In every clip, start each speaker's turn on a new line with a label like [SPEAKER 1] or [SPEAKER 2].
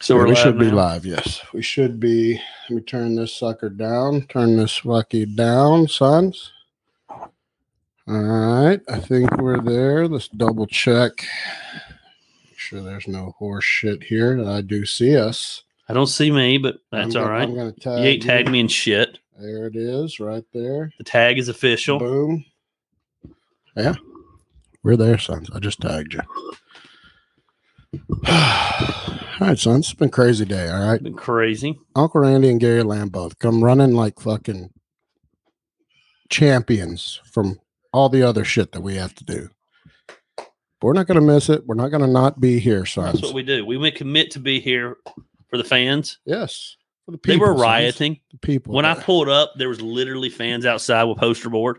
[SPEAKER 1] So we're
[SPEAKER 2] we should
[SPEAKER 1] live
[SPEAKER 2] be
[SPEAKER 1] now?
[SPEAKER 2] live. Yes, we should be. Let me turn this sucker down. Turn this lucky down, sons. All right, I think we're there. Let's double check. Make sure there's no horse shit here. And I do see us.
[SPEAKER 1] I don't see me, but that's
[SPEAKER 2] I'm
[SPEAKER 1] all
[SPEAKER 2] gonna-
[SPEAKER 1] right.
[SPEAKER 2] I'm gonna
[SPEAKER 1] You ain't
[SPEAKER 2] tag.
[SPEAKER 1] tagged me in shit.
[SPEAKER 2] There it is, right there.
[SPEAKER 1] The tag is official.
[SPEAKER 2] Boom. Yeah. We're there, sons. I just tagged you. all right, sons. It's been a crazy day. All right.
[SPEAKER 1] Been crazy.
[SPEAKER 2] Uncle Randy and Gary Lamb both come running like fucking champions from all the other shit that we have to do. We're not going to miss it. We're not going to not be here,
[SPEAKER 1] That's
[SPEAKER 2] sons.
[SPEAKER 1] what we do. We would commit to be here for the fans.
[SPEAKER 2] yes. For the
[SPEAKER 1] they were
[SPEAKER 2] sons.
[SPEAKER 1] rioting.
[SPEAKER 2] The people.
[SPEAKER 1] When I pulled up, there was literally fans outside with poster board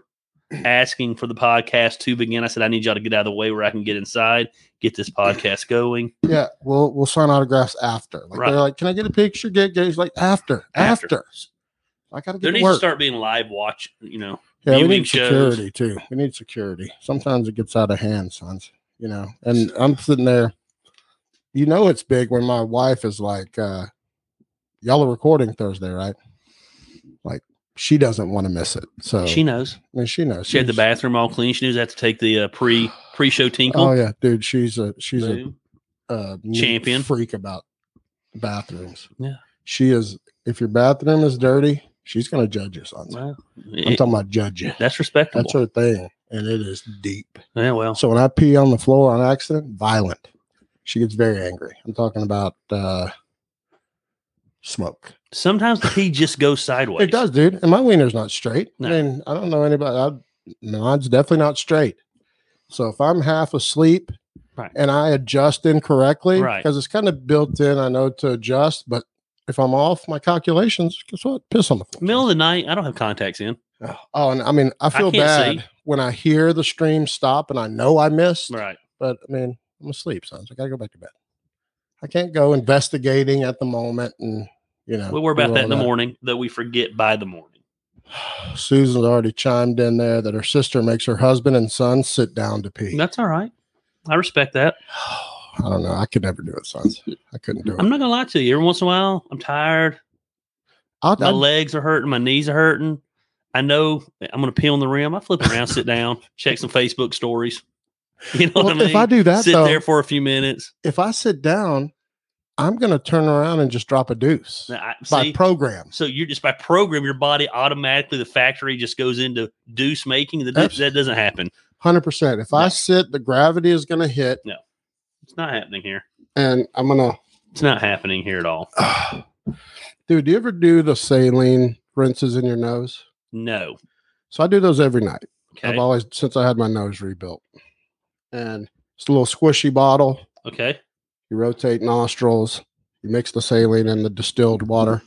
[SPEAKER 1] asking for the podcast to begin. I said, I need y'all to get out of the way where I can get inside, get this podcast going.
[SPEAKER 2] yeah, we'll we'll sign autographs after. Like
[SPEAKER 1] Right.
[SPEAKER 2] they're like, can I get a picture? Get Gary's like after, after. I got to
[SPEAKER 1] There
[SPEAKER 2] get to
[SPEAKER 1] needs to
[SPEAKER 2] work.
[SPEAKER 1] start being live watch, you know.
[SPEAKER 2] yeah, we
[SPEAKER 1] viewing
[SPEAKER 2] need
[SPEAKER 1] shows.
[SPEAKER 2] security too. We need security. Sometimes it gets out of hand, sons. You know, and I'm sitting there. You know, it's big when my wife is like, uh, "Y'all are recording Thursday, right?" Like she doesn't want to miss it. So
[SPEAKER 1] She
[SPEAKER 2] she,
[SPEAKER 1] knows.
[SPEAKER 2] I mean, she knows.
[SPEAKER 1] She had the
[SPEAKER 2] She's-
[SPEAKER 1] bathroom all clean. She knew I had to take the uh, pre pre show tinkle.
[SPEAKER 2] Oh yeah, dude. She's a she's a
[SPEAKER 1] Boom.
[SPEAKER 2] uh, neat
[SPEAKER 1] Champion.
[SPEAKER 2] freak about bathrooms.
[SPEAKER 1] Yeah.
[SPEAKER 2] she is. If your bathroom is dirty, she's gonna judge you. Son.
[SPEAKER 1] Wow.
[SPEAKER 2] I'm
[SPEAKER 1] It-
[SPEAKER 2] talking about judge you.
[SPEAKER 1] that's respectable.
[SPEAKER 2] That's her thing, and it is deep.
[SPEAKER 1] yeah, well,
[SPEAKER 2] So when I pee on the floor on accident, violent. She gets very angry. I'm talking about uh, smoke.
[SPEAKER 1] sometimes the pee just goes sideways.
[SPEAKER 2] It does, dude. And my wiener's not straight.
[SPEAKER 1] No.
[SPEAKER 2] I mean, I don't know anybody. I, mine's definitely not straight. So if I'm half asleep
[SPEAKER 1] Right.
[SPEAKER 2] and I adjust incorrectly,
[SPEAKER 1] Right.
[SPEAKER 2] because it's kind of built in, I know to adjust. But if I'm off my calculations, guess what? Piss on the floor.
[SPEAKER 1] Middle of the night, I don't have contacts in.
[SPEAKER 2] Oh, and I mean, I feel
[SPEAKER 1] can't
[SPEAKER 2] bad
[SPEAKER 1] see.
[SPEAKER 2] when I hear the stream stop and I know I missed.
[SPEAKER 1] Right.
[SPEAKER 2] but I mean, I'm asleep, son. So I gotta go back to bed. I can't go investigating at the moment, and you know,
[SPEAKER 1] We'll worry about
[SPEAKER 2] do
[SPEAKER 1] that in
[SPEAKER 2] all
[SPEAKER 1] the morning, though we forget by the morning.
[SPEAKER 2] Susan's already chimed in there that her sister makes her husband and son sit down to pee.
[SPEAKER 1] That's all right. I respect that.
[SPEAKER 2] I don't know. I could never do it, sons. I couldn't do it.
[SPEAKER 1] I'm not gonna lie to you. Every once in a while, I'm tired.
[SPEAKER 2] I'll,
[SPEAKER 1] My
[SPEAKER 2] I'll-
[SPEAKER 1] legs are hurting. My knees are hurting. I know I'm gonna pee on the rim. I flip around, sit down, check some Facebook stories. You know
[SPEAKER 2] well,
[SPEAKER 1] what I mean?
[SPEAKER 2] if I do that
[SPEAKER 1] sit
[SPEAKER 2] though,
[SPEAKER 1] there for a few minutes.
[SPEAKER 2] if I sit down, I'm gonna turn around and just drop a deuce
[SPEAKER 1] Now, I,
[SPEAKER 2] by
[SPEAKER 1] see,
[SPEAKER 2] program.
[SPEAKER 1] so you're just by program, your body automatically the factory just goes into deuce making. The
[SPEAKER 2] Abs-
[SPEAKER 1] that doesn't happen.
[SPEAKER 2] Hundred percent. If
[SPEAKER 1] No.
[SPEAKER 2] I sit, the gravity is gonna hit,
[SPEAKER 1] It's not happening here.
[SPEAKER 2] and I'm gonna
[SPEAKER 1] It's not happening here at all.
[SPEAKER 2] Dude, do you ever do the saline rinses in your nose?
[SPEAKER 1] No.
[SPEAKER 2] So I do those every night.
[SPEAKER 1] Okay.
[SPEAKER 2] I've always since I had my nose rebuilt. And it's a little squishy bottle.
[SPEAKER 1] Okay.
[SPEAKER 2] You rotate nostrils, you mix the saline and the distilled water.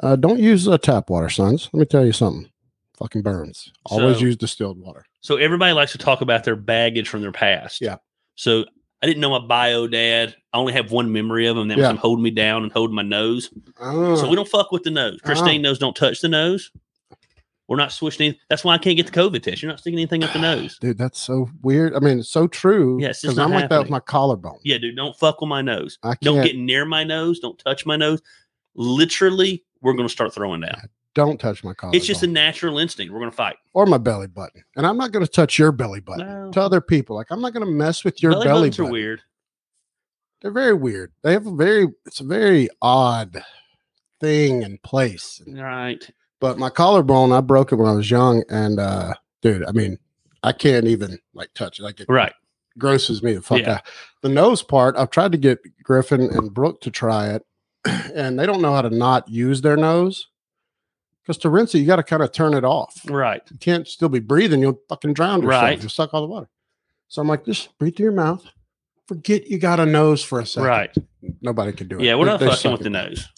[SPEAKER 2] Uh, don't use uh, tap water, sons. Let me tell you something. Fucking burns. Always
[SPEAKER 1] So-
[SPEAKER 2] use distilled water.
[SPEAKER 1] So everybody likes to talk about their baggage from their past.
[SPEAKER 2] Yeah.
[SPEAKER 1] So I didn't know my bio dad. I only have one memory of him. That was
[SPEAKER 2] Yeah.
[SPEAKER 1] him holding me down and holding my nose.
[SPEAKER 2] Oh,
[SPEAKER 1] So we don't fuck with the nose.
[SPEAKER 2] Uh-huh.
[SPEAKER 1] Christine knows don't touch the nose. We're not swishing. Any- That's why I can't get the COVID test. You're not sticking anything up the nose.
[SPEAKER 2] dude, that's so weird. I mean, it's so true.
[SPEAKER 1] Yeah, it's just
[SPEAKER 2] because
[SPEAKER 1] not
[SPEAKER 2] I'm like that with
[SPEAKER 1] happening.
[SPEAKER 2] my collarbone.
[SPEAKER 1] Yeah, dude, don't fuck with my nose.
[SPEAKER 2] I can't.
[SPEAKER 1] Don't get near my nose. Don't touch my nose. Literally, we're going to start throwing down.
[SPEAKER 2] don't touch my collarbone.
[SPEAKER 1] It's just a natural instinct. We're going to fight.
[SPEAKER 2] or my belly button. And I'm not going to touch your belly button
[SPEAKER 1] No.
[SPEAKER 2] to other people. Like I'm not going to mess with your belly,
[SPEAKER 1] buttons
[SPEAKER 2] button.
[SPEAKER 1] are weird.
[SPEAKER 2] They're very weird. They have a very it's a very odd thing in place.
[SPEAKER 1] All right.
[SPEAKER 2] But my collarbone, I broke it when I was young and uh dude, I mean, I can't even like touch it. Like it
[SPEAKER 1] Right.
[SPEAKER 2] grosses me the fuck
[SPEAKER 1] Yeah.
[SPEAKER 2] out. The nose part, I've tried to get Griffin and Brooke to try it and they don't know how to not use their nose. Cuz to rinse it, you got to kind of turn it off
[SPEAKER 1] Right.
[SPEAKER 2] you can't still be breathing, you'll fucking drown yourself.
[SPEAKER 1] Right.
[SPEAKER 2] You'll suck all the water. So I'm like, just breathe through your mouth. Forget you got a nose for a second.
[SPEAKER 1] Right.
[SPEAKER 2] Nobody can do it.
[SPEAKER 1] Yeah, we're
[SPEAKER 2] They-
[SPEAKER 1] not
[SPEAKER 2] they
[SPEAKER 1] fucking
[SPEAKER 2] suck
[SPEAKER 1] with
[SPEAKER 2] at
[SPEAKER 1] the
[SPEAKER 2] that.
[SPEAKER 1] nose.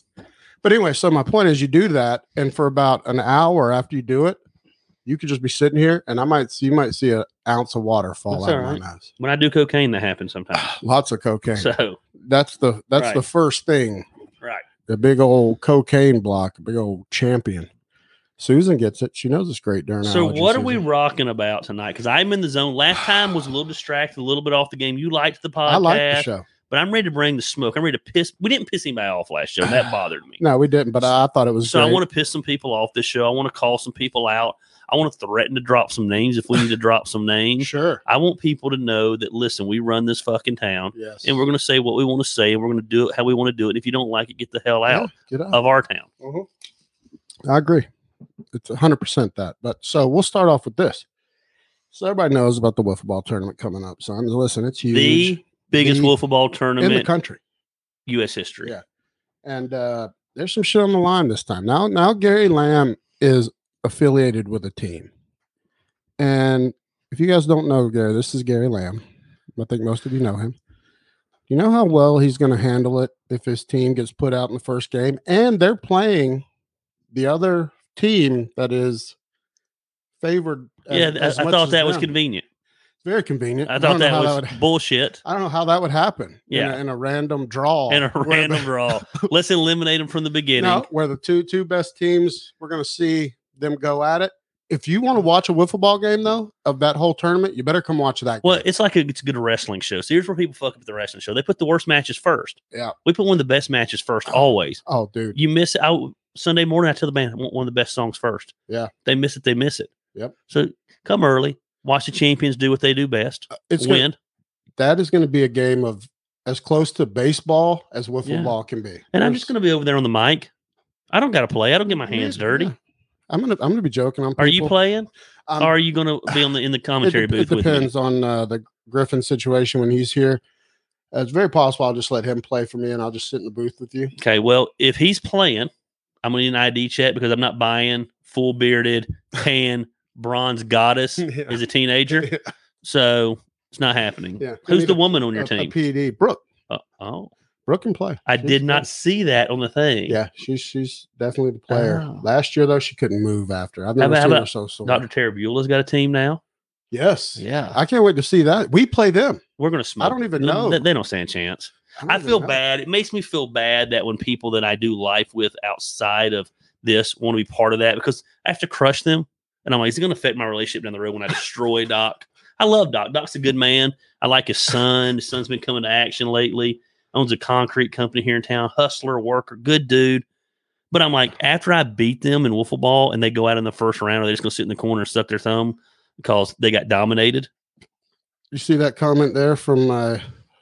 [SPEAKER 2] But anyway, so my point is you do that, and for about an hour after you do it, you could just be sitting here and I might see you might see an ounce of water fall
[SPEAKER 1] That's
[SPEAKER 2] out of
[SPEAKER 1] all right.
[SPEAKER 2] my nose.
[SPEAKER 1] When I do cocaine, that happens sometimes.
[SPEAKER 2] Lots of cocaine.
[SPEAKER 1] So
[SPEAKER 2] that's the that's
[SPEAKER 1] Right.
[SPEAKER 2] the first thing.
[SPEAKER 1] Right.
[SPEAKER 2] The big old cocaine block, a big old champion. Susan gets it. She knows it's great during
[SPEAKER 1] So
[SPEAKER 2] allergy
[SPEAKER 1] what are we
[SPEAKER 2] season.
[SPEAKER 1] rocking about tonight? Because I'm in the zone. Last time was a little distracted, a little bit off the game. You liked the podcast,
[SPEAKER 2] I like the show.
[SPEAKER 1] but but I'm ready to bring the smoke. I'm ready to piss. We didn't piss anybody off last show. and That bothered me.
[SPEAKER 2] No, we didn't, but I, I thought it was.
[SPEAKER 1] So I
[SPEAKER 2] great.
[SPEAKER 1] want to piss some people off this show. I want to call some people out. I want to threaten to drop some names if we need to drop some names.
[SPEAKER 2] Sure.
[SPEAKER 1] I want people to know that listen, we run this fucking town
[SPEAKER 2] Yes.
[SPEAKER 1] and we're going to say what we want to say and we're going to do it how we want to do it. And if you don't like it, Oh. get the hell out
[SPEAKER 2] Yeah, get out.
[SPEAKER 1] of our town.
[SPEAKER 2] Mhm. I agree. It's 100% that. But so we'll start off with this. So everybody knows about the wiffle ball tournament coming up, son. Listen, it's huge
[SPEAKER 1] The biggest
[SPEAKER 2] The-
[SPEAKER 1] wiffle ball
[SPEAKER 2] in the
[SPEAKER 1] tournament
[SPEAKER 2] country.
[SPEAKER 1] U.S. history.
[SPEAKER 2] Yeah. And uh, there's some shit on the line this time. Now, now Gary Lamb is affiliated with a team. And if you guys don't know Gary, this is Gary Lamb. I think most of you know him. You know how well he's going to handle it if his team gets put out in the first game and they're playing the other team that is favored. as-
[SPEAKER 1] Yeah, I,
[SPEAKER 2] as
[SPEAKER 1] I
[SPEAKER 2] much
[SPEAKER 1] thought
[SPEAKER 2] as
[SPEAKER 1] that was
[SPEAKER 2] them.
[SPEAKER 1] convenient.
[SPEAKER 2] very convenient.
[SPEAKER 1] I
[SPEAKER 2] don't
[SPEAKER 1] thought
[SPEAKER 2] know
[SPEAKER 1] that
[SPEAKER 2] how
[SPEAKER 1] was
[SPEAKER 2] would-
[SPEAKER 1] bullshit
[SPEAKER 2] I don't know how that would happen.
[SPEAKER 1] Yeah.
[SPEAKER 2] in a, in a random draw.
[SPEAKER 1] and a
[SPEAKER 2] where the-
[SPEAKER 1] random draw. Let's eliminate them from the beginning.
[SPEAKER 2] Oh, No, where the two two best teams, we're going to see them go at it. If you want to watch a wiffle ball game though of that whole tournament, you better come watch that.
[SPEAKER 1] Well,
[SPEAKER 2] game.
[SPEAKER 1] it's like a, it's a good wrestling show. So here's where people fuck up the wrestling show. They put the worst matches first.
[SPEAKER 2] Yeah.
[SPEAKER 1] We put one of the best matches first always.
[SPEAKER 2] oh, dude,
[SPEAKER 1] You miss out Sunday morning. I tell the band I want one of the best songs first.
[SPEAKER 2] Yeah.
[SPEAKER 1] They miss it. They miss it.
[SPEAKER 2] Yep.
[SPEAKER 1] So come early. Watch the champions do what they do best.
[SPEAKER 2] uh, it's gonna,
[SPEAKER 1] win.
[SPEAKER 2] that is going to be a game of as close to baseball as wiffle
[SPEAKER 1] Yeah.
[SPEAKER 2] ball can be.
[SPEAKER 1] and I'm just
[SPEAKER 2] There's-
[SPEAKER 1] going to be over there on the mic. I don't got to play. I don't get my hands dirty.
[SPEAKER 2] Yeah. I'm gonna I'm gonna be joking. I'm
[SPEAKER 1] Are you playing?
[SPEAKER 2] I'm,
[SPEAKER 1] or are you going to be on the in the commentary
[SPEAKER 2] it, dep-
[SPEAKER 1] booth
[SPEAKER 2] It
[SPEAKER 1] with me?
[SPEAKER 2] depends on uh, the Griffin situation when he's here. Uh, it's very possible I'll just let him play for me, and I'll just sit in the booth with you.
[SPEAKER 1] Okay. Well, if he's playing, I'm going to need an ID check because I'm not buying full bearded, tan, bronze goddess
[SPEAKER 2] Yeah.
[SPEAKER 1] as a teenager.
[SPEAKER 2] Yeah.
[SPEAKER 1] So it's not happening.
[SPEAKER 2] Yeah. I
[SPEAKER 1] Who's
[SPEAKER 2] need
[SPEAKER 1] the
[SPEAKER 2] a-
[SPEAKER 1] woman on
[SPEAKER 2] A, E
[SPEAKER 1] your
[SPEAKER 2] a
[SPEAKER 1] team?
[SPEAKER 2] PD Brooke.
[SPEAKER 1] Uh, oh,
[SPEAKER 2] Brooke can play.
[SPEAKER 1] I
[SPEAKER 2] She's
[SPEAKER 1] did
[SPEAKER 2] good.
[SPEAKER 1] not see that on the thing.
[SPEAKER 2] Yeah, she's she's definitely the player.
[SPEAKER 1] Oh.
[SPEAKER 2] Last year though, she couldn't move after. I've
[SPEAKER 1] How
[SPEAKER 2] never
[SPEAKER 1] about- how
[SPEAKER 2] seen her
[SPEAKER 1] about
[SPEAKER 2] so sore.
[SPEAKER 1] Dr. Tara Beulah's got a team now.
[SPEAKER 2] yes,
[SPEAKER 1] Yeah.
[SPEAKER 2] I can't wait to see that. We play them.
[SPEAKER 1] We're going to smoke.
[SPEAKER 2] don't
[SPEAKER 1] them.
[SPEAKER 2] even
[SPEAKER 1] They-
[SPEAKER 2] know.
[SPEAKER 1] They, don't stand a chance.
[SPEAKER 2] don't
[SPEAKER 1] I
[SPEAKER 2] even
[SPEAKER 1] feel
[SPEAKER 2] know.
[SPEAKER 1] bad. It makes me feel bad that when people that I do life with outside of this want to be part of that because I have to crush them. And I'm like, is it going to affect my relationship down the road when I destroy Doc? I love Doc. Doc's a good man. I like his son. His son's been coming to action lately. Owns a concrete company here in town. Hustler, worker, good dude. But I'm like, after I beat them in wiffle ball and they go out in the first round, are they just going to sit in the corner and suck their thumb because they got dominated?
[SPEAKER 2] You see that comment there from uh,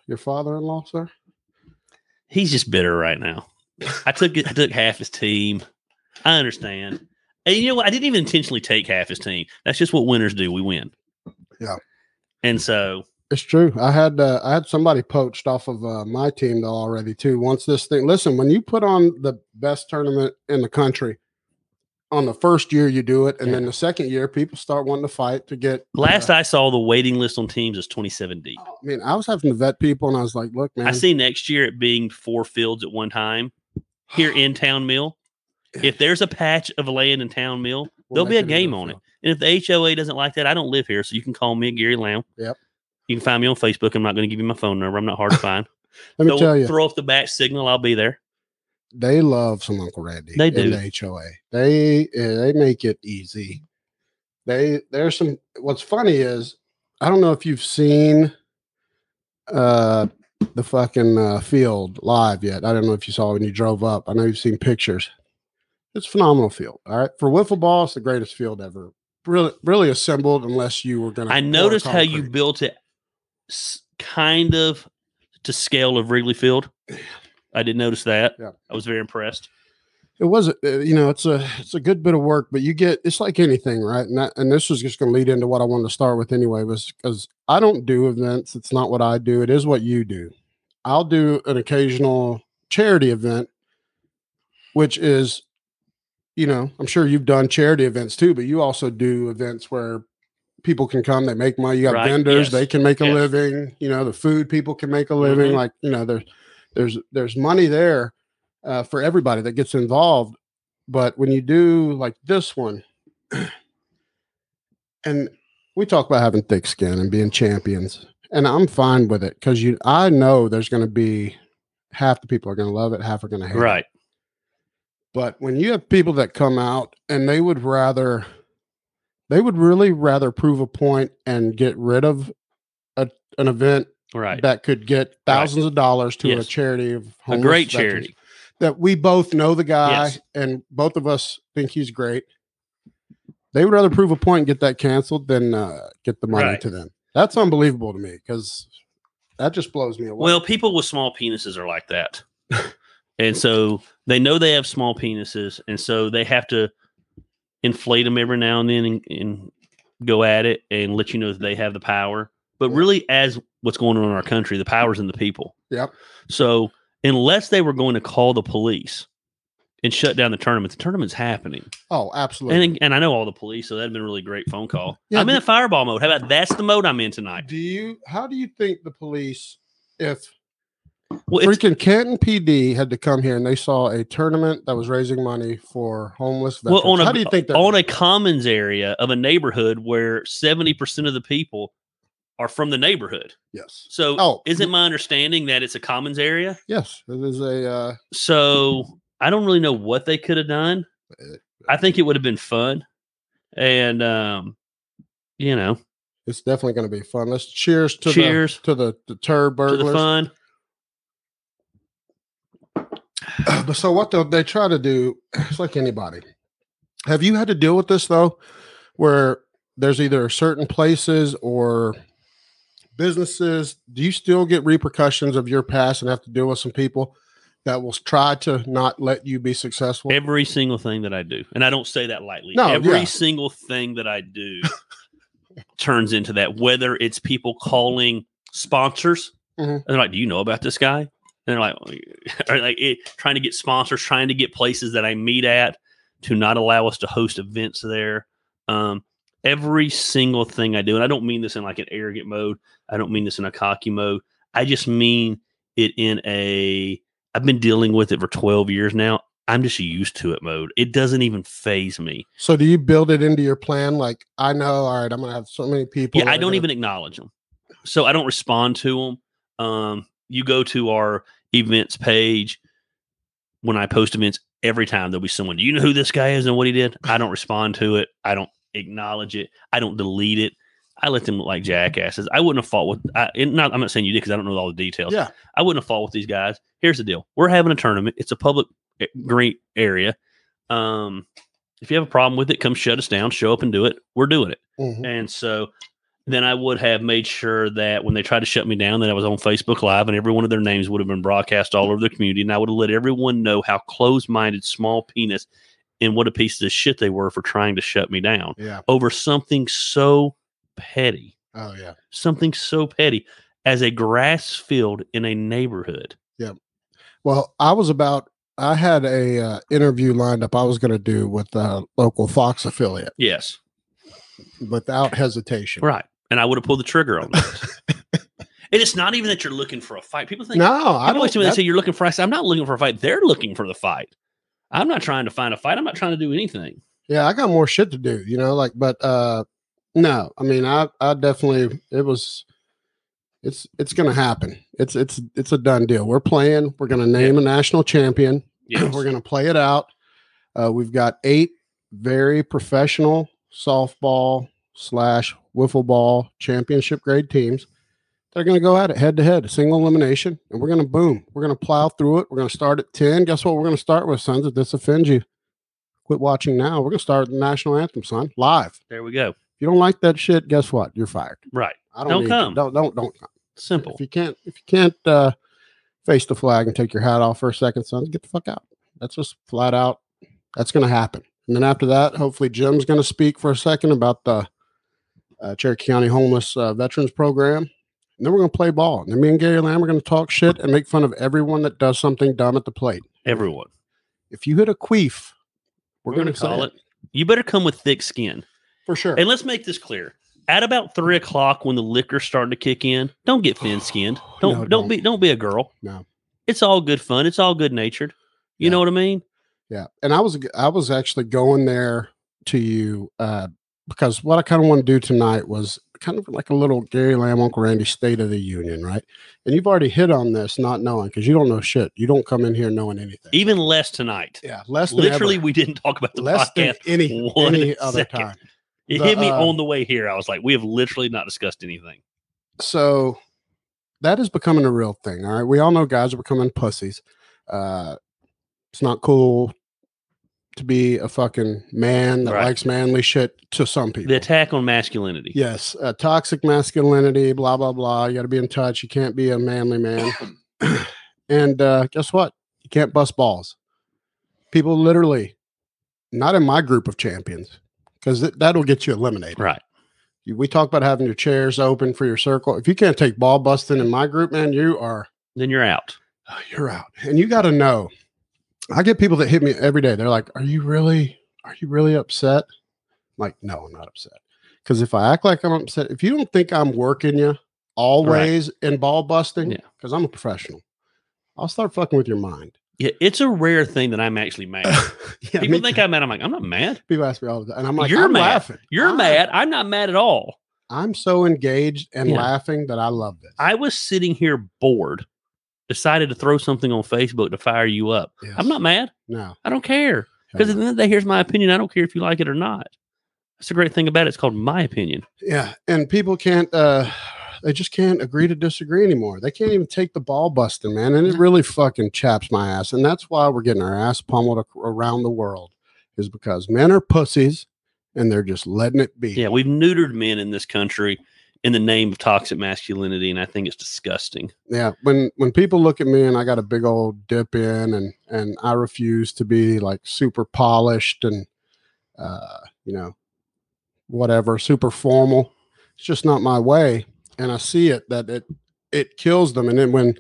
[SPEAKER 2] your father-in-law, sir?
[SPEAKER 1] he's just bitter right now. I took it. I took half his team. I understand. And you know what? I didn't even intentionally take half his team. That's just what winners do. We win.
[SPEAKER 2] Yeah.
[SPEAKER 1] And so
[SPEAKER 2] It's true. I had uh, I had somebody poached off of uh, my team though already too. Once this thing, listen, when you put on the best tournament in the country, on the first year you do it, and then
[SPEAKER 1] Yeah.
[SPEAKER 2] the second year people start wanting to fight to get.
[SPEAKER 1] last
[SPEAKER 2] uh,
[SPEAKER 1] I saw, the waiting list on teams is 27 deep.
[SPEAKER 2] I mean, I was having to vet people, and I was like, "Look, man,
[SPEAKER 1] I see next year it being four fields at one time here in Town Mill. If there's a patch of land in Town Mill, there'll
[SPEAKER 2] we'll make
[SPEAKER 1] be a
[SPEAKER 2] into
[SPEAKER 1] game on
[SPEAKER 2] field."
[SPEAKER 1] it. And if the HOA doesn't like that, I don't live here, so you can call me Gary Lamb.
[SPEAKER 2] Yep.
[SPEAKER 1] You can find me on Facebook. I'm not going to give you my phone number. I'm not hard to find.
[SPEAKER 2] Let me
[SPEAKER 1] Throw-
[SPEAKER 2] tell you,
[SPEAKER 1] throw up the bat signal. I'll be there.
[SPEAKER 2] they love some Uncle Randy.
[SPEAKER 1] They
[SPEAKER 2] in
[SPEAKER 1] do.
[SPEAKER 2] the HOA. They eh, they make it easy. They there's some. What's funny is I don't know if you've seen uh the fucking uh, field live yet. I don't know if you saw when you drove up. I know you've seen pictures. It's a phenomenal field. All right, for wiffle ball, it's the greatest field ever. Really, really assembled. Unless you were gonna.
[SPEAKER 1] I
[SPEAKER 2] pour
[SPEAKER 1] noticed how you
[SPEAKER 2] concrete.
[SPEAKER 1] built it s- kind of to scale of Wrigley Field. I did notice that.
[SPEAKER 2] Yeah.
[SPEAKER 1] I was very impressed.
[SPEAKER 2] it was uh, you know it's a it's a good bit of work but you get it's like anything right and, that, and this was just going to lead into what i wanted to start with anyway was because i don't do events it's not what i do it is what you do i'll do an occasional charity event which is you know i'm sure you've done charity events too but you also do events where people can come they make money you got
[SPEAKER 1] Right,
[SPEAKER 2] vendors
[SPEAKER 1] yes,
[SPEAKER 2] they can make a
[SPEAKER 1] yes.
[SPEAKER 2] living you know the food people can make a living
[SPEAKER 1] Mhm.
[SPEAKER 2] like you know there's there's there's money there uh, for everybody that gets involved. But when you do like this one, and we talk about having thick skin and being champions, and I'm fine with it because you, I know there's going to be half the people are going to love it, half are going to hate. it.
[SPEAKER 1] Right.
[SPEAKER 2] But when you have people that come out and they would rather, they would really rather prove a point and get rid of a, an event
[SPEAKER 1] Right.
[SPEAKER 2] that could get thousands of dollars to
[SPEAKER 1] Yes.
[SPEAKER 2] a charity of
[SPEAKER 1] A
[SPEAKER 2] homeless
[SPEAKER 1] great
[SPEAKER 2] veterans.
[SPEAKER 1] charity.
[SPEAKER 2] that we both know the guy
[SPEAKER 1] Yes.
[SPEAKER 2] and both of us think he's great. They would rather prove a point and get that canceled than uh, get the money
[SPEAKER 1] Right.
[SPEAKER 2] to them. That's unbelievable to me because that just blows me away.
[SPEAKER 1] Well, people with small penises are like that. and so they know they have small penises. And so they have to inflate them every now and then and, and go at it and let you know that they have the power. But
[SPEAKER 2] Yeah.
[SPEAKER 1] really, as what's going on in our country, the power's in the people.
[SPEAKER 2] Yep.
[SPEAKER 1] So unless they were going to call the police and shut down the tournament, the tournament's happening.
[SPEAKER 2] oh, absolutely.
[SPEAKER 1] And, and I know all the police, so that'd been a really great phone call.
[SPEAKER 2] Yeah,
[SPEAKER 1] I'm in
[SPEAKER 2] but-
[SPEAKER 1] a fireball mode. How about that's the mode I'm in tonight?
[SPEAKER 2] do you? How do you think the police, if
[SPEAKER 1] Well, it's,
[SPEAKER 2] freaking Canton PD had to come here and they saw a tournament that was raising money for homeless
[SPEAKER 1] Well, on
[SPEAKER 2] veterans,
[SPEAKER 1] a-
[SPEAKER 2] how do you think they're
[SPEAKER 1] on
[SPEAKER 2] gonna-
[SPEAKER 1] a commons area of a neighborhood where 70% of the people are from the neighborhood.
[SPEAKER 2] yes,
[SPEAKER 1] So
[SPEAKER 2] Oh.
[SPEAKER 1] isn't my understanding that it's a commons area?
[SPEAKER 2] yes, it is a uh,
[SPEAKER 1] So I don't really know what they could have done. I think it would have been fun. And um, you know,
[SPEAKER 2] it's definitely going to be fun. Let's cheers to
[SPEAKER 1] cheers
[SPEAKER 2] the to the, the turd
[SPEAKER 1] to the
[SPEAKER 2] burglars.
[SPEAKER 1] fun.
[SPEAKER 2] But so what they'll, they try to do, it's like anybody. Have you had to deal with this though, where there's either certain places or businesses? Do you still get repercussions of your past and have to deal with some people that will try to not let you be successful?
[SPEAKER 1] Every single thing that I do, and I don't say that lightly.
[SPEAKER 2] No,
[SPEAKER 1] every
[SPEAKER 2] yeah.
[SPEAKER 1] single thing that I do turns into that. Whether it's people calling sponsors,
[SPEAKER 2] Mhm.
[SPEAKER 1] and they're like, "Do you know about this guy?" And they're like, or like it, trying to get sponsors, trying to get places that I meet at to not allow us to host events there. Um, every single thing I do, and I don't mean this in like an arrogant mode. I don't mean this in a cocky mode. I just mean it in a. I've been dealing with it for 12 years now. I'm just used to it mode. It doesn't even phase me.
[SPEAKER 2] So do you build it into your plan? Like I know, all right, I'm gonna have so many people.
[SPEAKER 1] Yeah,
[SPEAKER 2] that
[SPEAKER 1] I
[SPEAKER 2] are
[SPEAKER 1] don't
[SPEAKER 2] gonna-
[SPEAKER 1] even acknowledge them. So I don't respond to them. Um, you go to our events page when I post events every time there'll be someone, do you know who this guy is and what he did? I don't respond to it. I don't acknowledge it. I don't delete it. I let them look like jackasses. I wouldn't have fought with I and not I'm not saying you did because I don't know all the details.
[SPEAKER 2] Yeah.
[SPEAKER 1] I wouldn't have fought with these guys. Here's the deal. We're having a tournament. It's a public a- green area. Um if you have a problem with it, come shut us down, show up and do it. We're doing it.
[SPEAKER 2] Mhm.
[SPEAKER 1] And so then I would have made sure that when they tried to shut me down, that I was on Facebook Live and every one of their names would have been broadcast all over the community. And I would have let everyone know how closed minded, small penis, and what a piece of shit they were for trying to shut me down
[SPEAKER 2] Yeah.
[SPEAKER 1] over something so petty,
[SPEAKER 2] Oh yeah.
[SPEAKER 1] something so petty as a grass field in a neighborhood.
[SPEAKER 2] Well, I was about. I had a uh, interview lined up. I was gonna do with a local Fox affiliate.
[SPEAKER 1] Yes.
[SPEAKER 2] without hesitation.
[SPEAKER 1] Right. And I would have pulled the trigger on that. and it's not even that you're looking for a fight. People think,
[SPEAKER 2] No, I
[SPEAKER 1] I always
[SPEAKER 2] don't.
[SPEAKER 1] do when they
[SPEAKER 2] That,
[SPEAKER 1] say you're looking for a fight. I'm not looking for a fight. They're looking for the fight. I'm not trying to find a fight. I'm not trying to do anything.
[SPEAKER 2] yeah, I got more shit to do, you know. Like, but uh no, I mean, I I definitely it was. It's it's gonna happen. It's it's it's a done deal. We're playing. We're gonna name a national champion. We're gonna play it out. Uh, we've got eight very professional softball slash wiffle ball championship grade teams. They're going to go at it head to head, single elimination, and we're going to boom. We're going to plow through it. We're going to start at 10. Guess what? We're going to start with, sons. If this offends you, quit watching now. We're going to start with the national anthem, son, live.
[SPEAKER 1] there we go.
[SPEAKER 2] If you don't like that shit, guess what? You're fired.
[SPEAKER 1] Right.
[SPEAKER 2] I don't,
[SPEAKER 1] Don't
[SPEAKER 2] need you.
[SPEAKER 1] come.
[SPEAKER 2] Don't, don't, don't come.
[SPEAKER 1] Simple.
[SPEAKER 2] If you can't, if you can't uh, face the flag and take your hat off for a second, son, get the fuck out. That's just flat out. That's going to happen. And then after that, hopefully Jim's going to speak for a second about the uh, Cherokee County Homeless uh, Veterans Program. And then we're going to play ball. And then me and Gary Lamb are going to talk shit and make fun of everyone that does something dumb at the plate.
[SPEAKER 1] Everyone.
[SPEAKER 2] If you hit a queef, we're,
[SPEAKER 1] We're,
[SPEAKER 2] going
[SPEAKER 1] going
[SPEAKER 2] to
[SPEAKER 1] to call it. You better come with thick skin.
[SPEAKER 2] for sure.
[SPEAKER 1] And let's make this clear. At about three o'clock, when the liquor started to kick in, don't get thin skinned. Don't,
[SPEAKER 2] No,
[SPEAKER 1] don't
[SPEAKER 2] don't.
[SPEAKER 1] be don't be a girl.
[SPEAKER 2] No.
[SPEAKER 1] It's all good fun. It's all good natured. You
[SPEAKER 2] Yeah.
[SPEAKER 1] know what I mean?
[SPEAKER 2] Yeah, and I was I was actually going there to you uh, because what I kind of want to do tonight was kind of like a little Gary Lamb, Uncle Randy State of the Union, right? And you've already hit on this, not knowing because you don't know shit. You don't come in here knowing anything.
[SPEAKER 1] Even less tonight.
[SPEAKER 2] yeah, less than
[SPEAKER 1] Literally,
[SPEAKER 2] ever.
[SPEAKER 1] we didn't talk about the
[SPEAKER 2] less
[SPEAKER 1] podcast.
[SPEAKER 2] than any
[SPEAKER 1] one
[SPEAKER 2] any other
[SPEAKER 1] second.
[SPEAKER 2] time.
[SPEAKER 1] It
[SPEAKER 2] the,
[SPEAKER 1] hit me
[SPEAKER 2] uh,
[SPEAKER 1] on the way here. I was like, we have literally not discussed anything.
[SPEAKER 2] So that is becoming a real thing. All right. We all know guys are becoming pussies. Uh, it's not cool to be a fucking man that
[SPEAKER 1] Right.
[SPEAKER 2] likes manly shit to some people.
[SPEAKER 1] The attack on masculinity.
[SPEAKER 2] Yes, uh, toxic masculinity, blah blah blah. You got to be in touch. You can't be a manly man. and uh, guess what? You can't bust balls. People literally, not in my group of champions, because that'll get you eliminated.
[SPEAKER 1] Right.
[SPEAKER 2] You- We talk about having your chairs open for your circle. If you can't take ball busting in my group, man, you are
[SPEAKER 1] Then you're out.
[SPEAKER 2] Oh, you're out. And you got to know. I get people that hit me every day. They're like, "Are you really? Are you really upset?" I'm like, no, I'm not upset. Because if I act like I'm upset, if you don't think I'm working you always in ball busting,
[SPEAKER 1] Yeah.
[SPEAKER 2] because I'm a professional, I'll start fucking with your mind.
[SPEAKER 1] Yeah, it's a rare thing that I'm actually mad.
[SPEAKER 2] yeah,
[SPEAKER 1] People
[SPEAKER 2] me-
[SPEAKER 1] think I'm mad. I'm like, I'm not mad.
[SPEAKER 2] people ask me all the time, and I'm like,
[SPEAKER 1] You're
[SPEAKER 2] I'm
[SPEAKER 1] mad.
[SPEAKER 2] laughing.
[SPEAKER 1] You're
[SPEAKER 2] I'm-
[SPEAKER 1] mad. I'm not mad at all.
[SPEAKER 2] I'm so engaged and
[SPEAKER 1] Yeah.
[SPEAKER 2] laughing that I love this.
[SPEAKER 1] I was sitting here bored, decided to throw something on Facebook to fire you up.
[SPEAKER 2] Yes.
[SPEAKER 1] I'm not mad.
[SPEAKER 2] no
[SPEAKER 1] I don't care. Because at the end of the day, here's my opinion. I don't care if you like it or not. That's the great thing about it. It's called my opinion.
[SPEAKER 2] Yeah, and people can't uh they just can't agree to disagree anymore. They can't even take the ball busting, man, and it really fucking chaps my ass. And that's why we're getting our ass pummeled ac- around the world is because men are pussies and they're just letting it be.
[SPEAKER 1] Yeah, we've neutered men in this country in the name of toxic masculinity, and I think it's disgusting.
[SPEAKER 2] yeah when when people look at me and i got a big old dip in and and i refuse to be like super polished and uh you know whatever super formal it's just not my way and i see it that it it kills them and then when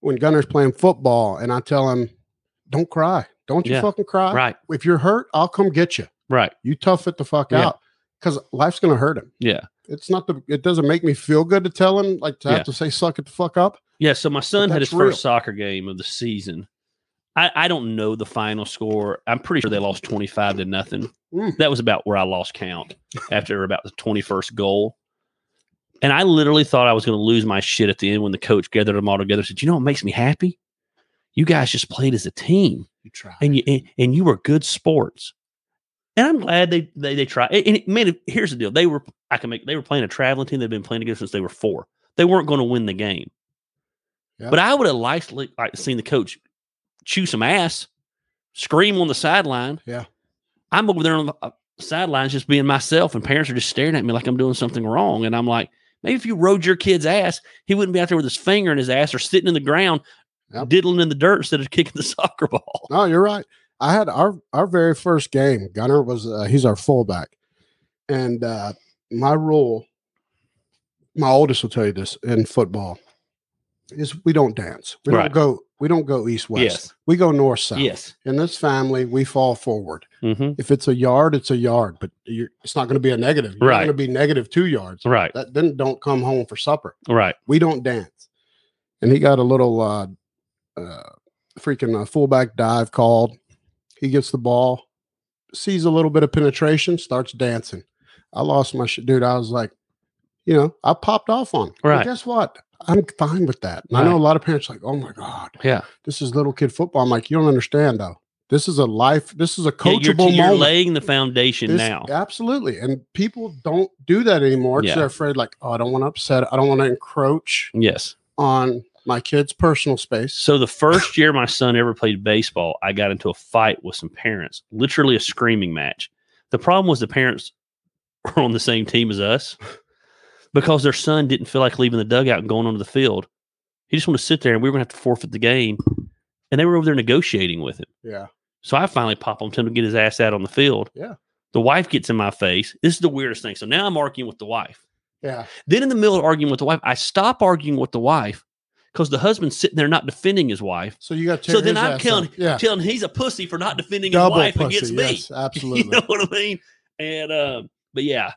[SPEAKER 2] when gunner's playing football and i tell him don't cry don't you
[SPEAKER 1] Yeah,
[SPEAKER 2] fucking cry
[SPEAKER 1] Right,
[SPEAKER 2] if you're hurt i'll come get you
[SPEAKER 1] right.
[SPEAKER 2] you tough it the fuck
[SPEAKER 1] Yeah.
[SPEAKER 2] out because life's gonna hurt him
[SPEAKER 1] Yeah.
[SPEAKER 2] it's not the it doesn't make me feel good to tell him like to
[SPEAKER 1] Yeah.
[SPEAKER 2] have to say suck it the fuck up
[SPEAKER 1] Yeah, so my son had
[SPEAKER 2] that's
[SPEAKER 1] his
[SPEAKER 2] real.
[SPEAKER 1] first soccer game of the season. I, I don't know the final score. I'm pretty sure they lost 25 to nothing.
[SPEAKER 2] Mm.
[SPEAKER 1] That was about where I lost count after about the 21st goal. And I literally thought I was going to lose my shit at the end when the coach gathered them all together and said, You know what makes me happy? You guys just played as a team
[SPEAKER 2] you try
[SPEAKER 1] and you and, and you were good sports. And I'm glad they they they tried. And, and man, here's the deal: they were I can make they were playing a traveling team. They've been playing together since they were four. They weren't going to win the game,
[SPEAKER 2] Yeah.
[SPEAKER 1] but I would have liked like seen the coach chew some ass, scream on the sideline.
[SPEAKER 2] Yeah.
[SPEAKER 1] I'm over there on the uh, sidelines just being myself, and parents are just staring at me like I'm doing something wrong. And I'm like, maybe if you rode your kid's ass, he wouldn't be out there with his finger in his ass or sitting in the ground.
[SPEAKER 2] Yep.
[SPEAKER 1] Diddling in the dirt instead of kicking the soccer ball.
[SPEAKER 2] No, you're right. I had our our very first game. Gunner was uh, he's our fullback, and uh, my rule, my oldest will tell you this in football, is we don't dance. We
[SPEAKER 1] Right.
[SPEAKER 2] don't go. We don't go east west.
[SPEAKER 1] Yes.
[SPEAKER 2] We go north south.
[SPEAKER 1] Yes.
[SPEAKER 2] In this family, we fall forward.
[SPEAKER 1] Mm-hmm.
[SPEAKER 2] If it's a yard, it's a yard, but you're, it's not going to be a negative. You're
[SPEAKER 1] Right.
[SPEAKER 2] going to be negative two yards.
[SPEAKER 1] Right.
[SPEAKER 2] That then don't come home for supper.
[SPEAKER 1] Right.
[SPEAKER 2] we don't dance. And he got a little uh, uh, freaking uh, fullback dive called. He gets the ball, sees a little bit of penetration, starts dancing. I lost my shit, dude. I was like, you know, I popped off on him. But
[SPEAKER 1] Right.
[SPEAKER 2] guess what? I'm fine with that. And I know
[SPEAKER 1] Right.
[SPEAKER 2] a lot of parents are like, oh my God,
[SPEAKER 1] Yeah.
[SPEAKER 2] this is little kid football. I'm like, you don't understand though. This is a life, this is a
[SPEAKER 1] Yeah, you're,
[SPEAKER 2] coachable
[SPEAKER 1] you're
[SPEAKER 2] moment.
[SPEAKER 1] laying the foundation
[SPEAKER 2] This-
[SPEAKER 1] now.
[SPEAKER 2] Absolutely. And people don't do that anymore
[SPEAKER 1] Yeah.
[SPEAKER 2] because they're afraid, like, oh, I don't want to upset. I don't want to encroach
[SPEAKER 1] Yes.
[SPEAKER 2] on my kid's personal space.
[SPEAKER 1] So the first year my son ever played baseball, I got into a fight with some parents, literally a screaming match. The problem was the parents were on the same team as us because their son didn't feel like leaving the dugout and going onto the field. He just wanted to sit there and we were going to have to forfeit the game. And they were over there negotiating with him.
[SPEAKER 2] Yeah.
[SPEAKER 1] So I finally pop on to him to get his ass out on the field.
[SPEAKER 2] Yeah.
[SPEAKER 1] The wife gets in my face. This is the weirdest thing. So now I'm arguing with the wife.
[SPEAKER 2] Yeah.
[SPEAKER 1] Then in the middle of arguing with the wife, I stop arguing with the wife because the husband's sitting there not defending his wife,
[SPEAKER 2] So you got
[SPEAKER 1] So then I'm
[SPEAKER 2] killing.
[SPEAKER 1] killing-
[SPEAKER 2] Yeah.
[SPEAKER 1] telling he's a pussy for not defending
[SPEAKER 2] Double
[SPEAKER 1] his wife
[SPEAKER 2] pussy.
[SPEAKER 1] against
[SPEAKER 2] yes,
[SPEAKER 1] me.
[SPEAKER 2] absolutely.
[SPEAKER 1] You know what I mean? And um, but yeah,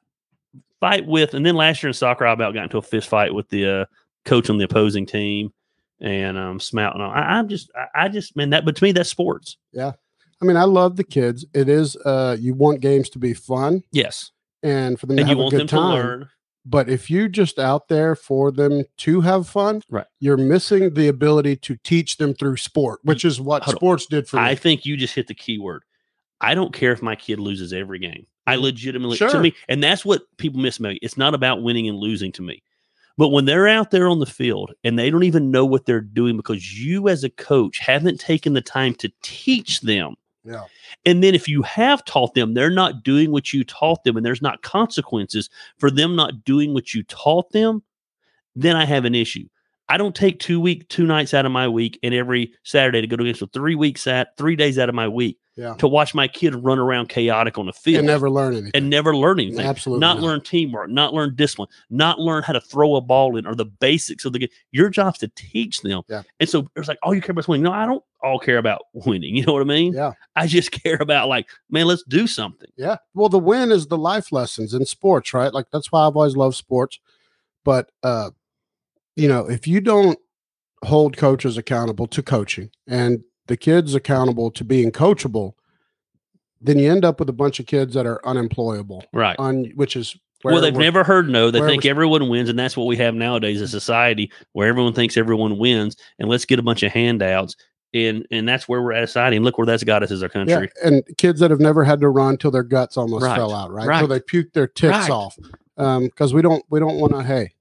[SPEAKER 1] fight with. And then last year in soccer, I about got into a fist fight with the uh, coach on the opposing team, and um, smouting. on. I, I'm just, I, I just, man, that. But to me, that's sports.
[SPEAKER 2] I mean, I love the kids. It is uh you want games to be fun
[SPEAKER 1] Yes,
[SPEAKER 2] and for them
[SPEAKER 1] and
[SPEAKER 2] to
[SPEAKER 1] you
[SPEAKER 2] have a
[SPEAKER 1] want
[SPEAKER 2] good
[SPEAKER 1] them
[SPEAKER 2] time.
[SPEAKER 1] to learn.
[SPEAKER 2] But if you just out there for them to have fun,
[SPEAKER 1] Right.
[SPEAKER 2] you're missing the ability to teach them through sport, which is what
[SPEAKER 1] Hold on.
[SPEAKER 2] sports did for
[SPEAKER 1] I
[SPEAKER 2] me.
[SPEAKER 1] think you just hit the key word. I don't care if my kid loses every game. I legitimately
[SPEAKER 2] Mm-hmm. Sure.
[SPEAKER 1] to me, and that's what people miss me. It's not about winning and losing to me. But when they're out there on the field and they don't even know what they're doing because you, as a coach, haven't taken the time to teach them.
[SPEAKER 2] Yeah.
[SPEAKER 1] And then if you have taught them, they're not doing what you taught them and there's not consequences for them not doing what you taught them, then I have an issue. I don't take two week, two nights out of my week and every Saturday to go to games. So three weeks at three days out of my week
[SPEAKER 2] Yeah.
[SPEAKER 1] to watch my kid run around chaotic on the field
[SPEAKER 2] And never learn anything.
[SPEAKER 1] and never learn anything.
[SPEAKER 2] Absolutely.
[SPEAKER 1] Not learn teamwork, not learn discipline, not learn how to throw a ball in or the basics of the game. Your job's to teach them.
[SPEAKER 2] Yeah.
[SPEAKER 1] And so it's like, all you care about is winning. No, I don't all care about winning. You know what I mean?
[SPEAKER 2] Yeah.
[SPEAKER 1] I just care about like, man, let's do something.
[SPEAKER 2] Yeah. Well, the win is the life lessons in sports, right? Like that's why I've always loved sports. But uh, you know, if you don't hold coaches accountable to coaching and the kids accountable to being coachable, then you end up with a bunch of kids that are unemployable.
[SPEAKER 1] Right.
[SPEAKER 2] On which is
[SPEAKER 1] well, they've
[SPEAKER 2] we're-
[SPEAKER 1] never heard no. They
[SPEAKER 2] where
[SPEAKER 1] think
[SPEAKER 2] we're-
[SPEAKER 1] everyone wins, and that's what we have nowadays a society where everyone thinks everyone wins, and let's get a bunch of handouts, and and that's where we're at society. And look where that's got us as our
[SPEAKER 2] yeah,
[SPEAKER 1] country.
[SPEAKER 2] and kids that have never had to run till their guts almost
[SPEAKER 1] Right.
[SPEAKER 2] fell out, right?
[SPEAKER 1] Right.
[SPEAKER 2] Till they puked their tits
[SPEAKER 1] Right.
[SPEAKER 2] off. Um, because we don't we don't want to. Hey,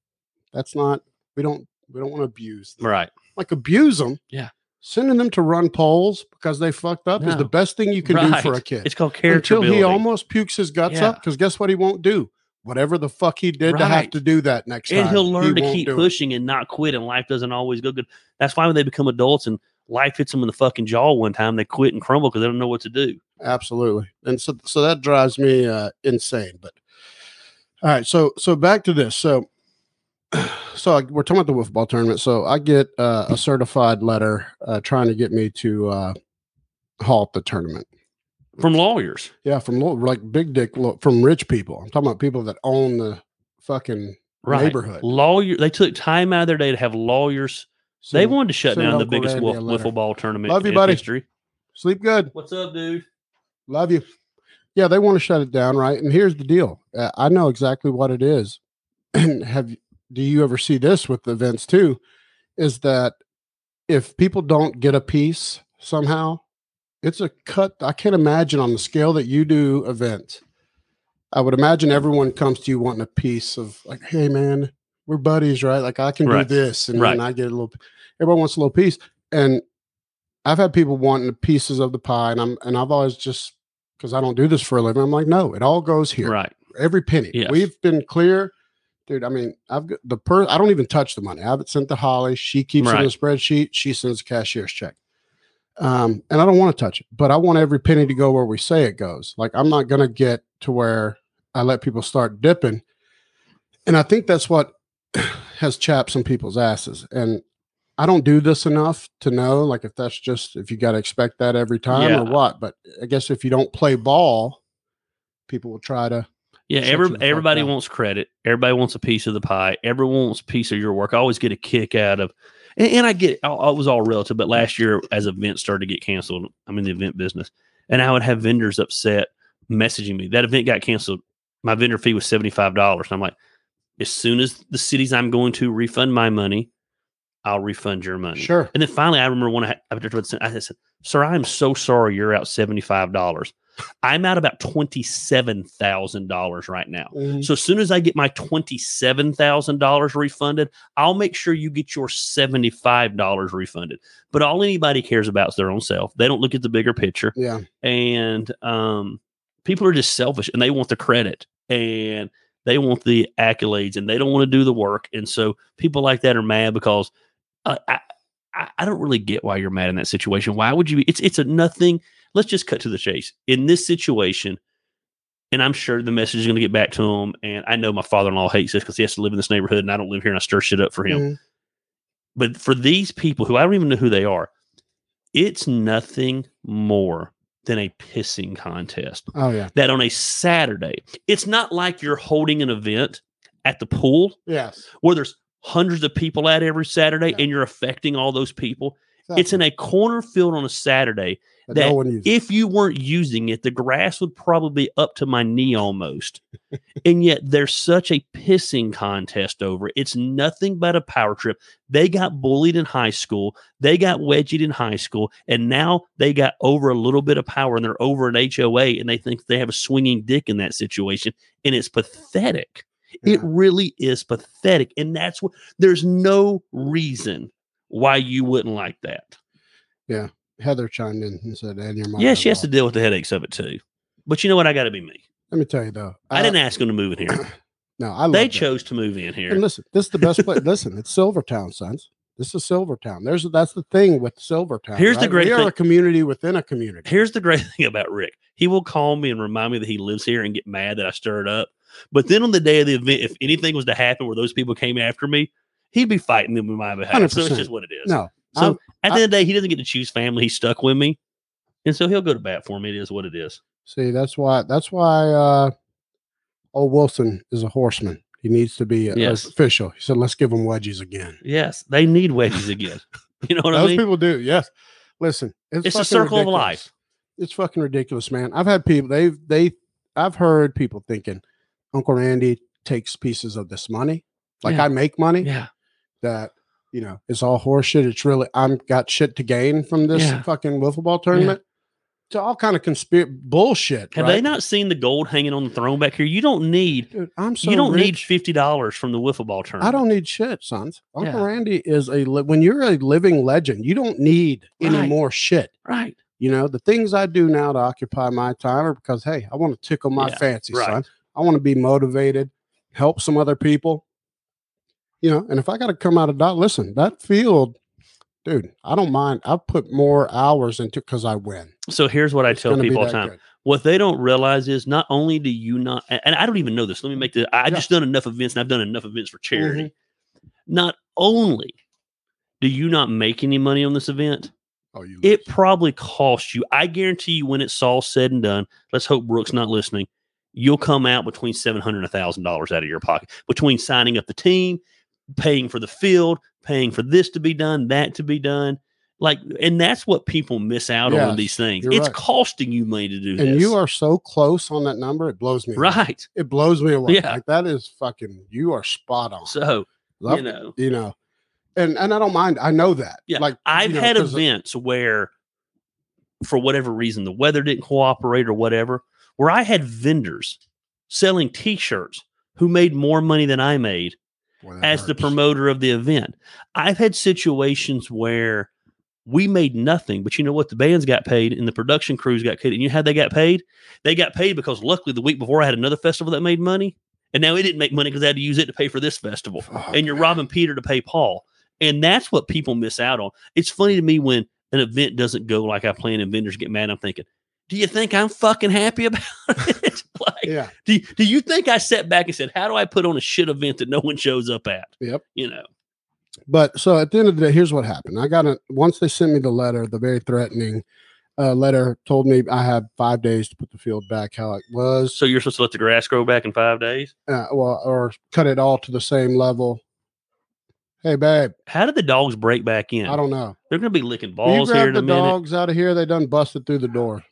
[SPEAKER 2] that's not we don't we don't want to abuse. them.
[SPEAKER 1] Right.
[SPEAKER 2] like abuse them.
[SPEAKER 1] Yeah.
[SPEAKER 2] Sending them to run polls because they fucked up is
[SPEAKER 1] No.
[SPEAKER 2] the best thing you can do for a
[SPEAKER 1] Right.
[SPEAKER 2] kid.
[SPEAKER 1] It's called character
[SPEAKER 2] Until he
[SPEAKER 1] building.
[SPEAKER 2] almost pukes his guts
[SPEAKER 1] Yeah.
[SPEAKER 2] up because guess what he won't do? Whatever the fuck he did to have
[SPEAKER 1] Right.
[SPEAKER 2] to do that next
[SPEAKER 1] and
[SPEAKER 2] time.
[SPEAKER 1] he'll learn
[SPEAKER 2] he
[SPEAKER 1] to
[SPEAKER 2] won't
[SPEAKER 1] keep
[SPEAKER 2] do it.
[SPEAKER 1] pushing and not quit and life doesn't always go good that's why when they become adults and life hits them in the fucking jaw one time they quit and crumble because they don't know what to do
[SPEAKER 2] Absolutely. And so so that drives me uh insane. But all right, so so back to this. So so I, we're talking about the wiffle ball tournament. So I get uh, a certified letter uh, trying to get me to uh, halt the tournament.
[SPEAKER 1] from lawyers
[SPEAKER 2] Yeah, from lo- like big dick lo- from rich people. I'm talking about people that own the fucking
[SPEAKER 1] right
[SPEAKER 2] neighborhood.
[SPEAKER 1] lawyer they took time out of their day to have lawyers they
[SPEAKER 2] Send-
[SPEAKER 1] wanted to shut
[SPEAKER 2] send
[SPEAKER 1] down the
[SPEAKER 2] Uncle
[SPEAKER 1] biggest
[SPEAKER 2] Randy a
[SPEAKER 1] wiff-
[SPEAKER 2] letter.
[SPEAKER 1] wiffle ball tournament
[SPEAKER 2] Love you,
[SPEAKER 1] in
[SPEAKER 2] buddy.
[SPEAKER 1] history
[SPEAKER 2] sleep good.
[SPEAKER 1] what's up dude
[SPEAKER 2] Love you. Yeah, they want to shut it down, right? And here's the deal. Uh, I know exactly what it is. And have y- do you ever see this with events too? Is that if people don't get a piece somehow, it's a cut. I can't imagine on the scale that you do events. I would imagine everyone comes to you wanting a piece of like, hey man, we're buddies, right? Like I can
[SPEAKER 1] Right.
[SPEAKER 2] do this, and
[SPEAKER 1] Right.
[SPEAKER 2] then I get a little. Everyone wants a little piece, and I've had people wanting pieces of the pie, and I'm and I've always just because I don't do this for a living. I'm like, no, it all goes here,
[SPEAKER 1] right
[SPEAKER 2] every penny.
[SPEAKER 1] Yes.
[SPEAKER 2] We've been clear, dude. I mean, I've got the per. I don't even touch the money. I haven't sent to Holly. She keeps it in
[SPEAKER 1] Right.
[SPEAKER 2] a spreadsheet. She sends a cashier's check. Um, and I don't want to touch it, but I want every penny to go where we say it goes. Like I'm not gonna get to where I let people start dipping, and I think that's what has chapped some people's asses. And I don't do this enough to know, like, if that's just if you got to expect that every time
[SPEAKER 1] Yeah.
[SPEAKER 2] or what. But I guess if you don't play ball, people will try to
[SPEAKER 1] yeah
[SPEAKER 2] Shut
[SPEAKER 1] every,
[SPEAKER 2] you the fuck
[SPEAKER 1] everybody
[SPEAKER 2] up.
[SPEAKER 1] wants credit everybody wants a piece of the pie everyone wants a piece of your work i always get a kick out of and, and i get it I, I was all relative but last year as events started to get canceled i'm in the event business and i would have vendors upset messaging me that event got canceled my vendor fee was $75 and i'm like as soon as the cities i'm going to refund my money i'll refund your money
[SPEAKER 2] Sure.
[SPEAKER 1] and then finally, I remember when I, I said, I said, "Sir, I'm so sorry. You're out seventy five dollars. I'm out about twenty seven thousand dollars right now.
[SPEAKER 2] Mm-hmm.
[SPEAKER 1] So as soon as I get my twenty seven thousand dollars refunded, I'll make sure you get your seventy five dollars refunded. But all anybody cares about is their own self. They don't look at the bigger picture
[SPEAKER 2] Yeah.
[SPEAKER 1] and um, people are just selfish and they want the credit and they want the accolades and they don't want to do the work and so people like that are mad because uh, I, I I don't really get why you're mad in that situation. Why would you? Be, it's it's a nothing. Let's just cut to the chase. In this situation, and I'm sure the message is going to get back to him. And I know my father-in-law hates this because he has to live in this neighborhood and I don't live here and I stir shit up for him
[SPEAKER 2] Mhm.
[SPEAKER 1] but for these people who I don't even know who they are, it's nothing more than a pissing contest.
[SPEAKER 2] Oh yeah.
[SPEAKER 1] That on a Saturday, it's not like you're holding an event at the pool
[SPEAKER 2] Yes.
[SPEAKER 1] where there's hundreds of people at every Saturday
[SPEAKER 2] Yeah.
[SPEAKER 1] and you're affecting all those people. It's in a corner field on a Saturday.
[SPEAKER 2] Exactly. That
[SPEAKER 1] that
[SPEAKER 2] no one uses.
[SPEAKER 1] If you weren't using it, the grass would probably be up to my knee almost. and yet there's such a pissing contest over it. It's nothing but a power trip. They got bullied in high school. They got wedgied in high school. And now they got over a little bit of power and they're over an HOA and they think they have a swinging dick in that situation. And it's pathetic.
[SPEAKER 2] Yeah.
[SPEAKER 1] It really is pathetic. And that's what there's no reason why you wouldn't like that.
[SPEAKER 2] Heather chimed in and said, "And your mom."
[SPEAKER 1] Yeah, she has to deal with the headaches of it too. But you know what? I got to be me.
[SPEAKER 2] Let me tell you though,
[SPEAKER 1] I didn't ask them to move in here.
[SPEAKER 2] No,
[SPEAKER 1] They
[SPEAKER 2] Uh, I. love that.
[SPEAKER 1] chose to move in
[SPEAKER 2] And
[SPEAKER 1] here.
[SPEAKER 2] listen, this is the best place. listen, it's Silvertown, sons. This is Silvertown. There's that's the thing with Silvertown.
[SPEAKER 1] Here's the
[SPEAKER 2] right?
[SPEAKER 1] great
[SPEAKER 2] We
[SPEAKER 1] thing-
[SPEAKER 2] are a community within a community.
[SPEAKER 1] Here's the great thing about Rick. He will call me and remind me that he lives here and get mad that I stirred up. But then on the day of the event, if anything was to happen where those people came after me, he'd be fighting them on my behalf. So it's
[SPEAKER 2] 100%.
[SPEAKER 1] just what it is.
[SPEAKER 2] No,
[SPEAKER 1] So
[SPEAKER 2] I'm-
[SPEAKER 1] at the
[SPEAKER 2] I-
[SPEAKER 1] end of the day, he doesn't get to choose family. He's stuck with me. And so he'll go to bat for me. It is what it is.
[SPEAKER 2] see, that's why. That's why. uh Old Wilson is a horseman. He needs to be a-
[SPEAKER 1] Yes.
[SPEAKER 2] official. He said, "Let's give him wedgies again."
[SPEAKER 1] Yes, they need wedges again. You know what I
[SPEAKER 2] Those
[SPEAKER 1] mean?
[SPEAKER 2] people do. Yes. Listen,
[SPEAKER 1] It's a
[SPEAKER 2] fucking
[SPEAKER 1] circle of
[SPEAKER 2] ridiculous.
[SPEAKER 1] life.
[SPEAKER 2] It's fucking ridiculous, man. I've had people. They've they. I've heard people thinking Uncle Randy takes pieces of this money. Like
[SPEAKER 1] Yeah.
[SPEAKER 2] I make money.
[SPEAKER 1] yeah.
[SPEAKER 2] that you know it's all horseshit. It's really I'm got shit to gain from this
[SPEAKER 1] Yeah.
[SPEAKER 2] fucking wiffle ball tournament. It's all kind of conspiracy bullshit.
[SPEAKER 1] Have
[SPEAKER 2] right?
[SPEAKER 1] they not seen the gold hanging on the throne back here? You don't need
[SPEAKER 2] Dude, I'm so
[SPEAKER 1] you don't need
[SPEAKER 2] rich.
[SPEAKER 1] fifty dollars from the wiffle ball tournament.
[SPEAKER 2] I don't need shit, sons. Uncle
[SPEAKER 1] Yeah.
[SPEAKER 2] Randy is a li- when you're a living legend, you don't need any
[SPEAKER 1] Right.
[SPEAKER 2] more shit.
[SPEAKER 1] right.
[SPEAKER 2] You know the things I do now to occupy my time are because hey, I want to tickle my
[SPEAKER 1] Yeah,
[SPEAKER 2] fancy,
[SPEAKER 1] right.
[SPEAKER 2] son. I want to be motivated, help some other people. You know, and if I got to come out of dot, listen, that field, dude, I don't mind. I put more hours into because I win.
[SPEAKER 1] So here's what I
[SPEAKER 2] It's
[SPEAKER 1] tell
[SPEAKER 2] gonna be
[SPEAKER 1] people all the
[SPEAKER 2] that
[SPEAKER 1] time.
[SPEAKER 2] good.
[SPEAKER 1] What they don't realize is not only do you not a- and I don't even know this. Let me make this I I
[SPEAKER 2] Yeah.
[SPEAKER 1] just done enough events and I've done enough events for charity.
[SPEAKER 2] Mm-hmm.
[SPEAKER 1] Not only do you not make any money on this event,
[SPEAKER 2] Oh, you lose.
[SPEAKER 1] it probably costs you. I guarantee you, when it's all said and done, let's hope Brooks not listening. You'll come out between seven hundred and thousand dollars out of your pocket between signing up the team, paying for the field, paying for this to be done, that to be done. Like, and that's what people miss out on
[SPEAKER 2] Yes,
[SPEAKER 1] on these things.
[SPEAKER 2] you're
[SPEAKER 1] It's
[SPEAKER 2] right.
[SPEAKER 1] costing you money to do this.
[SPEAKER 2] and you are so close on that number, it blows me. away.
[SPEAKER 1] right.
[SPEAKER 2] it blows me away.
[SPEAKER 1] Yeah.
[SPEAKER 2] Like that is fucking. You are spot on.
[SPEAKER 1] So
[SPEAKER 2] Love-
[SPEAKER 1] you know,
[SPEAKER 2] you know, and and I don't mind. I know that.
[SPEAKER 1] Yeah,
[SPEAKER 2] like
[SPEAKER 1] I've
[SPEAKER 2] you know,
[SPEAKER 1] had
[SPEAKER 2] 'cause uh of-
[SPEAKER 1] events where, for whatever reason, the weather didn't cooperate or whatever, where I had vendors selling T-shirts who made more money than I made
[SPEAKER 2] Boy, that
[SPEAKER 1] as the
[SPEAKER 2] hurts.
[SPEAKER 1] promoter of the event. I've had situations where we made nothing, but you know what? The bands got paid and the production crews got paid. And you know how they got paid? They got paid because luckily the week before I had another festival that made money. And now it didn't make money because I had to use it to pay for this festival.
[SPEAKER 2] Fuck.
[SPEAKER 1] And you're robbing Peter to pay Paul. And that's what people miss out on. It's funny to me when an event doesn't go like I planned and vendors get mad. I'm thinking, do you think I'm fucking happy about it? like,
[SPEAKER 2] Yeah.
[SPEAKER 1] do, do you think I sat back and said, how do I put on a shit event that no one shows up at?
[SPEAKER 2] Yep.
[SPEAKER 1] You know,
[SPEAKER 2] But so at the end of the day, here's what happened. I got a once they sent me the letter, the very threatening uh, letter told me I had five days to put the field back how it was,
[SPEAKER 1] so you're supposed to let the grass grow back in five days.
[SPEAKER 2] uh, well, or cut it all to the same level. Hey, babe,
[SPEAKER 1] How did the dogs break back in?
[SPEAKER 2] I don't know.
[SPEAKER 1] They're going to be licking
[SPEAKER 2] Will you
[SPEAKER 1] balls here
[SPEAKER 2] grab
[SPEAKER 1] in a
[SPEAKER 2] the
[SPEAKER 1] minute.
[SPEAKER 2] dogs out of here? They done busted through the door.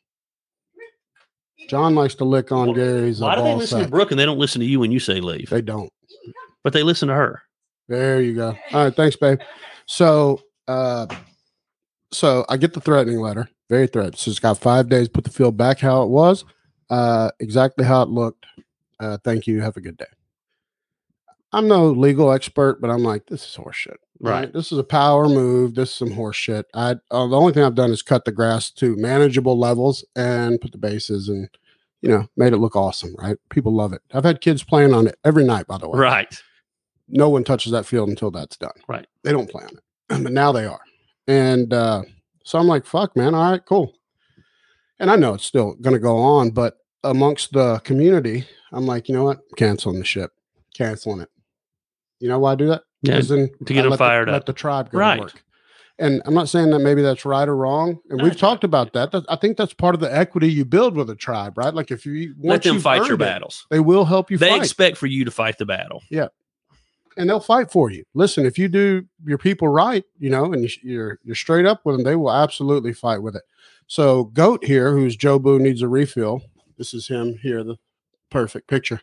[SPEAKER 2] John likes to lick on
[SPEAKER 1] Why-
[SPEAKER 2] Gary's. uh,
[SPEAKER 1] Why do they
[SPEAKER 2] ball
[SPEAKER 1] listen to
[SPEAKER 2] sack.
[SPEAKER 1] Brooke and they don't listen to you when you say leave?
[SPEAKER 2] They don't.
[SPEAKER 1] But they listen to her.
[SPEAKER 2] There you go. All right, thanks, babe. So, uh, so I get the threatening letter. Very threatening. So it's got five days. Put the field back how it was, uh, exactly how it looked. Uh, thank you. Have a good day. I'm no legal expert, but I'm like, this is horseshit.
[SPEAKER 1] Right.
[SPEAKER 2] This is a power move. This is some horseshit. I uh, the only thing I've done is cut the grass to manageable levels and put the bases and you know made it look awesome. Right. People love it. I've had kids playing on it every night. By the way
[SPEAKER 1] Right.
[SPEAKER 2] no one touches that field until that's done.
[SPEAKER 1] Right.
[SPEAKER 2] They don't play on it, but now they are. And uh, so I'm like, fuck, man. All right, cool. And I know it's still going to go on, but amongst the community, I'm like, you know what? Canceling the ship, canceling it. You know why I do that?
[SPEAKER 1] Yeah.
[SPEAKER 2] 'Cause then
[SPEAKER 1] to get
[SPEAKER 2] I
[SPEAKER 1] them
[SPEAKER 2] let the-
[SPEAKER 1] fired up.
[SPEAKER 2] Let the tribe go
[SPEAKER 1] Right.
[SPEAKER 2] to work. And I'm not saying that maybe that's right or wrong. And
[SPEAKER 1] No,
[SPEAKER 2] we've
[SPEAKER 1] it's right.
[SPEAKER 2] talked about that. That- I think that's part of the equity you build with a tribe, right? Like if you
[SPEAKER 1] Let
[SPEAKER 2] once
[SPEAKER 1] them
[SPEAKER 2] you've
[SPEAKER 1] fight your
[SPEAKER 2] earned it,
[SPEAKER 1] battles.
[SPEAKER 2] they will help you
[SPEAKER 1] They
[SPEAKER 2] fight
[SPEAKER 1] expect for you to fight the battle.
[SPEAKER 2] and they'll fight for you. Listen, if you do your people right, you know, and you- you're you're straight up with them, they will absolutely fight with it. So Goat here, who's Joe Boo needs a refill. This is him here, the perfect picture.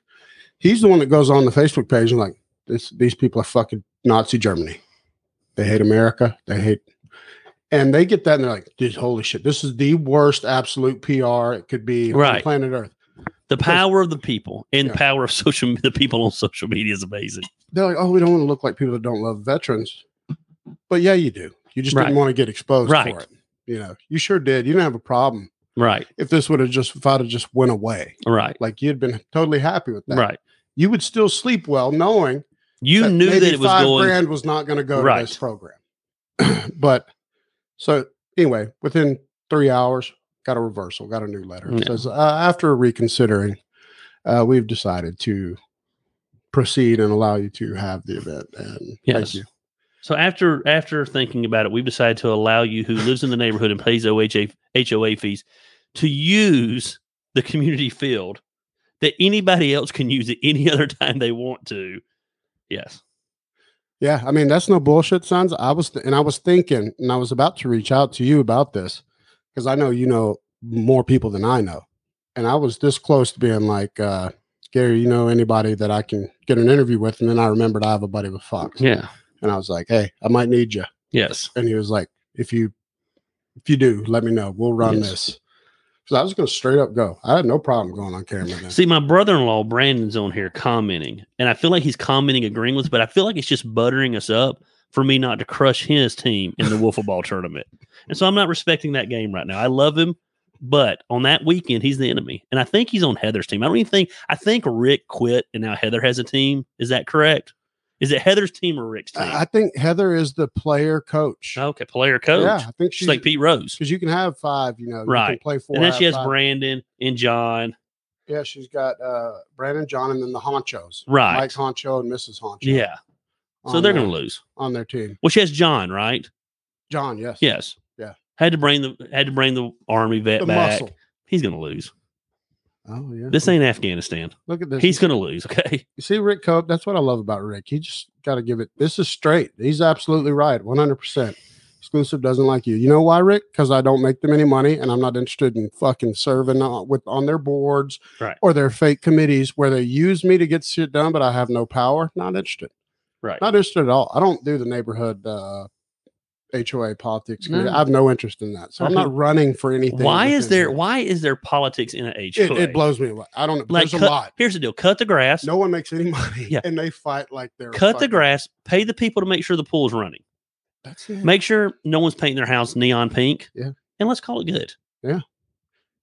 [SPEAKER 2] He's the one that goes on the Facebook page and like this. These people are fucking Nazi Germany. They hate America. They hate, and they get that and they're like, "Dude, holy shit, this is the worst absolute PR it could be on
[SPEAKER 1] Right.
[SPEAKER 2] planet Earth."
[SPEAKER 1] The power of the people and
[SPEAKER 2] Yeah.
[SPEAKER 1] power of social the people on social media is amazing.
[SPEAKER 2] They're like, oh, we don't want to look like people that don't love veterans. But yeah, you do. You just
[SPEAKER 1] Right.
[SPEAKER 2] didn't want to get exposed
[SPEAKER 1] Right.
[SPEAKER 2] for it. You know, you sure did. You didn't have a problem
[SPEAKER 1] Right.
[SPEAKER 2] if this would have just if I'd have just went away.
[SPEAKER 1] Right.
[SPEAKER 2] Like you'd been totally happy with that.
[SPEAKER 1] Right.
[SPEAKER 2] You would still sleep well knowing
[SPEAKER 1] You knew
[SPEAKER 2] maybe
[SPEAKER 1] that it was
[SPEAKER 2] five
[SPEAKER 1] going
[SPEAKER 2] grand was not going to go to
[SPEAKER 1] Right.
[SPEAKER 2] this program. but so anyway, within three hours, got a reversal, got a new letter. It
[SPEAKER 1] Yeah.
[SPEAKER 2] says uh, after reconsidering, uh, we've decided to proceed and allow you to have the event. And thank
[SPEAKER 1] Yes.
[SPEAKER 2] you.
[SPEAKER 1] So after after thinking about it, we've decided to allow you who lives in the neighborhood and pays OHA, HOA fees to use the community field that anybody else can use at any other time they want to. Yes.
[SPEAKER 2] Yeah, I mean that's no bullshit, sons. I was and I was thinking, and I was about to reach out to you about this because I know you know more people than I know, and I was this close to being like, uh, Gary, you know anybody that I can get an interview with? And then I remembered I have a buddy with Fox,
[SPEAKER 1] Yeah.
[SPEAKER 2] and I was like, hey, I might need you,
[SPEAKER 1] Yes.
[SPEAKER 2] and he was like, if you if you do, let me know. We'll run
[SPEAKER 1] Yes.
[SPEAKER 2] this. Because I was going to straight up go. I had no problem going on camera. Then.
[SPEAKER 1] See, my brother-in-law Brandon's on here commenting, and I feel like he's commenting, agreeing with, us, but I feel like it's just buttering us up for me not to crush his team in the wiffle ball tournament. And so I'm not respecting that game right now. I love him, but on that weekend he's the enemy, and I think he's on Heather's team. I don't even think I think Rick quit, and now Heather has a team. Is that correct? Is it Heather's team or Rick's team?
[SPEAKER 2] I I think Heather is the player coach.
[SPEAKER 1] okay, player coach.
[SPEAKER 2] Yeah, I think
[SPEAKER 1] she's like Pete Rose,
[SPEAKER 2] because you can have five, you know, You
[SPEAKER 1] Right.
[SPEAKER 2] can play four.
[SPEAKER 1] and then she
[SPEAKER 2] have
[SPEAKER 1] has
[SPEAKER 2] five.
[SPEAKER 1] Brandon and John.
[SPEAKER 2] Yeah, she's got uh Brandon John and then the honchos,
[SPEAKER 1] Right.
[SPEAKER 2] Mike Honcho and Mrs. Honcho.
[SPEAKER 1] yeah, so
[SPEAKER 2] on
[SPEAKER 1] they're
[SPEAKER 2] their-
[SPEAKER 1] going to lose.
[SPEAKER 2] on their team.
[SPEAKER 1] Well, she has John, right?
[SPEAKER 2] John, yes,
[SPEAKER 1] Yes.
[SPEAKER 2] Yeah.
[SPEAKER 1] Had to bring the had to bring the army vet
[SPEAKER 2] the
[SPEAKER 1] back.
[SPEAKER 2] muscle.
[SPEAKER 1] He's gonna lose.
[SPEAKER 2] Oh yeah,
[SPEAKER 1] This ain't Afghanistan.
[SPEAKER 2] look at this.
[SPEAKER 1] He's gonna lose. Okay.
[SPEAKER 2] you see Rick Cope. That's what I love about Rick. He just got to give it. This is straight. He's absolutely right, one hundred percent. Exclusive doesn't like you. You know why, Rick? Because I don't make them any money, and I'm not interested in fucking serving on, with on their boards
[SPEAKER 1] Right.
[SPEAKER 2] or their fake committees where they use me to get shit done, but I have no power. Not interested.
[SPEAKER 1] Right.
[SPEAKER 2] not interested at all. I don't do the neighborhood uh, HOA politics.
[SPEAKER 1] No.
[SPEAKER 2] I have no interest in that. So I'm
[SPEAKER 1] Uh-huh.
[SPEAKER 2] not running for anything.
[SPEAKER 1] Why is
[SPEAKER 2] within
[SPEAKER 1] there
[SPEAKER 2] here.
[SPEAKER 1] why is there politics in a
[SPEAKER 2] It,
[SPEAKER 1] HOA?
[SPEAKER 2] it blows me away. I don't know.
[SPEAKER 1] Like,
[SPEAKER 2] There's a
[SPEAKER 1] cut-
[SPEAKER 2] lot.
[SPEAKER 1] Here's the deal: cut the grass,
[SPEAKER 2] No one makes any money,
[SPEAKER 1] Yeah.
[SPEAKER 2] and they fight like they're
[SPEAKER 1] cut the
[SPEAKER 2] fucking-
[SPEAKER 1] grass, pay the people to make sure the pool's running,
[SPEAKER 2] That's it.
[SPEAKER 1] make sure no one's painting their house neon pink.
[SPEAKER 2] Yeah.
[SPEAKER 1] And let's call it good.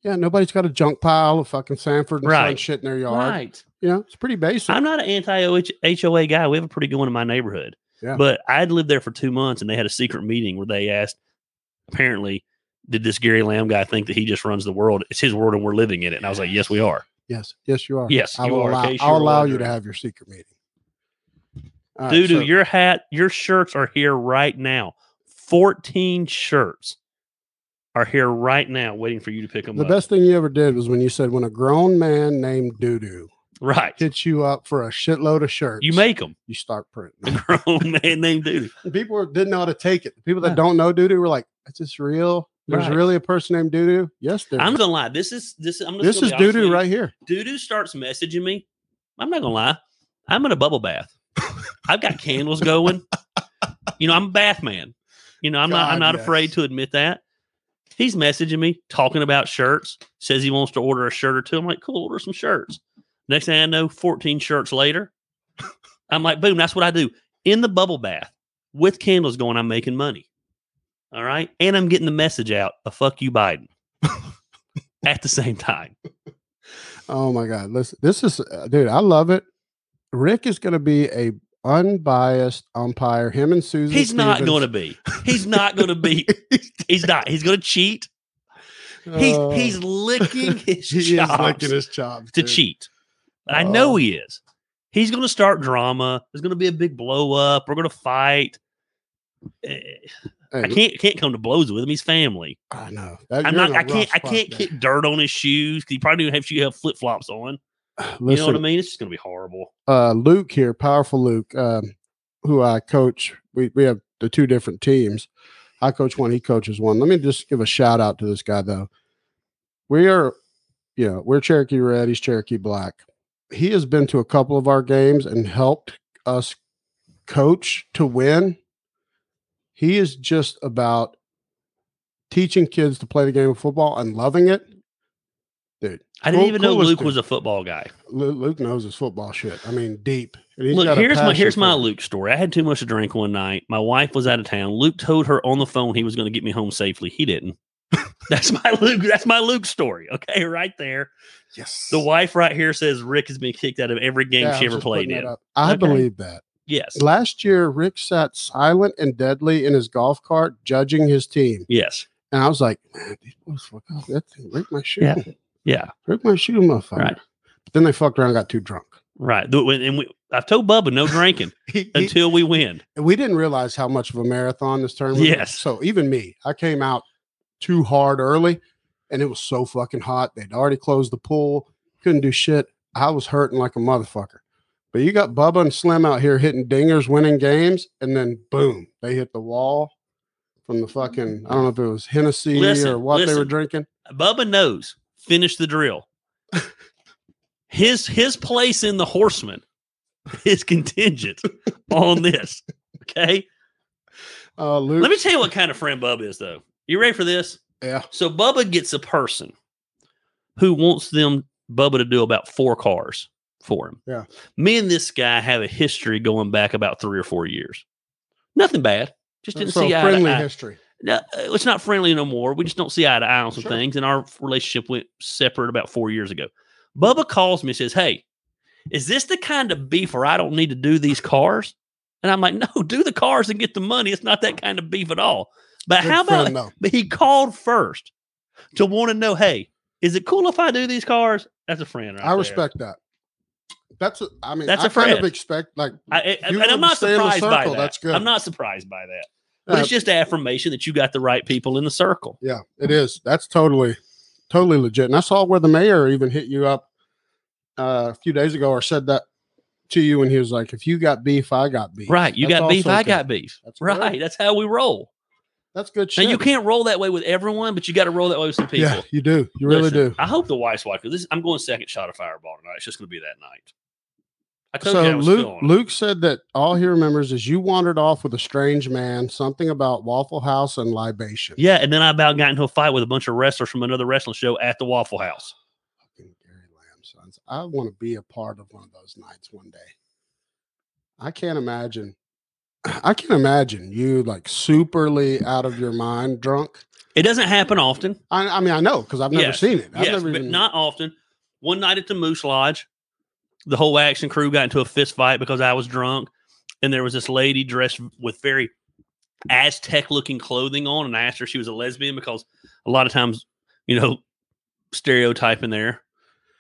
[SPEAKER 2] yeah, nobody's got a junk pile of fucking Sanford and Son
[SPEAKER 1] Right.
[SPEAKER 2] shit in their yard.
[SPEAKER 1] Right.
[SPEAKER 2] You know, it's pretty basic.
[SPEAKER 1] I'm not an anti HOA guy. We have a pretty good one in my neighborhood.
[SPEAKER 2] Yeah.
[SPEAKER 1] But I'd lived there for two months and they had a secret meeting where they asked, apparently, did this Gary Lamb guy think that he just runs the world? It's his world and we're living in it. And I was like, yes, we are.
[SPEAKER 2] yes, yes, you are.
[SPEAKER 1] Yes,
[SPEAKER 2] Uh, I
[SPEAKER 1] you
[SPEAKER 2] will
[SPEAKER 1] are, in
[SPEAKER 2] allow.
[SPEAKER 1] case you
[SPEAKER 2] I'll
[SPEAKER 1] were
[SPEAKER 2] allow you to
[SPEAKER 1] wondering.
[SPEAKER 2] have your secret meeting. All right,
[SPEAKER 1] Doo doo,
[SPEAKER 2] so-
[SPEAKER 1] your hat, your shirts are here right now. 14 shirts are here right now waiting for you to pick them
[SPEAKER 2] the
[SPEAKER 1] up.
[SPEAKER 2] best thing you ever did was when you said when a grown man named Doodoo
[SPEAKER 1] right.
[SPEAKER 2] hits you up for a shitload of shirts.
[SPEAKER 1] You make them.
[SPEAKER 2] you start printing.
[SPEAKER 1] A grown man named Doo
[SPEAKER 2] And people didn't know how to take it. The people that
[SPEAKER 1] Yeah.
[SPEAKER 2] don't know doo doo were like, "Is this real? There's
[SPEAKER 1] Right.
[SPEAKER 2] really a person named doo doo?" Yes, there.
[SPEAKER 1] I'm
[SPEAKER 2] is.
[SPEAKER 1] not gonna lie. This is this. I'm just
[SPEAKER 2] this
[SPEAKER 1] gonna
[SPEAKER 2] is
[SPEAKER 1] be honest
[SPEAKER 2] doo
[SPEAKER 1] with
[SPEAKER 2] doo
[SPEAKER 1] you.
[SPEAKER 2] right here.
[SPEAKER 1] Doodoo starts messaging me. I'm not gonna lie. I'm in a bubble bath. I've got candles going. You know, I'm a bath man. You know, I'm not I'm
[SPEAKER 2] God,
[SPEAKER 1] not
[SPEAKER 2] yes.
[SPEAKER 1] afraid to admit that. He's messaging me, talking about shirts, says he wants to order a shirt or two. I'm like, cool, order some shirts. Next thing I know, 14 shirts later. I'm like, boom, that's what I do. In the bubble bath with candles going, I'm making money. All right. And I'm getting the message out of fuck you, Biden at the same time.
[SPEAKER 2] Oh my god, listen, this is uh, dude. I love it. Rick is going to be a unbiased umpire. Him and Susan.
[SPEAKER 1] He's not
[SPEAKER 2] Stevens.
[SPEAKER 1] going to be. He's not going to be. He's not. He's going to cheat. He's
[SPEAKER 2] Oh,
[SPEAKER 1] he's licking his
[SPEAKER 2] he is
[SPEAKER 1] chops
[SPEAKER 2] licking his chops
[SPEAKER 1] to
[SPEAKER 2] dude.
[SPEAKER 1] cheat. I know
[SPEAKER 2] Oh.
[SPEAKER 1] he is. He's going to start drama. There's going to be a big blow up. We're going to fight. Eh,
[SPEAKER 2] Hey,
[SPEAKER 1] I can't can't come to blows with him. He's family.
[SPEAKER 2] I know. That-
[SPEAKER 1] I'm
[SPEAKER 2] you're in
[SPEAKER 1] not.
[SPEAKER 2] a
[SPEAKER 1] I can't.
[SPEAKER 2] rough
[SPEAKER 1] I
[SPEAKER 2] spot
[SPEAKER 1] can't
[SPEAKER 2] there.
[SPEAKER 1] get dirt on his shoes. 'cause He probably didn't have shoe have flip flops on.
[SPEAKER 2] Listen,
[SPEAKER 1] you know what I mean? It's just going to be horrible.
[SPEAKER 2] uh, Luke here, powerful Luke, um, who I coach. We we have the two different teams. I coach one, he coaches one. Let me just give a shout out to this guy though. We are, you know, we're Cherokee Red. He's Cherokee Black. He has been to a couple of our games and helped us coach to win. He is just about teaching kids to play the game of football and loving it. dude.
[SPEAKER 1] I didn't
[SPEAKER 2] Cool-
[SPEAKER 1] even know
[SPEAKER 2] coolest
[SPEAKER 1] Luke
[SPEAKER 2] dude.
[SPEAKER 1] was a football guy.
[SPEAKER 2] Lu- Luke knows his football shit. I mean, deep. And he's
[SPEAKER 1] Look,
[SPEAKER 2] got a
[SPEAKER 1] here's my
[SPEAKER 2] passion
[SPEAKER 1] here's
[SPEAKER 2] for
[SPEAKER 1] my
[SPEAKER 2] it.
[SPEAKER 1] Luke story. I had too much to drink one night. My wife was out of town. Luke told her on the phone he was going to get me home safely. He didn't. that's my Luke. That's my Luke story. Okay, right there.
[SPEAKER 2] Yes.
[SPEAKER 1] The wife right here says Rick has been kicked out of every game
[SPEAKER 2] Yeah, I
[SPEAKER 1] she
[SPEAKER 2] was
[SPEAKER 1] ever
[SPEAKER 2] just
[SPEAKER 1] played
[SPEAKER 2] putting that
[SPEAKER 1] in.
[SPEAKER 2] up. I
[SPEAKER 1] Okay.
[SPEAKER 2] believe that.
[SPEAKER 1] Yes.
[SPEAKER 2] Last year, Rick sat silent and deadly in his golf cart judging his team.
[SPEAKER 1] Yes.
[SPEAKER 2] And I was like, man, these boys fuck up. That thing, break my shoe.
[SPEAKER 1] Yeah. Yeah.
[SPEAKER 2] Break my shoe, motherfucker.
[SPEAKER 1] Right.
[SPEAKER 2] But then they fucked around and got too drunk.
[SPEAKER 1] Right. The- when- And we, I've told Bubba no drinking
[SPEAKER 2] He- he-
[SPEAKER 1] until we win.
[SPEAKER 2] we didn't realize how much of a marathon this tournament was.
[SPEAKER 1] Yes.
[SPEAKER 2] So even me, I came out too hard early and it was so fucking hot. They'd already closed the pool, couldn't do shit. I was hurting like a motherfucker. But you got Bubba and Slim out here hitting dingers, winning games, and then boom, they hit the wall from the fucking, I don't know if it was Hennessy
[SPEAKER 1] Listen,
[SPEAKER 2] or what they were
[SPEAKER 1] listen.
[SPEAKER 2] drinking.
[SPEAKER 1] Bubba knows. Finish the drill. His his place in the horseman is contingent on this. Okay.
[SPEAKER 2] Uh, Luke,
[SPEAKER 1] Let me tell you what kind of friend Bubba is, though. You ready for this?
[SPEAKER 2] yeah,
[SPEAKER 1] So Bubba gets a person who wants them Bubba to do about four cars for him.
[SPEAKER 2] Yeah.
[SPEAKER 1] Me and this guy have a history going back about three or four years. Nothing bad. Just didn't
[SPEAKER 2] so
[SPEAKER 1] see uh, eye to
[SPEAKER 2] friendly
[SPEAKER 1] eye.
[SPEAKER 2] history.
[SPEAKER 1] No, Uh, it's not friendly no more. We just don't see eye to eye on some
[SPEAKER 2] Sure.
[SPEAKER 1] things, and our relationship went separate about four years ago. Bubba calls me and says, "Hey, is this the kind of beef where I don't need to do these cars?" And I'm like, "No, do the cars and get the money. It's not that kind of beef at all." But
[SPEAKER 2] Good
[SPEAKER 1] uh, how about?
[SPEAKER 2] friend, though.
[SPEAKER 1] But he called first to want to know, "Hey, is it cool if I do these cars?" That's a friend. Right
[SPEAKER 2] I
[SPEAKER 1] there.
[SPEAKER 2] respect that. That's a, I mean,
[SPEAKER 1] That's
[SPEAKER 2] I
[SPEAKER 1] a
[SPEAKER 2] kind of
[SPEAKER 1] friend.
[SPEAKER 2] expect like
[SPEAKER 1] I, I-
[SPEAKER 2] You
[SPEAKER 1] and I'm not
[SPEAKER 2] stay in the
[SPEAKER 1] surprised by
[SPEAKER 2] circle,
[SPEAKER 1] that.
[SPEAKER 2] that's good. Uh,
[SPEAKER 1] I'm not surprised by that. But it's just affirmation that you got the right people in the circle.
[SPEAKER 2] Yeah, it is. That's totally, totally legit. And I saw where the mayor even hit you up uh, a few days ago or said that to you. And he was like, if you got beef, I got beef.
[SPEAKER 1] Right. You
[SPEAKER 2] That's
[SPEAKER 1] got beef.
[SPEAKER 2] also
[SPEAKER 1] I
[SPEAKER 2] good.
[SPEAKER 1] got beef.
[SPEAKER 2] That's
[SPEAKER 1] right.
[SPEAKER 2] good.
[SPEAKER 1] That's how we roll.
[SPEAKER 2] That's good shit.
[SPEAKER 1] Now you can't roll that way with everyone, but you got to roll that way with some people.
[SPEAKER 2] Yeah, you do. You really
[SPEAKER 1] Listen,
[SPEAKER 2] do.
[SPEAKER 1] I hope the wife's wife. 'cause This I'm going second shot of Fireball tonight. It's just going to be that night. I told you I
[SPEAKER 2] So
[SPEAKER 1] was still
[SPEAKER 2] Luke,
[SPEAKER 1] on it.
[SPEAKER 2] Luke said that all he remembers is you wandered off with a strange man, something about Waffle House and libation.
[SPEAKER 1] Yeah, and then I about got into a fight with a bunch of wrestlers from another wrestling show at the Waffle House.
[SPEAKER 2] Fucking Gary Lamb sons. I want to be a part of one of those nights one day. I can't imagine. I can't imagine you like superly out of your mind drunk.
[SPEAKER 1] It doesn't happen often.
[SPEAKER 2] I, I mean, I know because I've never
[SPEAKER 1] Yes,
[SPEAKER 2] seen it. I've
[SPEAKER 1] yes,
[SPEAKER 2] never
[SPEAKER 1] but
[SPEAKER 2] even-
[SPEAKER 1] not often. One night at the Moose Lodge, the whole action crew got into a fist fight because I was drunk, and there was this lady dressed with very Aztec looking clothing on, and I asked her if she was a lesbian because a lot of times, you know, stereotyping there.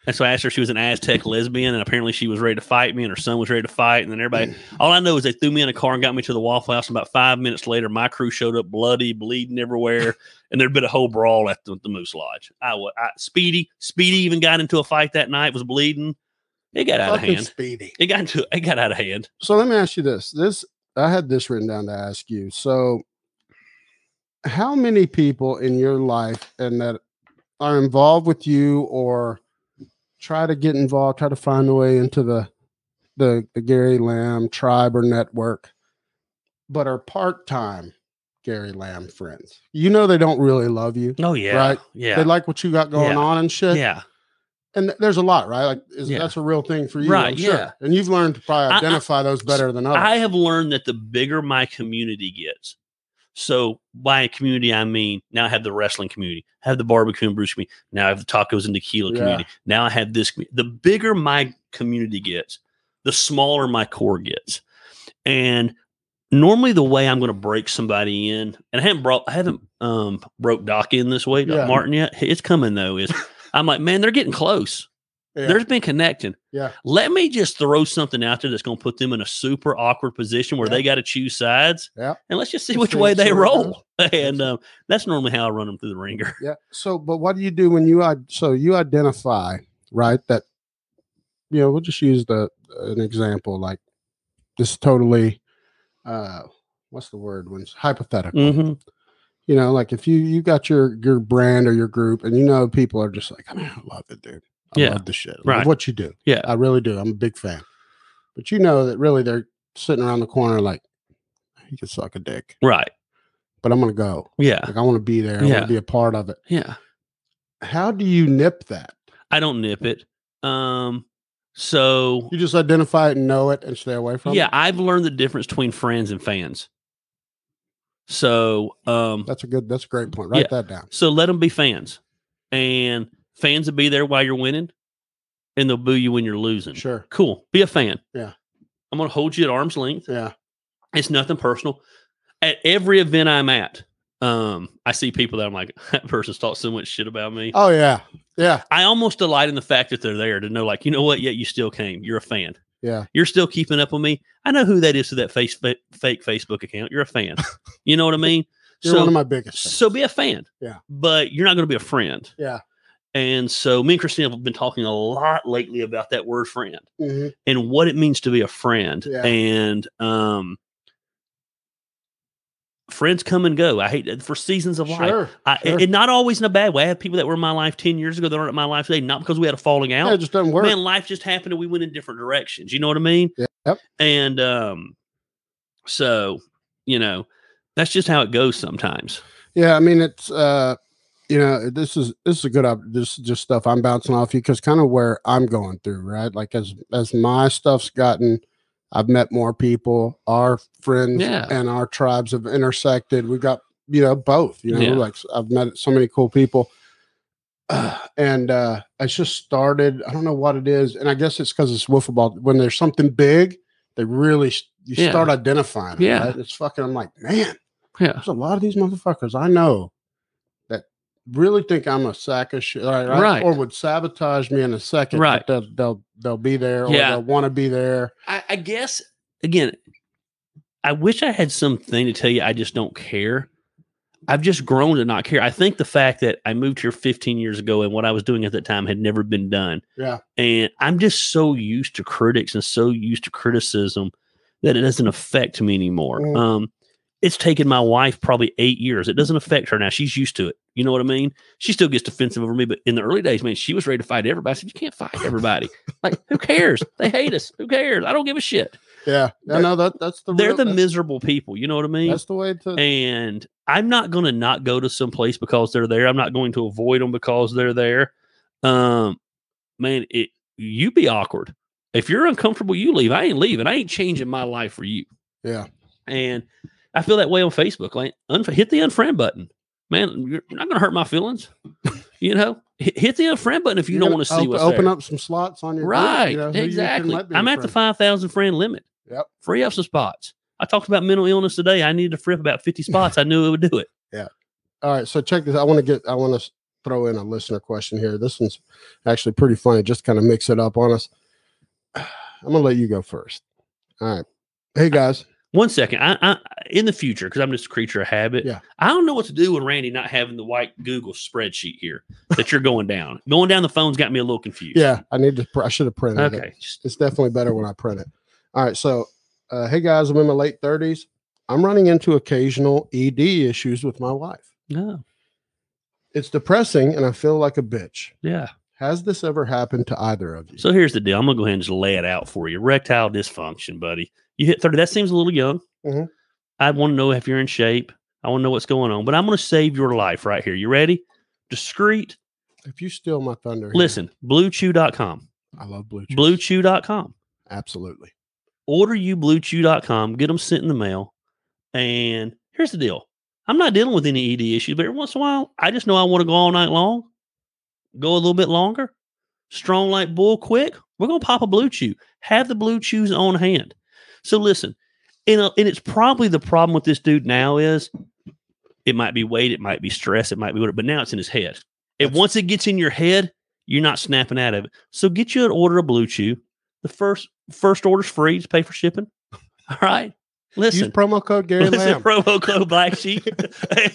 [SPEAKER 1] And so I asked her if she was an Aztec lesbian, and apparently she was ready to fight me, and her son was ready to fight. And then everybody, all I know is they threw me in a car and got me to the Waffle House. And about five minutes later, my crew showed up bloody, bleeding everywhere and there'd been a whole brawl at the, the Moose Lodge. I, wa- I Speedy Speedy even got into a fight that night. Was bleeding. It got out of
[SPEAKER 2] fucking
[SPEAKER 1] hand.
[SPEAKER 2] speedy.
[SPEAKER 1] It got into. It got out of hand.
[SPEAKER 2] So let me ask you this: This I had this written down to ask you. So, how many people in your life and that are involved with you or try to get involved, try to find a way into the the, the Gary Lamb tribe or network, but are part time Gary Lamb friends? You know they don't really love you.
[SPEAKER 1] Oh yeah.
[SPEAKER 2] Right.
[SPEAKER 1] Yeah.
[SPEAKER 2] They like what you got going
[SPEAKER 1] Yeah.
[SPEAKER 2] on and shit.
[SPEAKER 1] yeah.
[SPEAKER 2] and th- there's a lot, right? Like is,
[SPEAKER 1] Yeah.
[SPEAKER 2] that's a real thing for you,
[SPEAKER 1] Right,
[SPEAKER 2] I'm sure.
[SPEAKER 1] yeah.
[SPEAKER 2] And you've learned to probably
[SPEAKER 1] I- I-
[SPEAKER 2] identify those better than others.
[SPEAKER 1] I have learned that the bigger my community gets. So by a community, I mean now I have the wrestling community, I have the barbecue and brews community, now I have the tacos and tequila
[SPEAKER 2] Yeah.
[SPEAKER 1] community. Now I have this. commu- The bigger my community gets, the smaller my core gets. And normally the way I'm going to break somebody in, and I haven't brought, I haven't um, broke Doc in this way, Doc
[SPEAKER 2] Yeah.
[SPEAKER 1] Martin yet. It's coming though. Is I'm like, man, they're getting close
[SPEAKER 2] Yeah.
[SPEAKER 1] there's been connecting.
[SPEAKER 2] Yeah.
[SPEAKER 1] Let me just throw something out there that's going to put them in a super awkward position where
[SPEAKER 2] Yeah.
[SPEAKER 1] they got to choose sides.
[SPEAKER 2] Yeah.
[SPEAKER 1] And let's just see
[SPEAKER 2] Let's
[SPEAKER 1] which
[SPEAKER 2] see-
[SPEAKER 1] way they
[SPEAKER 2] see where it
[SPEAKER 1] roll. And um, that's normally how I run them through the ringer.
[SPEAKER 2] Yeah. So, but what do you do when you id- so you identify right that you know we'll just use the an example like this totally uh what's the word when it's hypothetical
[SPEAKER 1] hmm
[SPEAKER 2] you know like if you you got your your brand or your group and you know people are just like I, mean, I love it dude I
[SPEAKER 1] Yeah.
[SPEAKER 2] love the shit I love
[SPEAKER 1] Right.
[SPEAKER 2] what you do
[SPEAKER 1] Yeah.
[SPEAKER 2] I really do I'm a big fan but you know that really they're sitting around the corner like you can suck a dick
[SPEAKER 1] Right.
[SPEAKER 2] but I'm gonna go
[SPEAKER 1] Yeah.
[SPEAKER 2] like I want to be there I
[SPEAKER 1] Uh, Yeah.
[SPEAKER 2] want to be a part of it
[SPEAKER 1] Yeah.
[SPEAKER 2] how do you nip that
[SPEAKER 1] I don't nip it. Um, so
[SPEAKER 2] You just identify it and know it and stay away from
[SPEAKER 1] yeah,
[SPEAKER 2] it.
[SPEAKER 1] I've learned the difference between friends and fans. So um,
[SPEAKER 2] That's a good, that's a great point. Write
[SPEAKER 1] Yeah.
[SPEAKER 2] that down.
[SPEAKER 1] so let them be fans, and fans will be there while you're winning, and they'll boo you when you're losing.
[SPEAKER 2] Sure.
[SPEAKER 1] Cool, be a fan.
[SPEAKER 2] Yeah.
[SPEAKER 1] I'm gonna hold you at arm's length.
[SPEAKER 2] Yeah.
[SPEAKER 1] It's nothing personal. At every event I'm at, um, I see people that I'm like, that person's talked so much shit about me.
[SPEAKER 2] Oh, yeah. Yeah.
[SPEAKER 1] I almost delight in the fact that they're there to know, like, you know what? Yet you still came. You're a fan.
[SPEAKER 2] Yeah.
[SPEAKER 1] You're still keeping up with me. I know who that is to that face fa- fake Facebook account. You're a fan. you know what I mean?
[SPEAKER 2] You're
[SPEAKER 1] so,
[SPEAKER 2] one of my biggest. fans.
[SPEAKER 1] so be a fan.
[SPEAKER 2] Yeah.
[SPEAKER 1] But you're not going to be a friend.
[SPEAKER 2] Yeah.
[SPEAKER 1] And so me and Christina have been talking a lot lately about that word friend
[SPEAKER 2] Mhm.
[SPEAKER 1] and what it means to be a friend.
[SPEAKER 2] Yeah.
[SPEAKER 1] And um friends come and go. I hate for seasons of life.
[SPEAKER 2] Sure.
[SPEAKER 1] I,
[SPEAKER 2] sure.
[SPEAKER 1] And not always in a bad way. I have people that were in my life 10 years ago that aren't in my life today, not because we had a falling
[SPEAKER 2] Yeah, it
[SPEAKER 1] out.
[SPEAKER 2] just doesn't work.
[SPEAKER 1] Man, life just happened and we went in different directions. You know what I mean?
[SPEAKER 2] Yep.
[SPEAKER 1] And um, so, you know, that's just how it goes sometimes.
[SPEAKER 2] Yeah, I mean it's uh you know this is this is a good op- this is just stuff I'm bouncing off you because kind of where I'm going through right like as as my stuff's gotten I've met more people our friends
[SPEAKER 1] Yeah.
[SPEAKER 2] and our tribes have intersected we've got you know both you know
[SPEAKER 1] Yeah.
[SPEAKER 2] like I've met so many cool people and uh I just started I don't know what it is and I guess it's because it's wiffle ball when there's something big they really s- you
[SPEAKER 1] Yeah.
[SPEAKER 2] start identifying it,
[SPEAKER 1] Yeah.
[SPEAKER 2] right? it's fucking I'm like man
[SPEAKER 1] Yeah.
[SPEAKER 2] there's a lot of these motherfuckers I know that really think I'm a sack of shit, right? right?
[SPEAKER 1] Right.
[SPEAKER 2] Or would sabotage me in a second. but
[SPEAKER 1] Right.
[SPEAKER 2] They'll, they'll they'll be there, or
[SPEAKER 1] Yeah.
[SPEAKER 2] they'll want to be there.
[SPEAKER 1] I, I guess, again, I wish I had something to tell you I just don't care. I've just grown to not care. I think the fact that I moved here 15 years ago and what I was doing at that time had never been done.
[SPEAKER 2] Yeah.
[SPEAKER 1] And I'm just so used to critics and so used to criticism that it doesn't affect me anymore.
[SPEAKER 2] Mm.
[SPEAKER 1] Um, it's taken my wife probably eight years. It doesn't affect her now. She's used to it. You know what I mean? She still gets defensive over me, but in the early days, man, she was ready to fight everybody. I said, You can't fight everybody. like, who cares? They hate us. Who cares? I don't give a shit.
[SPEAKER 2] Yeah. I
[SPEAKER 1] They're-
[SPEAKER 2] know that that's the
[SPEAKER 1] They're
[SPEAKER 2] real-
[SPEAKER 1] the
[SPEAKER 2] that's,
[SPEAKER 1] miserable people. You know what I mean?
[SPEAKER 2] that's the way to
[SPEAKER 1] and I'm not going to not go to some place because they're there. I'm not going to avoid them because they're there. Um, man, it you be awkward. If you're uncomfortable, you leave. I ain't leaving. I ain't changing my life for you.
[SPEAKER 2] yeah.
[SPEAKER 1] And I feel that way on Facebook. Like, unf- hit the unfriend button, man. You're not going to hurt my feelings. you know, hit, hit the unfriend button if you
[SPEAKER 2] You're
[SPEAKER 1] don't
[SPEAKER 2] gonna
[SPEAKER 1] want to see
[SPEAKER 2] op-
[SPEAKER 1] what's
[SPEAKER 2] open
[SPEAKER 1] there.
[SPEAKER 2] up some slots on your group,
[SPEAKER 1] Right.
[SPEAKER 2] you know, who you can
[SPEAKER 1] exactly.
[SPEAKER 2] let be
[SPEAKER 1] I'm
[SPEAKER 2] your
[SPEAKER 1] at the
[SPEAKER 2] friend.
[SPEAKER 1] 5,000 friend limit.
[SPEAKER 2] Yep.
[SPEAKER 1] Free up some spots. I talked about mental illness today. I needed to free up about 50 spots. I knew it would do it.
[SPEAKER 2] All right, so check this. I want to get. I want to throw in a listener question here. This one's actually pretty funny. Just kind of mix it up on us. I'm gonna let you go first. All right. Hey guys.
[SPEAKER 1] One second. I, I in the future, because I'm just a creature of habit.
[SPEAKER 2] Yeah.
[SPEAKER 1] I don't know what to do with Randy not having the white Google spreadsheet here that you're going down. Going down the phone's got me a little confused.
[SPEAKER 2] Yeah, I need to. pr- I should have printed it.
[SPEAKER 1] Okay. Just
[SPEAKER 2] It's definitely better when I print it. All right. So, uh, hey guys, I'm in my late 30s. I'm running into occasional ED issues with my wife.
[SPEAKER 1] no.
[SPEAKER 2] It's depressing and I feel like a bitch.
[SPEAKER 1] Yeah.
[SPEAKER 2] Has this ever happened to either of you?
[SPEAKER 1] So here's the deal. I'm gonna go ahead and just lay it out for you. Erectile dysfunction, buddy. You hit 30. That seems a little young.
[SPEAKER 2] Mhm.
[SPEAKER 1] I want to know if you're in shape. I want to know what's going on. But I'm gonna save your life right here. You ready? Discreet.
[SPEAKER 2] if you steal my thunder, here,
[SPEAKER 1] Listen, bluechew.com.
[SPEAKER 2] I love blue cheese.
[SPEAKER 1] Bluechew.com.
[SPEAKER 2] Absolutely.
[SPEAKER 1] order you bluechew.com, get them sent in the mail. And here's the deal I'm not dealing with any ED issues, but every once in a while, I just know I want to go all night long, go a little bit longer, strong like bull quick. We're going to pop a blue chew. Have the blue chews on hand. So listen, and, uh, and it's probably the problem with this dude now is it might be weight, it might be stress, it might be whatever, but now it's in his head. And
[SPEAKER 2] That's-
[SPEAKER 1] once it gets in your head, you're not snapping out of it. So get you an order of blue chew. The first first order's free. Just pay for shipping. All right.
[SPEAKER 2] Use
[SPEAKER 1] Listen,
[SPEAKER 2] promo code Gary
[SPEAKER 1] listen
[SPEAKER 2] Lamb.
[SPEAKER 1] promo code Black Sheep.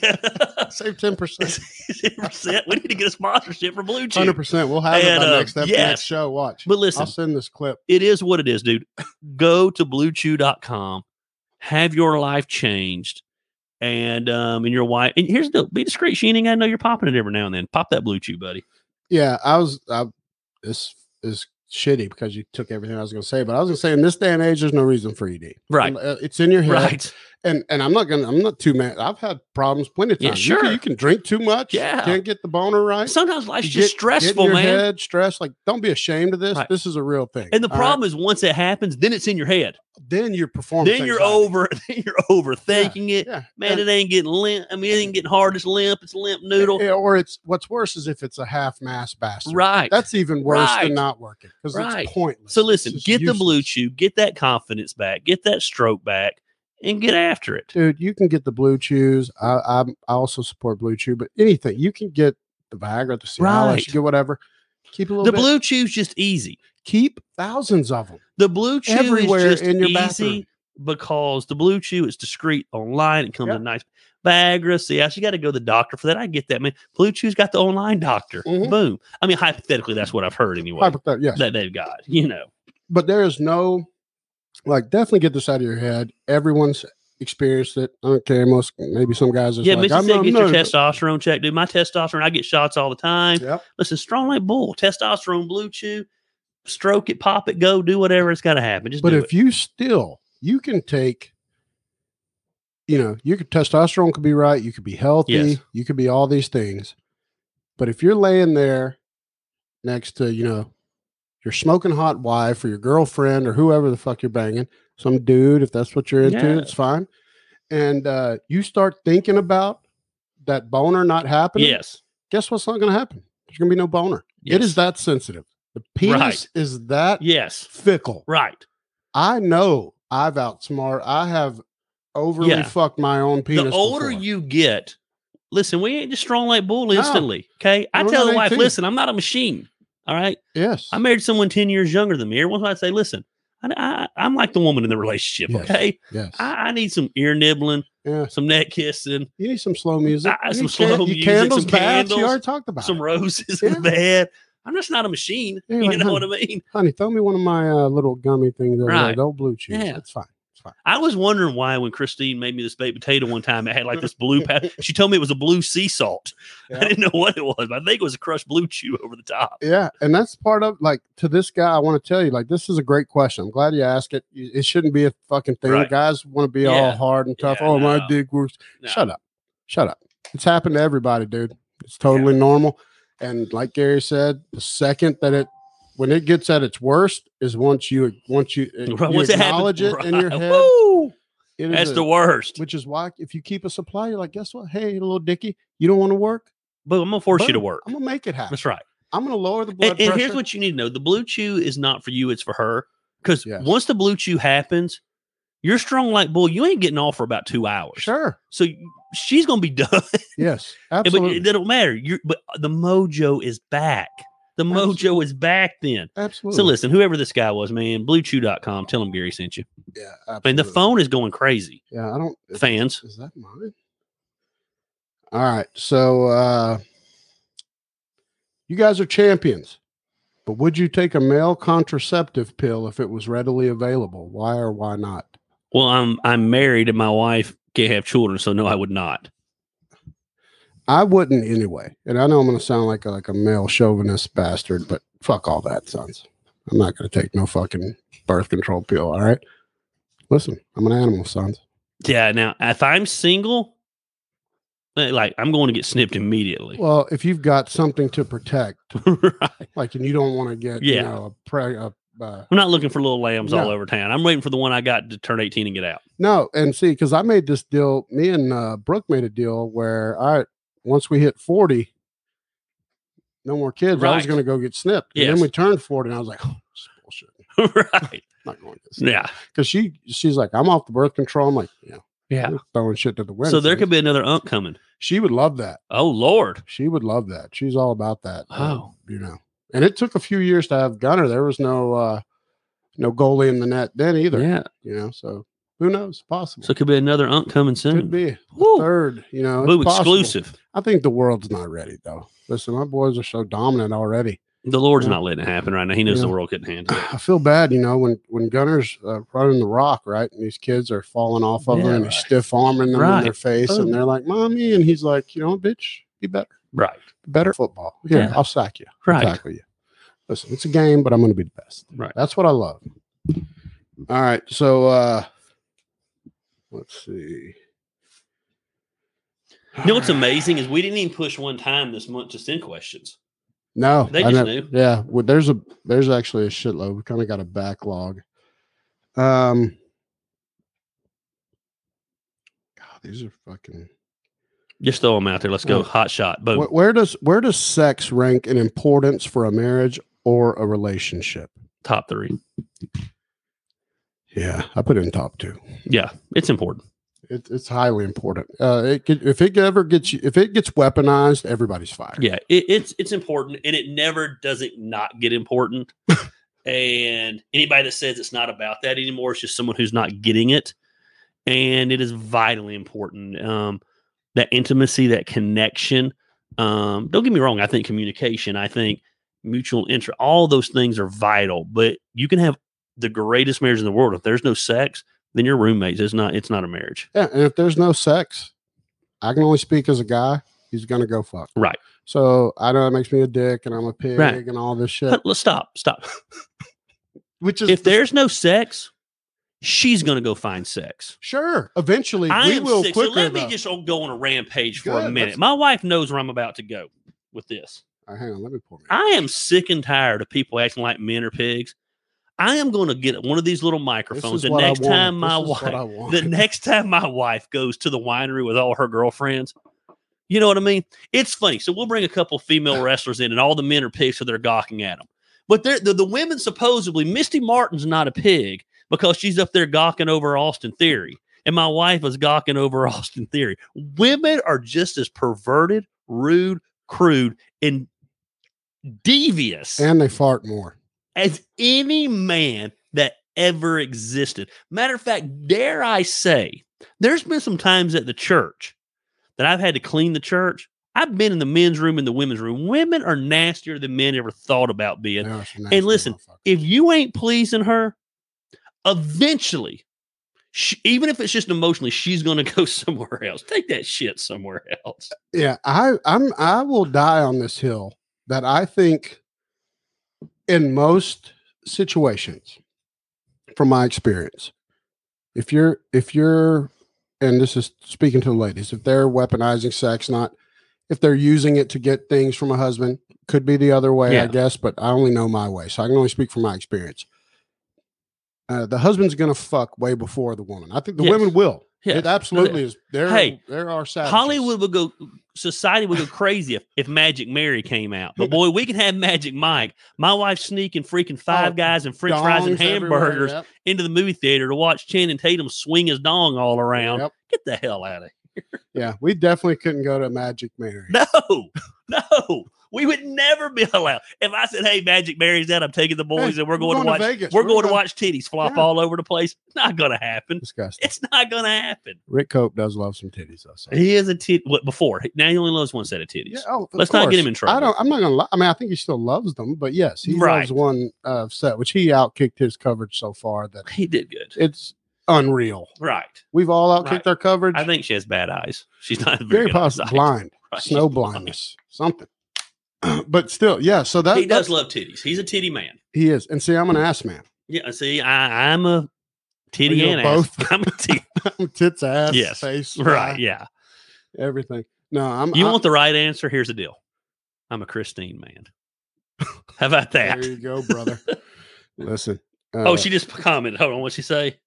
[SPEAKER 2] Save 10%.
[SPEAKER 1] 10%. we need to get a sponsorship for Blue Chew.
[SPEAKER 2] 100%. We'll have it
[SPEAKER 1] And,
[SPEAKER 2] by
[SPEAKER 1] uh,
[SPEAKER 2] next, ep-
[SPEAKER 1] yes.
[SPEAKER 2] next show. Watch.
[SPEAKER 1] But listen,
[SPEAKER 2] I'll send this clip.
[SPEAKER 1] it is what it is, dude. Go to bluechew.com, have your life changed, and um, and your wife. And here's the be discreet. She ain't got to know you're popping it every now and then. Pop that Blue Chew, buddy.
[SPEAKER 2] Yeah, I was. I, this is shitty because you took everything I was going to say, but I was going to say in this day and age, there's no reason for ED.
[SPEAKER 1] Right.
[SPEAKER 2] Uh, It's in your head.
[SPEAKER 1] Right.
[SPEAKER 2] and and I'm not gonna I'm not too mad. I've had problems plenty of
[SPEAKER 1] Yeah,
[SPEAKER 2] times. You can-
[SPEAKER 1] sure.
[SPEAKER 2] you, can drink too much.
[SPEAKER 1] Yeah.
[SPEAKER 2] can't get the boner right.
[SPEAKER 1] Sometimes life's
[SPEAKER 2] You
[SPEAKER 1] just
[SPEAKER 2] get- get in
[SPEAKER 1] stressful,
[SPEAKER 2] your
[SPEAKER 1] man.
[SPEAKER 2] Head stress. Like, don't be ashamed of this.
[SPEAKER 1] Right.
[SPEAKER 2] This is a real thing.
[SPEAKER 1] And the
[SPEAKER 2] all right?
[SPEAKER 1] problem is once it happens, then it's in your head.
[SPEAKER 2] then your performance.
[SPEAKER 1] Then you're
[SPEAKER 2] anxiety.
[SPEAKER 1] over then you're overthinking it.
[SPEAKER 2] Yeah,
[SPEAKER 1] Man,
[SPEAKER 2] and-
[SPEAKER 1] it ain't getting limp. I mean, it ain't getting hard. It's limp. It's limp noodle.
[SPEAKER 2] Yeah, Eh, or it's what's worse is if it's a half mass bastard.
[SPEAKER 1] Right.
[SPEAKER 2] That's even worse
[SPEAKER 1] Right.
[SPEAKER 2] than not working because
[SPEAKER 1] Right.
[SPEAKER 2] it's pointless.
[SPEAKER 1] so
[SPEAKER 2] It's
[SPEAKER 1] listen,
[SPEAKER 2] just
[SPEAKER 1] get the
[SPEAKER 2] useless.
[SPEAKER 1] blue chew, get that confidence back, get that stroke back, and get after it.
[SPEAKER 2] dude. You can get the blue chews. I I'm, I also support blue chew, but anything you can get the Viagra, the Cialis,
[SPEAKER 1] Right.
[SPEAKER 2] you get whatever. Keep a little.
[SPEAKER 1] The
[SPEAKER 2] bit.
[SPEAKER 1] blue chew's just easy.
[SPEAKER 2] Keep thousands of them.
[SPEAKER 1] The blue chew
[SPEAKER 2] Everywhere
[SPEAKER 1] is just
[SPEAKER 2] in your
[SPEAKER 1] easy
[SPEAKER 2] bathroom.
[SPEAKER 1] because the blue chew is discreet online. It comes
[SPEAKER 2] Yeah.
[SPEAKER 1] in nice Viagra. See, I actually got to go to the doctor for that. I get that, man. Blue chew's got the online doctor.
[SPEAKER 2] Mhm.
[SPEAKER 1] Boom. I mean, hypothetically, that's what I've heard anyway
[SPEAKER 2] Hypothet- yes.
[SPEAKER 1] that they've got. You know,
[SPEAKER 2] but there is no like definitely get this out of your head. Everyone's experienced it. I don't care. Most maybe some guys are
[SPEAKER 1] yeah.
[SPEAKER 2] like,
[SPEAKER 1] Mitch
[SPEAKER 2] I'm,
[SPEAKER 1] said,
[SPEAKER 2] I'm
[SPEAKER 1] get your
[SPEAKER 2] not-
[SPEAKER 1] testosterone checked, dude. My testosterone, I get shots all the time.
[SPEAKER 2] Yep.
[SPEAKER 1] Listen, strong like bull, testosterone, blue chew, stroke it, pop it, go, do whatever it's got to happen. Just
[SPEAKER 2] But
[SPEAKER 1] do
[SPEAKER 2] if
[SPEAKER 1] it.
[SPEAKER 2] you still you can take you know, your testosterone could be right, you could be healthy,
[SPEAKER 1] Yes.
[SPEAKER 2] you could be all these things. But if you're laying there next to, you know, your smoking hot wife or your girlfriend or whoever the fuck you're banging, some dude, if that's what you're into,
[SPEAKER 1] Yeah.
[SPEAKER 2] it's fine. And uh, you start thinking about that boner not happening,
[SPEAKER 1] yes,
[SPEAKER 2] guess what's not going to happen? There's going to be no boner. It
[SPEAKER 1] Yes.
[SPEAKER 2] is that sensitive. The penis
[SPEAKER 1] Right.
[SPEAKER 2] is that
[SPEAKER 1] yes,
[SPEAKER 2] fickle.
[SPEAKER 1] right.
[SPEAKER 2] I know I've outsmart. I have overly
[SPEAKER 1] Yeah.
[SPEAKER 2] fucked my own penis.
[SPEAKER 1] the older
[SPEAKER 2] before.
[SPEAKER 1] you get, listen, we ain't just strong like bull
[SPEAKER 2] No.
[SPEAKER 1] instantly. Okay. I
[SPEAKER 2] We're
[SPEAKER 1] tell
[SPEAKER 2] not
[SPEAKER 1] the wife,
[SPEAKER 2] 18.
[SPEAKER 1] listen, I'm not a machine. All right.
[SPEAKER 2] yes,
[SPEAKER 1] I married someone 10 years younger than me. Every once in a while I say, listen, I, I, am like the woman in the relationship.
[SPEAKER 2] Yes.
[SPEAKER 1] Okay.
[SPEAKER 2] yes,
[SPEAKER 1] I, I need some ear nibbling,
[SPEAKER 2] yeah.
[SPEAKER 1] some neck kissing,
[SPEAKER 2] You need some slow music.
[SPEAKER 1] I-
[SPEAKER 2] You
[SPEAKER 1] some
[SPEAKER 2] need
[SPEAKER 1] slow
[SPEAKER 2] can- you
[SPEAKER 1] music,
[SPEAKER 2] candles,
[SPEAKER 1] some
[SPEAKER 2] baths. You
[SPEAKER 1] candles,
[SPEAKER 2] already talked about
[SPEAKER 1] some
[SPEAKER 2] it.
[SPEAKER 1] roses
[SPEAKER 2] Yeah.
[SPEAKER 1] in the bed. I'm just not a machine.
[SPEAKER 2] Yeah,
[SPEAKER 1] you
[SPEAKER 2] like,
[SPEAKER 1] know
[SPEAKER 2] huh.
[SPEAKER 1] what I mean?
[SPEAKER 2] Honey, throw me one of my uh, little gummy things over there.
[SPEAKER 1] Right.
[SPEAKER 2] Those blue cheese.
[SPEAKER 1] Yeah.
[SPEAKER 2] That's fine. It's fine.
[SPEAKER 1] I was wondering why when Christine made me this baked potato one time, it had like this blue pat. She told me it was a blue sea salt. I
[SPEAKER 2] Yeah.
[SPEAKER 1] didn't know what it was, but I think it was a crushed blue chew over the top.
[SPEAKER 2] Yeah, and that's part of like to this guy. I want to tell you, like, this is a great question. I'm glad you asked it. You- It shouldn't be a fucking thing.
[SPEAKER 1] Right.
[SPEAKER 2] Guys want to be all
[SPEAKER 1] Yeah.
[SPEAKER 2] hard and tough.
[SPEAKER 1] Yeah,
[SPEAKER 2] oh, my
[SPEAKER 1] no.
[SPEAKER 2] dick works.
[SPEAKER 1] No.
[SPEAKER 2] Shut up. Shut up. It's happened to everybody, dude. It's totally normal. And like Gary said, the second that it when it gets at its worst is once you once you, you
[SPEAKER 1] Right, once it happens,
[SPEAKER 2] acknowledge it in your
[SPEAKER 1] right.
[SPEAKER 2] head.
[SPEAKER 1] Woo!
[SPEAKER 2] it is
[SPEAKER 1] That's
[SPEAKER 2] a-
[SPEAKER 1] the worst.
[SPEAKER 2] which is why if you keep a supply, you're like, guess what? Hey, little Dicky, you don't want to work?
[SPEAKER 1] But I'm gonna force you to
[SPEAKER 2] Boom.
[SPEAKER 1] work.
[SPEAKER 2] I'm gonna make it happen.
[SPEAKER 1] That's right.
[SPEAKER 2] I'm gonna lower the blood
[SPEAKER 1] And, and
[SPEAKER 2] pressure.
[SPEAKER 1] here's what you need to know: the blue chew is not for you; it's for her. Because
[SPEAKER 2] Yes.
[SPEAKER 1] once the blue chew happens, you're strong like bull. You ain't getting off for about two hours,
[SPEAKER 2] sure.
[SPEAKER 1] so y- she's gonna be done.
[SPEAKER 2] Yes.
[SPEAKER 1] but
[SPEAKER 2] Absolutely.
[SPEAKER 1] it don't matter. You but uh, the mojo is back. The mojo
[SPEAKER 2] Absolutely.
[SPEAKER 1] is back. Then.
[SPEAKER 2] absolutely.
[SPEAKER 1] So listen, whoever this guy was, man, bluechew.com, tell him Gary sent you.
[SPEAKER 2] Yeah.
[SPEAKER 1] I mean, the
[SPEAKER 2] absolutely.
[SPEAKER 1] phone is going crazy.
[SPEAKER 2] Yeah, I don't it's-
[SPEAKER 1] Fans.
[SPEAKER 2] Is that mine? All right. So uh you guys are champions. But would you take a male contraceptive pill if it was readily available? Why or why not?
[SPEAKER 1] Well, I'm I'm married and my wife can't have children, so no, I would not.
[SPEAKER 2] I wouldn't anyway. And I know I'm going to sound like a, like a male chauvinist bastard, but fuck all that, sons. I'm not going to take no fucking birth control pill. All right. Listen, I'm an animal, sons.
[SPEAKER 1] Yeah. Now, if I'm single, eh, like I'm going to get snipped immediately.
[SPEAKER 2] Well, if you've got something to protect,
[SPEAKER 1] right.
[SPEAKER 2] like, and you don't want to get, you
[SPEAKER 1] Yeah.
[SPEAKER 2] know, a, pre- a uh,
[SPEAKER 1] I'm not looking for little lambs all
[SPEAKER 2] No.
[SPEAKER 1] over town. I'm waiting for the one I got to turn 18 and get out.
[SPEAKER 2] No, and see, because I made this deal, me and uh, Brooke made a deal where I once we hit forty, no more kids. I was
[SPEAKER 1] Right.
[SPEAKER 2] going to go get snipped, and then
[SPEAKER 1] Yes.
[SPEAKER 2] we turned forty, and I was like, oh, this is bullshit.
[SPEAKER 1] right.
[SPEAKER 2] I'm not going to this
[SPEAKER 1] Yeah.
[SPEAKER 2] because she she's like, I'm off the birth control. I'm like, yeah,
[SPEAKER 1] Yeah.
[SPEAKER 2] you're throwing shit to the wind.
[SPEAKER 1] So there could
[SPEAKER 2] son.
[SPEAKER 1] be another unk coming.
[SPEAKER 2] she would love that.
[SPEAKER 1] Oh, Lord.
[SPEAKER 2] She would love that. She's all about that. uh,
[SPEAKER 1] Oh.
[SPEAKER 2] you know. And it took a few years to have Gunner. There was no uh no goalie in the net then either.
[SPEAKER 1] Yeah.
[SPEAKER 2] You know, so who knows? Possible.
[SPEAKER 1] So it could be another unk coming soon.
[SPEAKER 2] could be
[SPEAKER 1] Woo.
[SPEAKER 2] third. You know, it's
[SPEAKER 1] Boo,
[SPEAKER 2] possible.
[SPEAKER 1] Mm. exclusive.
[SPEAKER 2] I think the world's not ready though. Listen, my boys are so dominant already.
[SPEAKER 1] The Lord's
[SPEAKER 2] Yeah.
[SPEAKER 1] not letting it happen right now. He knows
[SPEAKER 2] Yeah.
[SPEAKER 1] the world couldn't handle it.
[SPEAKER 2] I feel bad, you know, when when Gunner's uh, running the rock, right, and these kids are falling off of him
[SPEAKER 1] Yeah,
[SPEAKER 2] and
[SPEAKER 1] right.
[SPEAKER 2] he's stiff arming them in their
[SPEAKER 1] Right.
[SPEAKER 2] face,
[SPEAKER 1] Boom.
[SPEAKER 2] and they're like, "Mommy," and he's like, "You know, bitch, be better,
[SPEAKER 1] Right.
[SPEAKER 2] better football. Here,
[SPEAKER 1] Yeah.
[SPEAKER 2] I'll sack you,
[SPEAKER 1] Right.
[SPEAKER 2] tackle you. Listen, it's a game, but I'm going to be the best.
[SPEAKER 1] Right.
[SPEAKER 2] That's what I love. All right, so uh Let's see.
[SPEAKER 1] You know what's amazing is we didn't even push one time this month to send questions.
[SPEAKER 2] No,
[SPEAKER 1] They
[SPEAKER 2] I
[SPEAKER 1] just
[SPEAKER 2] know-
[SPEAKER 1] knew.
[SPEAKER 2] Yeah, well, there's a there's actually a shitload. We kind of got a backlog. Um, God, these are fucking.
[SPEAKER 1] Just throw them out there. Let's go.
[SPEAKER 2] Oh.
[SPEAKER 1] Hot shot. Boom.
[SPEAKER 2] Where, where does where does sex rank in importance for a marriage or a relationship?
[SPEAKER 1] Top three.
[SPEAKER 2] Yeah, I put it in top two.
[SPEAKER 1] Yeah, it's important.
[SPEAKER 2] It, it's highly important. Uh, it could, if it ever gets you, if it gets weaponized, everybody's fired.
[SPEAKER 1] Yeah, it, it's it's important, and it never does it not get important. and anybody that says it's not about that anymore is just someone who's not getting it. And it is vitally important. Um, that intimacy, that connection. Um, don't get me wrong. I think communication. I think mutual interest. All those things are vital. But you can have the greatest marriage in the world if there's no sex. Then your roommates. It's not. It's not a marriage.
[SPEAKER 2] Yeah, and if there's no sex, I can only speak as a guy. He's gonna go fuck.
[SPEAKER 1] Right.
[SPEAKER 2] So I know it makes me a dick, and I'm a pig,
[SPEAKER 1] Right.
[SPEAKER 2] and all this shit.
[SPEAKER 1] Let- Let's stop. Stop.
[SPEAKER 2] Which is
[SPEAKER 1] if there's no sex, she's gonna go find sex.
[SPEAKER 2] sure, eventually
[SPEAKER 1] I
[SPEAKER 2] we
[SPEAKER 1] am
[SPEAKER 2] will
[SPEAKER 1] sick. So
[SPEAKER 2] quicker.
[SPEAKER 1] let me
[SPEAKER 2] though.
[SPEAKER 1] just go on a rampage for
[SPEAKER 2] Good,
[SPEAKER 1] a
[SPEAKER 2] let's-
[SPEAKER 1] minute. My wife knows where I'm about to go with this.
[SPEAKER 2] All right, Uh, hang on, let me pour. Me.
[SPEAKER 1] I am sick and tired of people acting like men are pigs. I am gonna get one of these little microphones. The
[SPEAKER 2] what I
[SPEAKER 1] next
[SPEAKER 2] wanted.
[SPEAKER 1] time my
[SPEAKER 2] This is what
[SPEAKER 1] wife
[SPEAKER 2] I want.
[SPEAKER 1] the next time my wife goes to the winery with all her girlfriends. You know what I mean? It's funny. So we'll bring a couple female wrestlers in, and all the men are pigs, so they're gawking at them. But they're, the the women supposedly Misty Martin's not a pig because she's up there gawking over Austin Theory, and my wife is gawking over Austin Theory. Women are just as perverted, rude, crude, and devious
[SPEAKER 2] and they fart more.
[SPEAKER 1] as any man that ever existed. Matter of fact, dare I say, there's been some times at the church that I've had to clean the church. I've been in the men's room and the women's room. Women are nastier than men ever thought about being.
[SPEAKER 2] Now it's a nasty
[SPEAKER 1] listen,
[SPEAKER 2] motherfucker.
[SPEAKER 1] If you ain't pleasing her, eventually, sh even if it's just emotionally, she's going to go somewhere else. Take that shit somewhere else.
[SPEAKER 2] Yeah, I I'm I will die on this hill that I think in most situations from my experience if you're if you're and this is speaking to the ladies if they're weaponizing sex not if they're using it to get things from a husband could be the other way
[SPEAKER 1] Yeah.
[SPEAKER 2] I guess but I only know my way so I can only speak from my experience uh, the husband's gonna fuck way before the woman I think the
[SPEAKER 1] Yes.
[SPEAKER 2] women will
[SPEAKER 1] Yeah.
[SPEAKER 2] it absolutely is there
[SPEAKER 1] Hey,
[SPEAKER 2] there are savages.
[SPEAKER 1] Hollywood would go, society would go crazy if, if Magic Mary came out. But boy, we can have Magic Mike. My wife's sneaking freaking five
[SPEAKER 2] Oh,
[SPEAKER 1] guys and French fries and
[SPEAKER 2] dongs everywhere,
[SPEAKER 1] hamburgers
[SPEAKER 2] yep,
[SPEAKER 1] into the movie theater to watch Channing Tatum swing his dong all around.
[SPEAKER 2] yep.
[SPEAKER 1] Get the hell out of
[SPEAKER 2] Yeah, we definitely couldn't go to Magic Mary.
[SPEAKER 1] here. No, no, we would never be allowed. If I said, "Hey, Magic Mary's out. I'm taking the boys
[SPEAKER 2] Hey,
[SPEAKER 1] and we're going, to watch,
[SPEAKER 2] Vegas.
[SPEAKER 1] we're, going to watch titties flop
[SPEAKER 2] Yeah.
[SPEAKER 1] all over the place," not gonna happen.
[SPEAKER 2] Disgusting.
[SPEAKER 1] It's not gonna happen.
[SPEAKER 2] Rick Cope does love some titties, though. so-
[SPEAKER 1] He is a tit. What before? Now he only loves one set of titties.
[SPEAKER 2] Yeah, oh, of
[SPEAKER 1] Let's not get him in
[SPEAKER 2] I
[SPEAKER 1] trouble.
[SPEAKER 2] don't. I'm not gonna. Lie. I mean, I think he still loves them, but yes, he
[SPEAKER 1] Right.
[SPEAKER 2] loves one uh, set, which he outkicked his coverage so far that
[SPEAKER 1] He did good.
[SPEAKER 2] it's unreal.
[SPEAKER 1] Right.
[SPEAKER 2] We've all outkicked
[SPEAKER 1] Right.
[SPEAKER 2] our coverage.
[SPEAKER 1] I think she has bad eyes. She's not very,
[SPEAKER 2] very
[SPEAKER 1] good
[SPEAKER 2] possible
[SPEAKER 1] eyesight.
[SPEAKER 2] blind,
[SPEAKER 1] Right.
[SPEAKER 2] snow blindness, something. but still, yeah. So that
[SPEAKER 1] he does
[SPEAKER 2] that's-
[SPEAKER 1] love titties. He's a titty man.
[SPEAKER 2] He is, and see, I'm an ass man.
[SPEAKER 1] Yeah. See, I, I'm a titty
[SPEAKER 2] Are you
[SPEAKER 1] and ass.
[SPEAKER 2] both?
[SPEAKER 1] I'm a titty.
[SPEAKER 2] Tits, ass,
[SPEAKER 1] Yes.
[SPEAKER 2] face,
[SPEAKER 1] right.
[SPEAKER 2] eye,
[SPEAKER 1] Yeah.
[SPEAKER 2] everything. No, I'm.
[SPEAKER 1] You
[SPEAKER 2] I'm-
[SPEAKER 1] want the right answer? Here's the deal. I'm a Christine man. How about that?
[SPEAKER 2] There you go, brother. Listen. Uh,
[SPEAKER 1] Oh, she just commented. Hold on. What'd she say?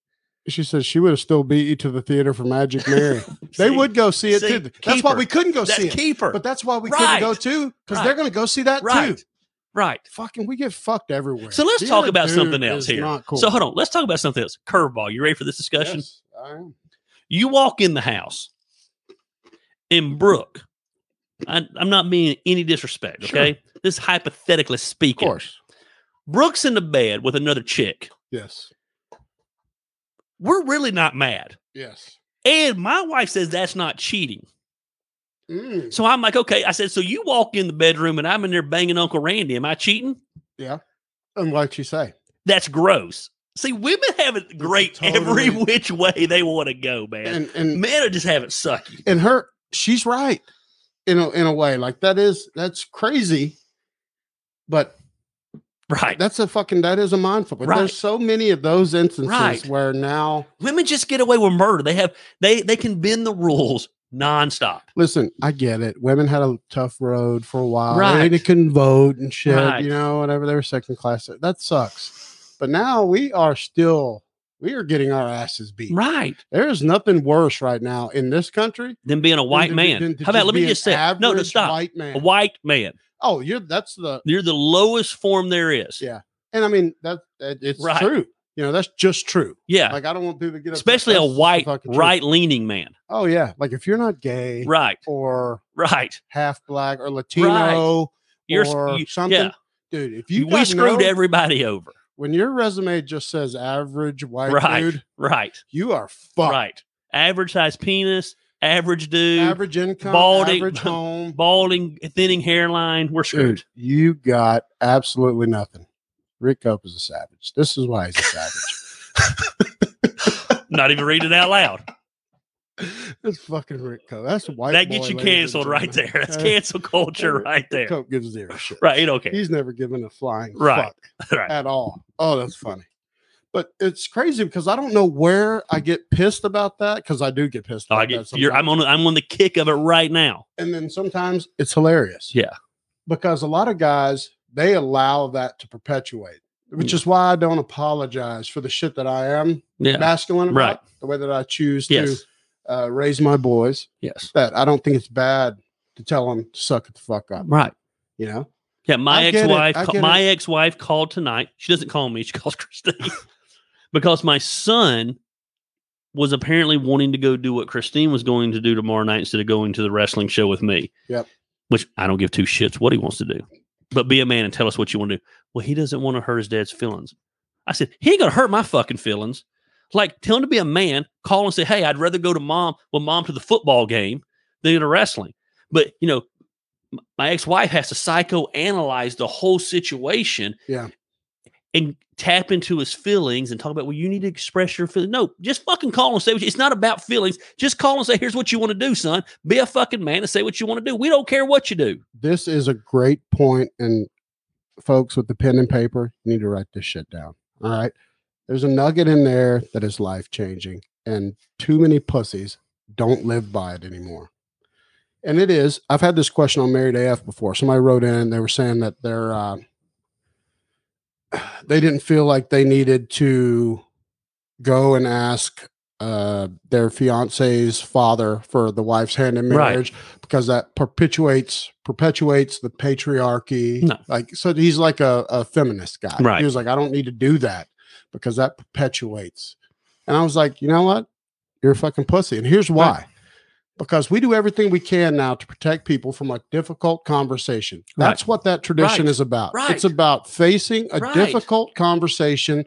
[SPEAKER 2] she says she would have still beat you to the theater for Magic Mary. they
[SPEAKER 1] See?
[SPEAKER 2] would go see it
[SPEAKER 1] see,
[SPEAKER 2] too. That's why
[SPEAKER 1] keeper.
[SPEAKER 2] we couldn't go
[SPEAKER 1] That's
[SPEAKER 2] see it.
[SPEAKER 1] keeper.
[SPEAKER 2] But that's why we
[SPEAKER 1] Right.
[SPEAKER 2] couldn't go too, because they're
[SPEAKER 1] Right.
[SPEAKER 2] going to go see that
[SPEAKER 1] right.
[SPEAKER 2] too.
[SPEAKER 1] Right.
[SPEAKER 2] Fucking, we get fucked everywhere.
[SPEAKER 1] So let's
[SPEAKER 2] Being
[SPEAKER 1] talk
[SPEAKER 2] a
[SPEAKER 1] about
[SPEAKER 2] dude
[SPEAKER 1] something else
[SPEAKER 2] is
[SPEAKER 1] here.
[SPEAKER 2] Not cool.
[SPEAKER 1] So hold on. Let's talk about something else. Curveball. You ready for this discussion?
[SPEAKER 2] Yes, I am.
[SPEAKER 1] You walk in the house, and Brooke, I, I'm not being any disrespect,
[SPEAKER 2] Sure.
[SPEAKER 1] okay? This is hypothetically
[SPEAKER 2] Of
[SPEAKER 1] speaking.
[SPEAKER 2] course.
[SPEAKER 1] Brooke's in the bed with another chick.
[SPEAKER 2] Yes.
[SPEAKER 1] We're really not mad.
[SPEAKER 2] Yes.
[SPEAKER 1] And my wife says that's not cheating.
[SPEAKER 2] Mm.
[SPEAKER 1] So I'm like, okay. I said, so you walk in the bedroom and I'm in there banging Uncle Randy. Am I cheating?
[SPEAKER 2] And like you say,
[SPEAKER 1] That's gross. See, women have it great every
[SPEAKER 2] totally-
[SPEAKER 1] which way they want to go, man.
[SPEAKER 2] and and
[SPEAKER 1] Men are just have it sucky.
[SPEAKER 2] and her she's right in a, in a way like that is that's crazy but
[SPEAKER 1] Right.
[SPEAKER 2] That's a fucking that is a mindfuck. But
[SPEAKER 1] Right.
[SPEAKER 2] there's so many of those instances
[SPEAKER 1] Right.
[SPEAKER 2] where now
[SPEAKER 1] Women just get away with murder. They have they they can bend the rules nonstop.
[SPEAKER 2] listen, I get it. Women had a tough road for a while.
[SPEAKER 1] Right.
[SPEAKER 2] Right. They couldn't vote and shit,
[SPEAKER 1] Right.
[SPEAKER 2] you know, whatever. They were second class. That sucks. But now we are still we are getting our asses beat.
[SPEAKER 1] Right.
[SPEAKER 2] There is nothing worse right now in this country.
[SPEAKER 1] Than being a
[SPEAKER 2] than
[SPEAKER 1] white
[SPEAKER 2] to be-
[SPEAKER 1] man.
[SPEAKER 2] than to
[SPEAKER 1] How about let
[SPEAKER 2] be
[SPEAKER 1] me
[SPEAKER 2] an
[SPEAKER 1] just say no, no,
[SPEAKER 2] average
[SPEAKER 1] stop.
[SPEAKER 2] White
[SPEAKER 1] A
[SPEAKER 2] man.
[SPEAKER 1] white man.
[SPEAKER 2] Oh, you're that's the
[SPEAKER 1] You're the lowest form there is.
[SPEAKER 2] Yeah. and I mean that, that it's
[SPEAKER 1] Right.
[SPEAKER 2] true. You know, that's just true.
[SPEAKER 1] Yeah.
[SPEAKER 2] Like I don't want people to get upset.
[SPEAKER 1] Especially a
[SPEAKER 2] That's the
[SPEAKER 1] white,
[SPEAKER 2] fucking truth.
[SPEAKER 1] right leaning man.
[SPEAKER 2] Oh yeah, like if you're not gay
[SPEAKER 1] Right.
[SPEAKER 2] or
[SPEAKER 1] Right.
[SPEAKER 2] half black or Latino
[SPEAKER 1] You're
[SPEAKER 2] or
[SPEAKER 1] you,
[SPEAKER 2] something,
[SPEAKER 1] yeah.
[SPEAKER 2] dude. If you
[SPEAKER 1] we screwed
[SPEAKER 2] every
[SPEAKER 1] everybody over.
[SPEAKER 2] when your resume just says average white
[SPEAKER 1] Right.
[SPEAKER 2] dude,
[SPEAKER 1] Right.
[SPEAKER 2] you are fucked.
[SPEAKER 1] Right. Average size penis, average dude,
[SPEAKER 2] Average income,
[SPEAKER 1] Bald-
[SPEAKER 2] average home,
[SPEAKER 1] balding, thinning hairline. We're screwed.
[SPEAKER 2] dude. You got absolutely nothing. Rick Cope is a savage. This is why he's a savage.
[SPEAKER 1] Not even reading it out loud.
[SPEAKER 2] That's fucking Rick Cope. That's white.
[SPEAKER 1] that
[SPEAKER 2] boy,
[SPEAKER 1] gets you
[SPEAKER 2] ladies and
[SPEAKER 1] canceled right
[SPEAKER 2] gentlemen.
[SPEAKER 1] there. That's
[SPEAKER 2] Uh,
[SPEAKER 1] cancel culture
[SPEAKER 2] Rick
[SPEAKER 1] right there.
[SPEAKER 2] Cope gives zero shit.
[SPEAKER 1] Right. You don't care.
[SPEAKER 2] He's never given a flying
[SPEAKER 1] Right.
[SPEAKER 2] fuck.
[SPEAKER 1] Right.
[SPEAKER 2] at all. Oh, that's funny. But it's crazy because I don't know where I get pissed about that because I do get pissed.
[SPEAKER 1] Oh,
[SPEAKER 2] About
[SPEAKER 1] I get,
[SPEAKER 2] that
[SPEAKER 1] you're, I'm
[SPEAKER 2] sometimes.
[SPEAKER 1] on. I'm on the kick of it right now.
[SPEAKER 2] and then sometimes it's hilarious.
[SPEAKER 1] Yeah.
[SPEAKER 2] Because a lot of guys they allow that to perpetuate, which
[SPEAKER 1] Mm.
[SPEAKER 2] is why I don't apologize for the shit that I am
[SPEAKER 1] Yeah.
[SPEAKER 2] masculine about.
[SPEAKER 1] Right.
[SPEAKER 2] The way that I choose
[SPEAKER 1] Yes.
[SPEAKER 2] to uh, raise my boys.
[SPEAKER 1] Yes.
[SPEAKER 2] That I don't think it's bad to tell them suck it the fuck up.
[SPEAKER 1] Right.
[SPEAKER 2] You know.
[SPEAKER 1] Yeah, my
[SPEAKER 2] I get it.
[SPEAKER 1] ex-wife.
[SPEAKER 2] I
[SPEAKER 1] ca-
[SPEAKER 2] get
[SPEAKER 1] my ex-wife called tonight. She doesn't call me. She calls Christine because my son was apparently wanting to go do what Christine was going to do tomorrow night instead of going to the wrestling show with me.
[SPEAKER 2] Yep.
[SPEAKER 1] Which I don't give two shits what he wants to do, but be a man and tell us what you want to do. Well, he doesn't want to hurt his dad's feelings. I said he ain't gonna hurt my fucking feelings. Like tell him to be a man. Call and say, hey, I'd rather go to mom with mom to the football game than to wrestling. But you know, my ex-wife has to psychoanalyze the whole situation
[SPEAKER 2] Yeah.
[SPEAKER 1] and tap into his feelings and talk about well you need to express your feelings no just fucking call and say what you, it's not about feelings just call and say here's what you want to do son be a fucking man and say what you want to do we don't care what you do
[SPEAKER 2] this is a great point and folks with the pen and paper you need to write this shit down all right there's a nugget in there that is life changing and too many pussies don't live by it anymore and it is i've had this question on married af before somebody wrote in and they were saying that they're uh, they didn't feel like they needed to go and ask uh, their fiance's father for the wife's hand in
[SPEAKER 1] Right.
[SPEAKER 2] marriage because that perpetuates perpetuates the patriarchy.
[SPEAKER 1] No.
[SPEAKER 2] Like so, he's like a, a feminist guy.
[SPEAKER 1] Right.
[SPEAKER 2] He was like, I don't need to do that because that perpetuates. And I was like, you know what? You're a fucking pussy. And here's why. Because we do everything we can now to protect people from a difficult conversation.
[SPEAKER 1] Right.
[SPEAKER 2] That's what that tradition
[SPEAKER 1] Right.
[SPEAKER 2] is about.
[SPEAKER 1] Right.
[SPEAKER 2] It's about facing a
[SPEAKER 1] Right.
[SPEAKER 2] difficult conversation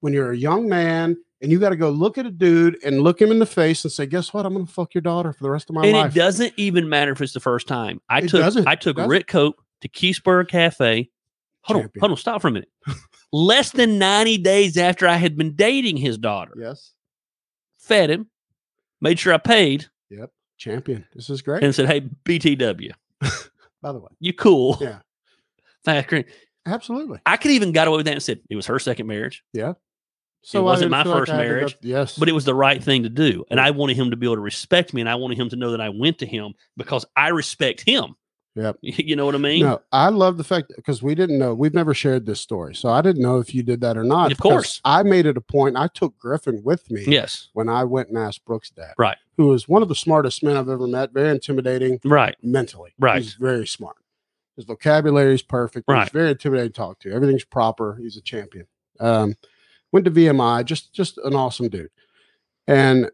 [SPEAKER 2] when you're a young man and you got to go look at a dude and look him in the face and say, Guess what? I'm going to fuck your daughter for the rest of my
[SPEAKER 1] and
[SPEAKER 2] life.
[SPEAKER 1] it doesn't even matter if it's the first time i
[SPEAKER 2] It
[SPEAKER 1] took
[SPEAKER 2] doesn't.
[SPEAKER 1] i took
[SPEAKER 2] Doesn't.
[SPEAKER 1] rick cope to keesburg cafe hold on
[SPEAKER 2] Champion.
[SPEAKER 1] hold on stop for a minute less than 90 days after i had been dating his daughter
[SPEAKER 2] Yes.
[SPEAKER 1] fed him made sure i paid
[SPEAKER 2] Champion. This is great.
[SPEAKER 1] and said hey btw
[SPEAKER 2] By the way,
[SPEAKER 1] you cool.
[SPEAKER 2] Yeah.
[SPEAKER 1] Fast green.
[SPEAKER 2] absolutely.
[SPEAKER 1] I could even got away with that and said it was her second marriage,
[SPEAKER 2] So I
[SPEAKER 1] wasn't
[SPEAKER 2] didn't
[SPEAKER 1] my
[SPEAKER 2] feel like
[SPEAKER 1] first
[SPEAKER 2] I had to go-
[SPEAKER 1] marriage,
[SPEAKER 2] yes.
[SPEAKER 1] but it was the right thing to do. And I wanted him to be able to respect me and I wanted him to know that I went to him because I respect him.
[SPEAKER 2] Yep.
[SPEAKER 1] You know what I mean?
[SPEAKER 2] No, I love the fact because we didn't know we've never shared this story, so I didn't know if you did that or not.
[SPEAKER 1] Of
[SPEAKER 2] because
[SPEAKER 1] course.
[SPEAKER 2] I made it a point. I took Griffin with me
[SPEAKER 1] Yes.
[SPEAKER 2] when I went and asked Brooks' dad,
[SPEAKER 1] Right.
[SPEAKER 2] Who is one of the smartest men I've ever met. Very intimidating
[SPEAKER 1] Right.
[SPEAKER 2] mentally.
[SPEAKER 1] Right.
[SPEAKER 2] he's very smart. His vocabulary is perfect. he's
[SPEAKER 1] Right.
[SPEAKER 2] very intimidating to talk to. Everything's proper. He's a champion. Um, went to VMI. Just just an awesome dude. And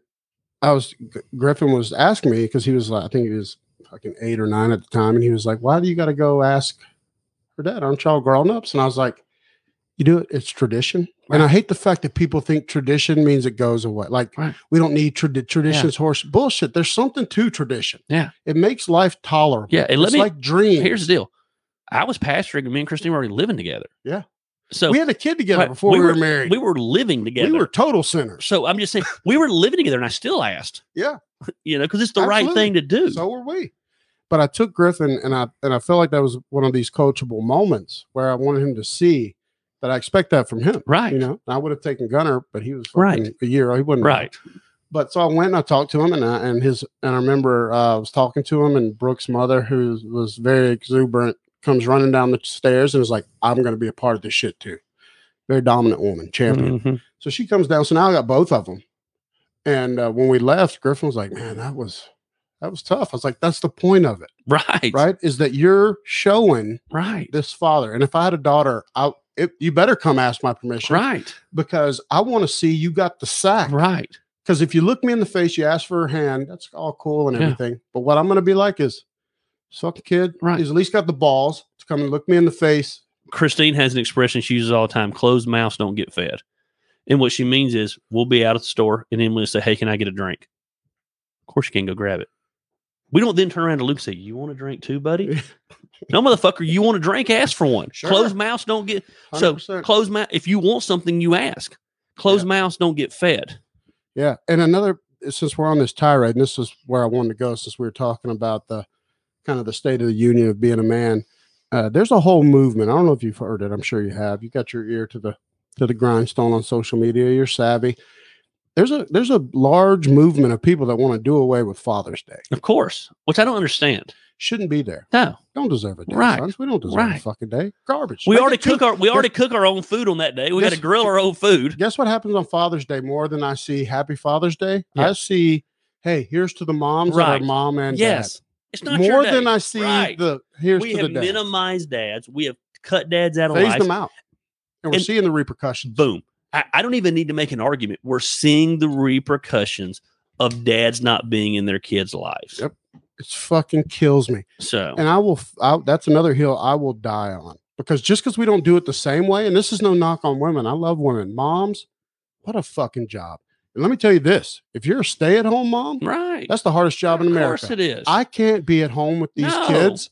[SPEAKER 2] I was G- Griffin was asking me because he was like I think he was fucking eight or nine at the time, and he was like, "Why do you got to go ask her dad? Aren't y'all grown ups?" And I was like, "You do it. It's tradition." And I hate the fact that people think tradition means it goes away. Like
[SPEAKER 1] Right.
[SPEAKER 2] we don't need tradi- traditions. Horse bullshit. There's something to tradition.
[SPEAKER 1] Yeah.
[SPEAKER 2] it makes life tolerable.
[SPEAKER 1] Yeah. And let
[SPEAKER 2] it's
[SPEAKER 1] me
[SPEAKER 2] like dreams.
[SPEAKER 1] here's the deal. I was pastoring and me and Christine were already living together.
[SPEAKER 2] Yeah.
[SPEAKER 1] So
[SPEAKER 2] we had a kid together
[SPEAKER 1] Right,
[SPEAKER 2] before we, were, married.
[SPEAKER 1] we were living together.
[SPEAKER 2] We were total sinners.
[SPEAKER 1] so I'm just saying we were living together and I still asked.
[SPEAKER 2] Yeah.
[SPEAKER 1] You know, because it's the right
[SPEAKER 2] Absolutely.
[SPEAKER 1] thing to do.
[SPEAKER 2] So were we. But I took Griffin and I and I felt like that was one of these coachable moments where I wanted him to see But I expect that from him.
[SPEAKER 1] Right.
[SPEAKER 2] You know, I would have taken Gunner, but he was
[SPEAKER 1] Right.
[SPEAKER 2] fucking a year. He wouldn't.
[SPEAKER 1] Right.
[SPEAKER 2] But so I went and I talked to him, and I, and his and I remember uh, I was talking to him, and Brooks' mother, who was very exuberant, comes running down the stairs and is like, "I'm going to be a part of this shit too." Very dominant woman, champion.
[SPEAKER 1] Mhm.
[SPEAKER 2] So she comes down. So now I got both of them. And uh, when we left, Griffin was like, "Man, that was that was tough." I was like, "That's the point of it,
[SPEAKER 1] Right. Right.
[SPEAKER 2] right? Is that you're showing
[SPEAKER 1] Right.
[SPEAKER 2] this father. And if I had a daughter, I it, you better come ask my permission
[SPEAKER 1] Right.
[SPEAKER 2] because I want to see you got the sack.
[SPEAKER 1] Right.
[SPEAKER 2] Because if you look me in the face, you ask for her hand. That's all cool and
[SPEAKER 1] Yeah.
[SPEAKER 2] everything. But what I'm going to be like is, suck kid.
[SPEAKER 1] Right.
[SPEAKER 2] He's at least got the balls to come and look me in the face.
[SPEAKER 1] Christine has an expression she uses all the time closed mouths don't get fed. And what she means is we'll be out at the store and then we'll say, Hey, can I get a drink? Of course, you can go grab it. We don't then turn around to Luke and say, You want a drink too, buddy? no, motherfucker, you want a drink? Ask for one.
[SPEAKER 2] Sure.
[SPEAKER 1] Closed mouths don't get so
[SPEAKER 2] 100%.
[SPEAKER 1] closed mouth. If you want something, you ask. Closed mouths don't get fed.
[SPEAKER 2] Yeah. And another, since we're on this tirade, and this is where I wanted to go, since we were talking about the kind of the state of the union of being a man, uh, there's a whole movement. I don't know if you've heard it. I'm sure you have. You got your ear to the to the grindstone on social media. You're savvy. There's a there's a large movement of people that want to do away with Father's Day.
[SPEAKER 1] Of course, which I don't understand.
[SPEAKER 2] Shouldn't be there.
[SPEAKER 1] No,
[SPEAKER 2] Don't deserve a day.
[SPEAKER 1] Right.
[SPEAKER 2] sons. We don't deserve a
[SPEAKER 1] Right.
[SPEAKER 2] fucking day. Garbage.
[SPEAKER 1] we
[SPEAKER 2] Make
[SPEAKER 1] already
[SPEAKER 2] it two-
[SPEAKER 1] cook our we already cook our own food on that day. We got to
[SPEAKER 2] Yes.
[SPEAKER 1] grill our own food.
[SPEAKER 2] guess what happens on Father's Day more than I see Happy Father's Day?
[SPEAKER 1] Yeah.
[SPEAKER 2] I see, hey, here's to the moms that
[SPEAKER 1] Right.
[SPEAKER 2] are mom and dad.
[SPEAKER 1] Yes, it's not your
[SPEAKER 2] more
[SPEAKER 1] day.
[SPEAKER 2] than I see
[SPEAKER 1] Right.
[SPEAKER 2] the here's
[SPEAKER 1] we
[SPEAKER 2] to the
[SPEAKER 1] have
[SPEAKER 2] dad.
[SPEAKER 1] minimized dads. We have cut dads out of
[SPEAKER 2] Phase
[SPEAKER 1] life.
[SPEAKER 2] them out, and we're
[SPEAKER 1] And-
[SPEAKER 2] seeing the repercussions.
[SPEAKER 1] Boom. I, I don't even need to make an argument. We're seeing the repercussions of dads not being in their kids' lives.
[SPEAKER 2] Yep. It's fucking kills me,
[SPEAKER 1] So
[SPEAKER 2] and I will. f- I, that's another hill I will die on because just because we don't do it the same way, and this is no knock on women. I love women, moms. What a fucking job! And let me tell you this: if you're a stay-at-home mom,
[SPEAKER 1] right.
[SPEAKER 2] that's the hardest job in
[SPEAKER 1] of
[SPEAKER 2] America.
[SPEAKER 1] course it is.
[SPEAKER 2] I can't be at home with these
[SPEAKER 1] No.
[SPEAKER 2] kids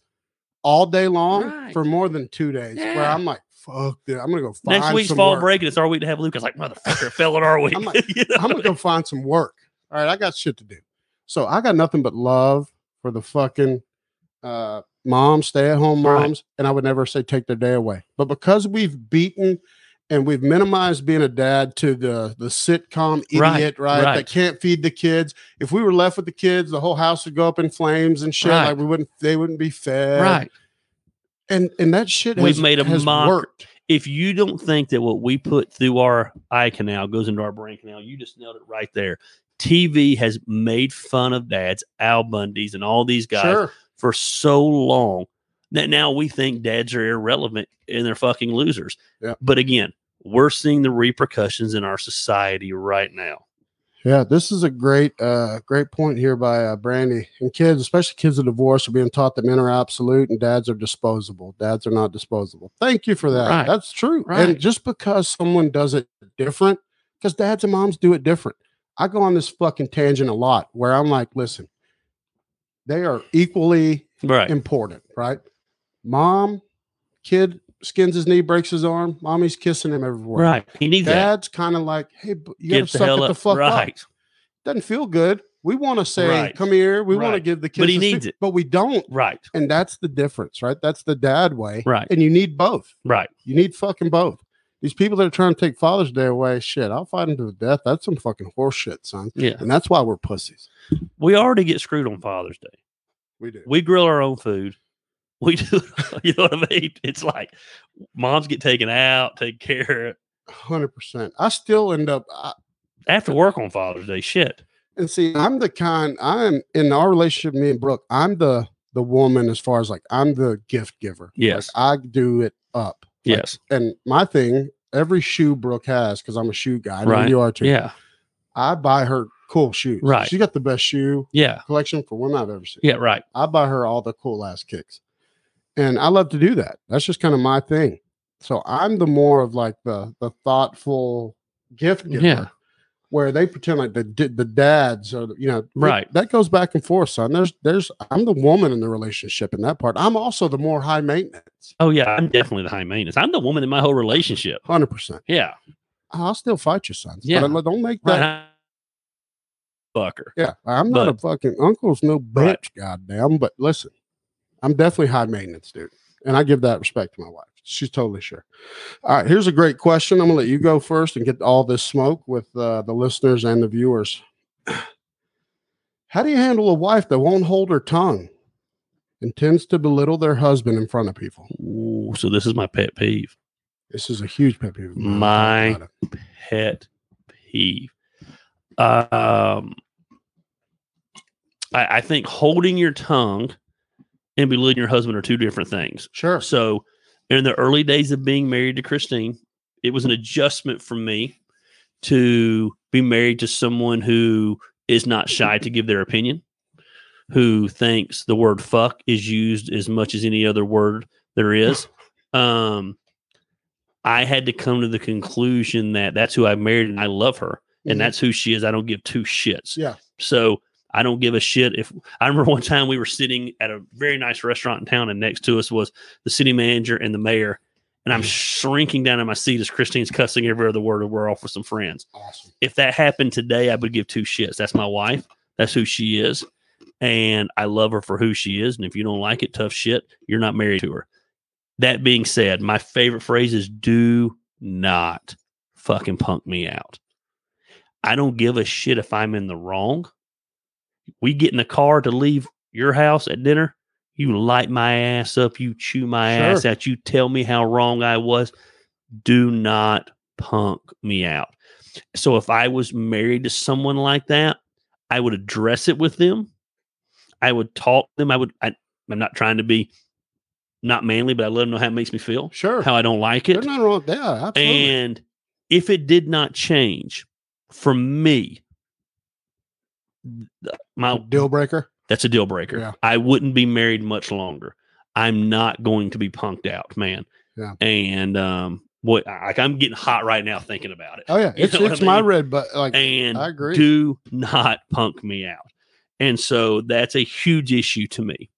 [SPEAKER 2] all day long
[SPEAKER 1] Right.
[SPEAKER 2] for more than two days. Where
[SPEAKER 1] Yeah.
[SPEAKER 2] I'm like, fuck, dude, I'm gonna go find
[SPEAKER 1] Next week's
[SPEAKER 2] some
[SPEAKER 1] fall
[SPEAKER 2] work.
[SPEAKER 1] break, and it's our week to have Luke. I was like, motherfucker, it fell in our week.
[SPEAKER 2] I'm like,
[SPEAKER 1] You know?
[SPEAKER 2] I'm gonna go find some work. All right, I got shit to do. So I got nothing but love for the fucking uh moms, stay-at-home
[SPEAKER 1] Right.
[SPEAKER 2] moms, and I would never say take their day away. But because we've beaten and we've minimized being a dad to the the sitcom
[SPEAKER 1] Right,
[SPEAKER 2] idiot, right?
[SPEAKER 1] right.
[SPEAKER 2] That can't feed the kids. If we were left with the kids, the whole house would go up in flames and shit.
[SPEAKER 1] Right.
[SPEAKER 2] Like we wouldn't, they wouldn't be fed,
[SPEAKER 1] right.
[SPEAKER 2] And and that shit
[SPEAKER 1] We've
[SPEAKER 2] has,
[SPEAKER 1] made a
[SPEAKER 2] has
[SPEAKER 1] mock-
[SPEAKER 2] worked.
[SPEAKER 1] If you don't think that what we put through our eye canal goes into our brain canal, you just nailed it right there. TV has made fun of dads, Al Bundy's, and all these guys.
[SPEAKER 2] Sure,
[SPEAKER 1] for so long that now we think dads are irrelevant and they're fucking losers.
[SPEAKER 2] Yeah.
[SPEAKER 1] But again, we're seeing the repercussions in our society right now.
[SPEAKER 2] Yeah, this is a great, uh, great point here by uh, Brandy and kids, especially kids of divorce, are being taught that men are absolute and dads are disposable. Dads are not disposable. Thank you for that.
[SPEAKER 1] Right.
[SPEAKER 2] That's true.
[SPEAKER 1] Right.
[SPEAKER 2] And just because someone does it different, because dads and moms do it different. I go on this fucking tangent a lot where I'm like, listen, they are equally
[SPEAKER 1] Right.
[SPEAKER 2] important, right? Mom, kid skins his knee, breaks his arm. Mommy's kissing him everywhere.
[SPEAKER 1] Right. He needs that.
[SPEAKER 2] Dad's kind of like, hey, b- you gotta suck it the fuck up
[SPEAKER 1] Right.
[SPEAKER 2] doesn't feel good. We want to say,
[SPEAKER 1] Right.
[SPEAKER 2] come here. We want to
[SPEAKER 1] Right.
[SPEAKER 2] give the kids,
[SPEAKER 1] But he
[SPEAKER 2] a stick,"
[SPEAKER 1] needs it.
[SPEAKER 2] but we don't.
[SPEAKER 1] Right.
[SPEAKER 2] And that's the difference, right? That's the dad way.
[SPEAKER 1] Right.
[SPEAKER 2] And you need both.
[SPEAKER 1] Right.
[SPEAKER 2] You need fucking both. These people that are trying to take Father's Day away, shit, I'll fight them to the death. That's some fucking horse shit, son.
[SPEAKER 1] Yeah.
[SPEAKER 2] And that's why we're pussies.
[SPEAKER 1] We already get screwed on Father's Day.
[SPEAKER 2] We do.
[SPEAKER 1] We grill our own food. We do, you know what I mean? It's like moms get taken out, take care of.
[SPEAKER 2] 100%. I still end up, I,
[SPEAKER 1] After work on Father's Day, shit.
[SPEAKER 2] and see, I'm the kind, I'm in our relationship, me and Brooke, I'm the, the woman as far as like, I'm the gift giver.
[SPEAKER 1] Yes.
[SPEAKER 2] Like, I do it up. Like,
[SPEAKER 1] yes.
[SPEAKER 2] and my thing, every shoe Brooke has, because I'm a shoe guy, I know
[SPEAKER 1] Right.
[SPEAKER 2] you are too.
[SPEAKER 1] Yeah.
[SPEAKER 2] I buy her cool shoes.
[SPEAKER 1] Right.
[SPEAKER 2] She got the best shoe
[SPEAKER 1] Yeah.
[SPEAKER 2] collection for women I've ever seen.
[SPEAKER 1] Yeah. Right.
[SPEAKER 2] I buy her all the cool ass kicks. And I love to do that. That's just kind of my thing. So I'm the more of like the the thoughtful gift giver
[SPEAKER 1] Yeah.
[SPEAKER 2] where they pretend like the d- the dads are the- you know
[SPEAKER 1] Right.
[SPEAKER 2] that goes back and forth son there's there's I'm the woman in the relationship in that part I'm also the more high maintenance
[SPEAKER 1] Oh, yeah. I'm definitely the high maintenance. I'm the woman in my whole relationship.
[SPEAKER 2] 100%
[SPEAKER 1] Yeah.
[SPEAKER 2] I'll still fight you son
[SPEAKER 1] Yeah.
[SPEAKER 2] but I'm like, don't make that
[SPEAKER 1] Right. Fucker.
[SPEAKER 2] Yeah, I'm not a fucking uncle's no bitch,
[SPEAKER 1] Right.
[SPEAKER 2] goddamn. But listen, I'm definitely high maintenance, dude, and I give that respect to my wife. She's totally sure. All right, here's a great question. I'm gonna let you go first and get all this smoke with uh, the listeners and the viewers. How do you handle a wife that won't hold her tongue and tends to belittle their husband in front of people?
[SPEAKER 1] Ooh, so this is my pet peeve.
[SPEAKER 2] This is a huge pet peeve. of mine.
[SPEAKER 1] My-
[SPEAKER 2] About it.
[SPEAKER 1] Pet peeve. Um, I, I think holding your tongue and belittling your husband are two different things.
[SPEAKER 2] sure.
[SPEAKER 1] So, in the early days of being married to Christine, it was an adjustment for me to be married to someone who is not shy to give their opinion, who thinks the word fuck is used as much as any other word there is. Um, I had to come to the conclusion that that's who I married and I love her and that's who she is. I don't give two shits.
[SPEAKER 2] Mm-hmm. Yeah.
[SPEAKER 1] So I don't give a shit if I remember one time we were sitting at a very nice restaurant in town, and next to us was the city manager and the mayor. And I'm shrinking down in my seat as Christine's cussing every other word, and we're off with some friends.
[SPEAKER 2] awesome.
[SPEAKER 1] If that happened today, I would give two shits. That's my wife. That's who she is. And I love her for who she is. And if you don't like it, tough shit, you're not married to her. That being said, my favorite phrase is do not fucking punk me out. I don't give a shit if I'm in the wrong. We get in the car to leave your house at dinner. You light my ass up. You chew my
[SPEAKER 2] Sure.
[SPEAKER 1] ass out. You tell me how wrong I was. Do not punk me out. So if I was married to someone like that, I would address it with them. I would talk to them. I would. I, I'm not trying to be not manly, but I let them know how it makes me feel,
[SPEAKER 2] Sure.
[SPEAKER 1] how I don't like it.
[SPEAKER 2] There's nothing wrong with that. Absolutely.
[SPEAKER 1] And if it did not change for me, th- my
[SPEAKER 2] Deal breaker.
[SPEAKER 1] that's a deal breaker.
[SPEAKER 2] Yeah.
[SPEAKER 1] I wouldn't be married much longer. I'm not going to be punked out, man.
[SPEAKER 2] Yeah.
[SPEAKER 1] And um, boy, I, like, I'm getting hot right now thinking about it.
[SPEAKER 2] Oh yeah,
[SPEAKER 1] You
[SPEAKER 2] it's
[SPEAKER 1] know what
[SPEAKER 2] it's
[SPEAKER 1] I
[SPEAKER 2] my
[SPEAKER 1] mean?
[SPEAKER 2] red, but like
[SPEAKER 1] And
[SPEAKER 2] I agree.
[SPEAKER 1] do not punk me out. And so that's a huge issue to me.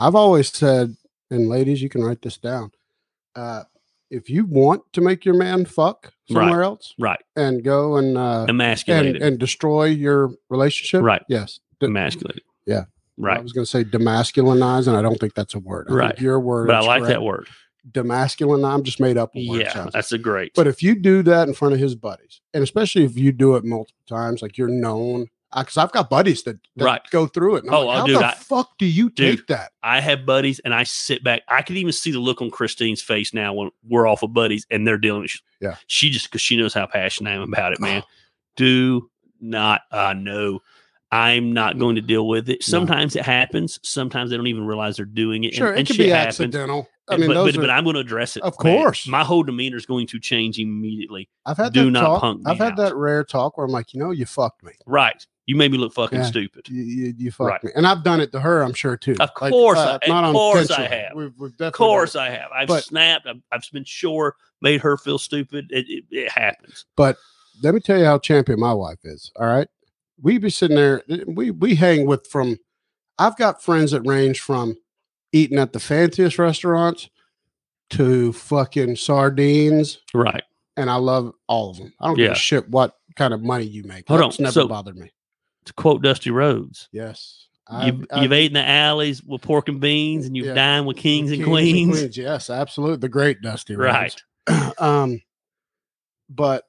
[SPEAKER 2] I've always said, and ladies, you can write this down. Uh, if you want to make your man fuck
[SPEAKER 1] Right.
[SPEAKER 2] somewhere else,
[SPEAKER 1] Right.
[SPEAKER 2] and go and uh, and,
[SPEAKER 1] Emasculated.
[SPEAKER 2] and destroy your relationship,
[SPEAKER 1] Right.
[SPEAKER 2] Yes, De-
[SPEAKER 1] Emasculated.
[SPEAKER 2] Yeah. I
[SPEAKER 1] Right.
[SPEAKER 2] was going to say demasculinize, and I don't think that's a word. I think
[SPEAKER 1] Right.
[SPEAKER 2] your word,
[SPEAKER 1] But I
[SPEAKER 2] is
[SPEAKER 1] like that
[SPEAKER 2] correct.
[SPEAKER 1] word.
[SPEAKER 2] Demasculine. I'm just made up. A word,
[SPEAKER 1] Yeah.
[SPEAKER 2] sounds-
[SPEAKER 1] That's a great.
[SPEAKER 2] But if you do that in front of his buddies, and especially if you do it multiple times, like you're known, because I've got buddies that, that
[SPEAKER 1] Right.
[SPEAKER 2] go through it. And I'm
[SPEAKER 1] Oh,
[SPEAKER 2] like,
[SPEAKER 1] oh,
[SPEAKER 2] how
[SPEAKER 1] dude,
[SPEAKER 2] the
[SPEAKER 1] I-
[SPEAKER 2] fuck do you
[SPEAKER 1] Dude.
[SPEAKER 2] take that?
[SPEAKER 1] I have buddies and I sit back. I could even see the look on Christine's face now when we're off of buddies and they're dealing with
[SPEAKER 2] Yeah.
[SPEAKER 1] She just because she knows how passionate I am about it, man. Do not uh no. I'm not going to deal with it.
[SPEAKER 2] No.
[SPEAKER 1] Sometimes it happens. Sometimes they don't even realize they're doing it. and-
[SPEAKER 2] Sure,
[SPEAKER 1] and,
[SPEAKER 2] it could
[SPEAKER 1] shit
[SPEAKER 2] be
[SPEAKER 1] happens.
[SPEAKER 2] accidental. I
[SPEAKER 1] And-
[SPEAKER 2] mean,
[SPEAKER 1] but,
[SPEAKER 2] those
[SPEAKER 1] but,
[SPEAKER 2] are-
[SPEAKER 1] but I'm going to address it.
[SPEAKER 2] Of
[SPEAKER 1] man.
[SPEAKER 2] course.
[SPEAKER 1] my whole demeanor is going to change immediately.
[SPEAKER 2] I've had
[SPEAKER 1] do
[SPEAKER 2] that
[SPEAKER 1] not
[SPEAKER 2] talk.
[SPEAKER 1] punk me
[SPEAKER 2] I've had
[SPEAKER 1] out.
[SPEAKER 2] that rare talk where I'm like, you know, you fucked me.
[SPEAKER 1] Right? You made me look fucking
[SPEAKER 2] Yeah.
[SPEAKER 1] stupid.
[SPEAKER 2] You, you, you fucked
[SPEAKER 1] Right.
[SPEAKER 2] me, and I've done it to her. I'm sure too.
[SPEAKER 1] Of course I- of course I
[SPEAKER 2] intentionally.
[SPEAKER 1] have.
[SPEAKER 2] We've, we've
[SPEAKER 1] Of
[SPEAKER 2] definitely done
[SPEAKER 1] course,
[SPEAKER 2] it.
[SPEAKER 1] I have. I've
[SPEAKER 2] But-
[SPEAKER 1] snapped. I've, I've been sure made her feel stupid. It, it, it happens.
[SPEAKER 2] Let me tell you how champion my wife is. All right, we be sitting there. eh, We we hang with from. I've got friends that range from eating at the fanciest restaurants to fucking sardines,
[SPEAKER 1] Right.
[SPEAKER 2] and I love all of them. I don't give
[SPEAKER 1] Yeah.
[SPEAKER 2] a shit what kind of money you make.
[SPEAKER 1] Hold on,
[SPEAKER 2] That's never
[SPEAKER 1] so-
[SPEAKER 2] bothered me.
[SPEAKER 1] to quote Dusty Rhodes,
[SPEAKER 2] Yes,
[SPEAKER 1] you've, you've ate in the alleys with pork and beans, and you've
[SPEAKER 2] Yeah.
[SPEAKER 1] dined with kings, and
[SPEAKER 2] Kings
[SPEAKER 1] queens.
[SPEAKER 2] Yes, absolutely. The great Dusty
[SPEAKER 1] Right.
[SPEAKER 2] Rhodes. um, but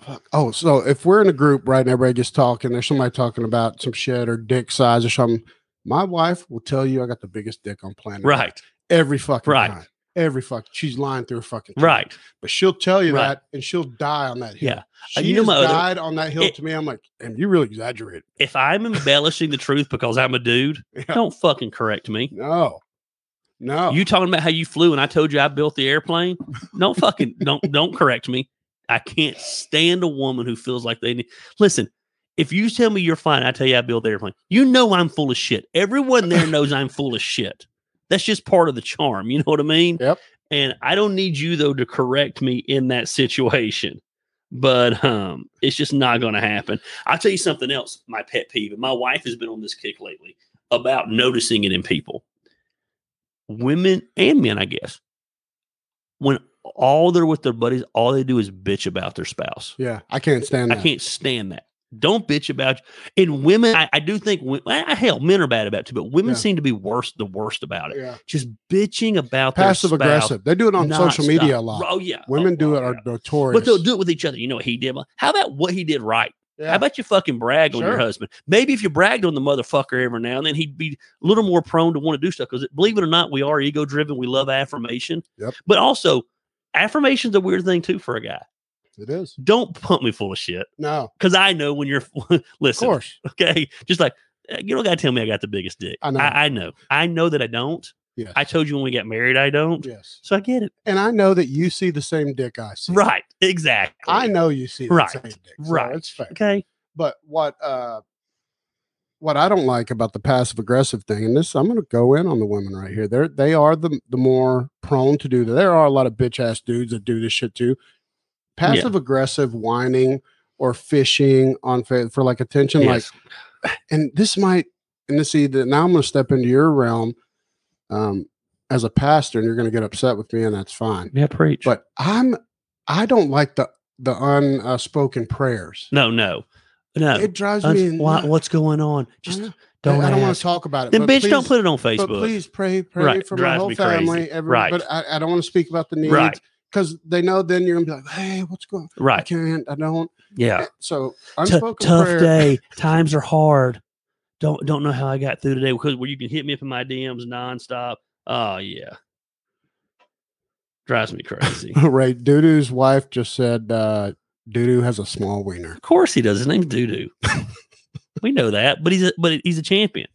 [SPEAKER 2] fuck. oh, so if we're in a group, right, and everybody gets talking, there's somebody talking about some shit or dick size or something. My wife will tell you I got the biggest dick on planet. Earth
[SPEAKER 1] Right.
[SPEAKER 2] Every fucking
[SPEAKER 1] Right.
[SPEAKER 2] time. Every fuck. She's lying through her fucking teeth.
[SPEAKER 1] Right.
[SPEAKER 2] But she'll tell you
[SPEAKER 1] Right.
[SPEAKER 2] that and she'll die on that hill.
[SPEAKER 1] Yeah. Uh,
[SPEAKER 2] She
[SPEAKER 1] you know
[SPEAKER 2] has
[SPEAKER 1] my other-
[SPEAKER 2] died on that hill
[SPEAKER 1] It-
[SPEAKER 2] to me. I'm like, and you really exaggerated.
[SPEAKER 1] If I'm embellishing the truth because I'm a dude,
[SPEAKER 2] Yeah.
[SPEAKER 1] don't fucking correct me.
[SPEAKER 2] No. No.
[SPEAKER 1] You talking about how you flew and I told you I built the airplane? Don't fucking don't don't correct me. I can't stand a woman who feels like they need listen. If you tell me you're fine, I tell you I built the airplane. You know I'm full of shit. Everyone there knows I'm full of shit. That's just part of the charm. You know what I mean?
[SPEAKER 2] Yep.
[SPEAKER 1] And I don't need you though to correct me in that situation. But um, it's just not gonna happen. I'll tell you something else, my pet peeve, and my wife has been on this kick lately about noticing it in people. Women and men, I guess. When all they're with their buddies, all they do is bitch about their spouse.
[SPEAKER 2] yeah. I can't stand
[SPEAKER 1] I
[SPEAKER 2] that.
[SPEAKER 1] can't stand that. Don't bitch about you. And women, I, I do think, wo- I, I- hell, men are bad about it too, but women
[SPEAKER 2] Yeah.
[SPEAKER 1] seem to be worse, the worst about it.
[SPEAKER 2] Yeah.
[SPEAKER 1] Just bitching about their
[SPEAKER 2] Passive
[SPEAKER 1] spouse
[SPEAKER 2] aggressive. They do it on social
[SPEAKER 1] nonstop.
[SPEAKER 2] media a lot.
[SPEAKER 1] Oh yeah,
[SPEAKER 2] Women
[SPEAKER 1] Oh,
[SPEAKER 2] do
[SPEAKER 1] wow,
[SPEAKER 2] it are
[SPEAKER 1] yeah.
[SPEAKER 2] notorious.
[SPEAKER 1] but they'll do it with each other. You know what he did? How about what he did right?
[SPEAKER 2] Yeah.
[SPEAKER 1] How about you fucking brag on your
[SPEAKER 2] Sure.
[SPEAKER 1] husband? Maybe if you bragged on the motherfucker every now and then, he'd be a little more prone to want to do stuff. Because believe it or not, we are ego driven. We love affirmation.
[SPEAKER 2] Yep.
[SPEAKER 1] But also, affirmation's a weird thing too for a guy.
[SPEAKER 2] it is.
[SPEAKER 1] Don't pump me full of shit
[SPEAKER 2] No,
[SPEAKER 1] because I know when you're
[SPEAKER 2] of
[SPEAKER 1] listen.
[SPEAKER 2] course.
[SPEAKER 1] Okay, just like uh, you don't got to tell me I got the biggest dick.
[SPEAKER 2] I know.
[SPEAKER 1] I, I know. I know that I don't.
[SPEAKER 2] Yes.
[SPEAKER 1] I told you when we got married, I don't.
[SPEAKER 2] yes.
[SPEAKER 1] So I get it.
[SPEAKER 2] And I know that you see the same dick I see.
[SPEAKER 1] Right. Exactly.
[SPEAKER 2] I know you see the
[SPEAKER 1] Right.
[SPEAKER 2] same dick. so
[SPEAKER 1] Right.
[SPEAKER 2] It's fair.
[SPEAKER 1] Okay.
[SPEAKER 2] But what uh what I don't like about the passive aggressive thing, and this I'm gonna go in on the women right here. They're they are the the more prone to do that. There are a lot of bitch ass dudes that do this shit too. Passive aggressive whining or fishing on fa- for like attention, like
[SPEAKER 1] Yes.
[SPEAKER 2] and this might and this either now I'm going to step into your realm um, as a pastor, and you're going to get upset with me, and that's fine.
[SPEAKER 1] yeah. Preach.
[SPEAKER 2] But I'm I don't like the the unspoken prayers.
[SPEAKER 1] no. No. No.
[SPEAKER 2] It drives
[SPEAKER 1] Uns-
[SPEAKER 2] me.
[SPEAKER 1] why,
[SPEAKER 2] nuts.
[SPEAKER 1] what's going on?
[SPEAKER 2] I
[SPEAKER 1] Just
[SPEAKER 2] know.
[SPEAKER 1] don't.
[SPEAKER 2] Uh-huh. I, I don't want
[SPEAKER 1] ask.
[SPEAKER 2] to talk about it.
[SPEAKER 1] Then,
[SPEAKER 2] but
[SPEAKER 1] bitch, don't
[SPEAKER 2] please-
[SPEAKER 1] put it on
[SPEAKER 2] But
[SPEAKER 1] Facebook.
[SPEAKER 2] please pray, pray
[SPEAKER 1] Right,
[SPEAKER 2] for my
[SPEAKER 1] drives
[SPEAKER 2] whole
[SPEAKER 1] me crazy.
[SPEAKER 2] family. Every,
[SPEAKER 1] Right.
[SPEAKER 2] But I, I don't want to speak about the needs
[SPEAKER 1] Right.
[SPEAKER 2] because they know then you're gonna be like, hey, what's going? on? I
[SPEAKER 1] Right.
[SPEAKER 2] can't. I don't.
[SPEAKER 1] Yeah.
[SPEAKER 2] So
[SPEAKER 1] T-
[SPEAKER 2] unspoken
[SPEAKER 1] tough
[SPEAKER 2] prayer.
[SPEAKER 1] day. Times are hard. Don't don't know how I got through today because where you can hit me up in my DMs nonstop. Oh yeah. Drives me crazy. of
[SPEAKER 2] right. Doodoo's wife just said, uh, Doodoo has a small wiener.
[SPEAKER 1] course he does. His name's Doodoo. we know that, but he's a, but he's a champion.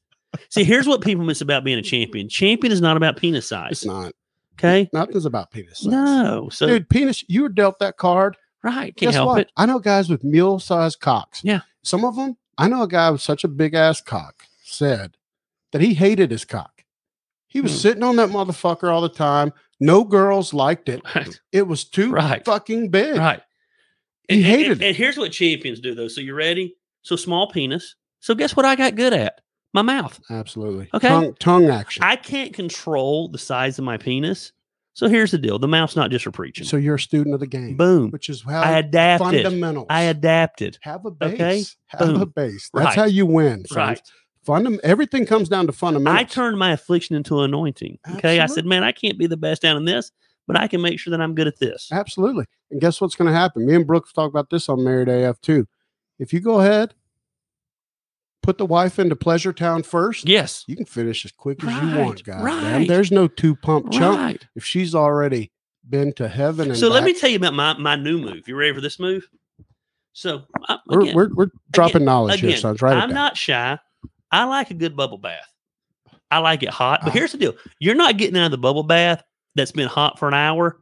[SPEAKER 1] See, here's what people miss about being a champion. Champion is not about penis
[SPEAKER 2] It's
[SPEAKER 1] size.
[SPEAKER 2] not.
[SPEAKER 1] Okay.
[SPEAKER 2] Nothing's about penis size.
[SPEAKER 1] No. So
[SPEAKER 2] Dude, penis, you were dealt that card.
[SPEAKER 1] right. Can't
[SPEAKER 2] Guess
[SPEAKER 1] help
[SPEAKER 2] what?
[SPEAKER 1] it.
[SPEAKER 2] I know guys with mule sized cocks.
[SPEAKER 1] Yeah.
[SPEAKER 2] Some of them, I know a guy with such a big ass cock said that he hated his cock. He was
[SPEAKER 1] Hmm.
[SPEAKER 2] sitting on that motherfucker all the time. No girls liked it. It was too
[SPEAKER 1] right.
[SPEAKER 2] fucking big.
[SPEAKER 1] Right.
[SPEAKER 2] He
[SPEAKER 1] and, and-
[SPEAKER 2] hated
[SPEAKER 1] and,
[SPEAKER 2] it.
[SPEAKER 1] and here's what champions do, though. So you ready? So small penis. So guess what I got good at? My mouth.
[SPEAKER 2] Absolutely.
[SPEAKER 1] Okay.
[SPEAKER 2] Tongue, tongue action.
[SPEAKER 1] I can't control the size of my penis. So here's the deal: the mouth's not just for preaching.
[SPEAKER 2] so you're a student of the game,
[SPEAKER 1] boom.
[SPEAKER 2] which is how
[SPEAKER 1] I adapted.
[SPEAKER 2] fundamentals.
[SPEAKER 1] I adapted.
[SPEAKER 2] have a base.
[SPEAKER 1] Okay.
[SPEAKER 2] Have a
[SPEAKER 1] Boom.
[SPEAKER 2] base. That's
[SPEAKER 1] Right.
[SPEAKER 2] how you win. Sons.
[SPEAKER 1] Right.
[SPEAKER 2] Fundam- everything comes down to fundamentals.
[SPEAKER 1] I turned my affliction into anointing. Okay. I said,
[SPEAKER 2] Absolutely.
[SPEAKER 1] man, I can't be the best down in this, but I can make sure that I'm good at this.
[SPEAKER 2] Absolutely. And guess what's going to happen? Me and Brooks talk about this on Married AF too. If you go ahead, put the wife into Pleasure Town first,
[SPEAKER 1] Yes.
[SPEAKER 2] you can finish as quick as you
[SPEAKER 1] Right,
[SPEAKER 2] want, guys.
[SPEAKER 1] right.
[SPEAKER 2] There's no two pump chump.
[SPEAKER 1] Right.
[SPEAKER 2] If she's already been to heaven and
[SPEAKER 1] So let me
[SPEAKER 2] back,
[SPEAKER 1] tell you about my my new move. You ready for this move? So I,
[SPEAKER 2] we're,
[SPEAKER 1] again,
[SPEAKER 2] we're, we're dropping knowledge here,
[SPEAKER 1] again,
[SPEAKER 2] sons. Right?
[SPEAKER 1] I'm not shy. I like a good bubble bath. I like it hot. But
[SPEAKER 2] Ah.
[SPEAKER 1] here's the deal: you're not getting out of the bubble bath that's been hot for an hour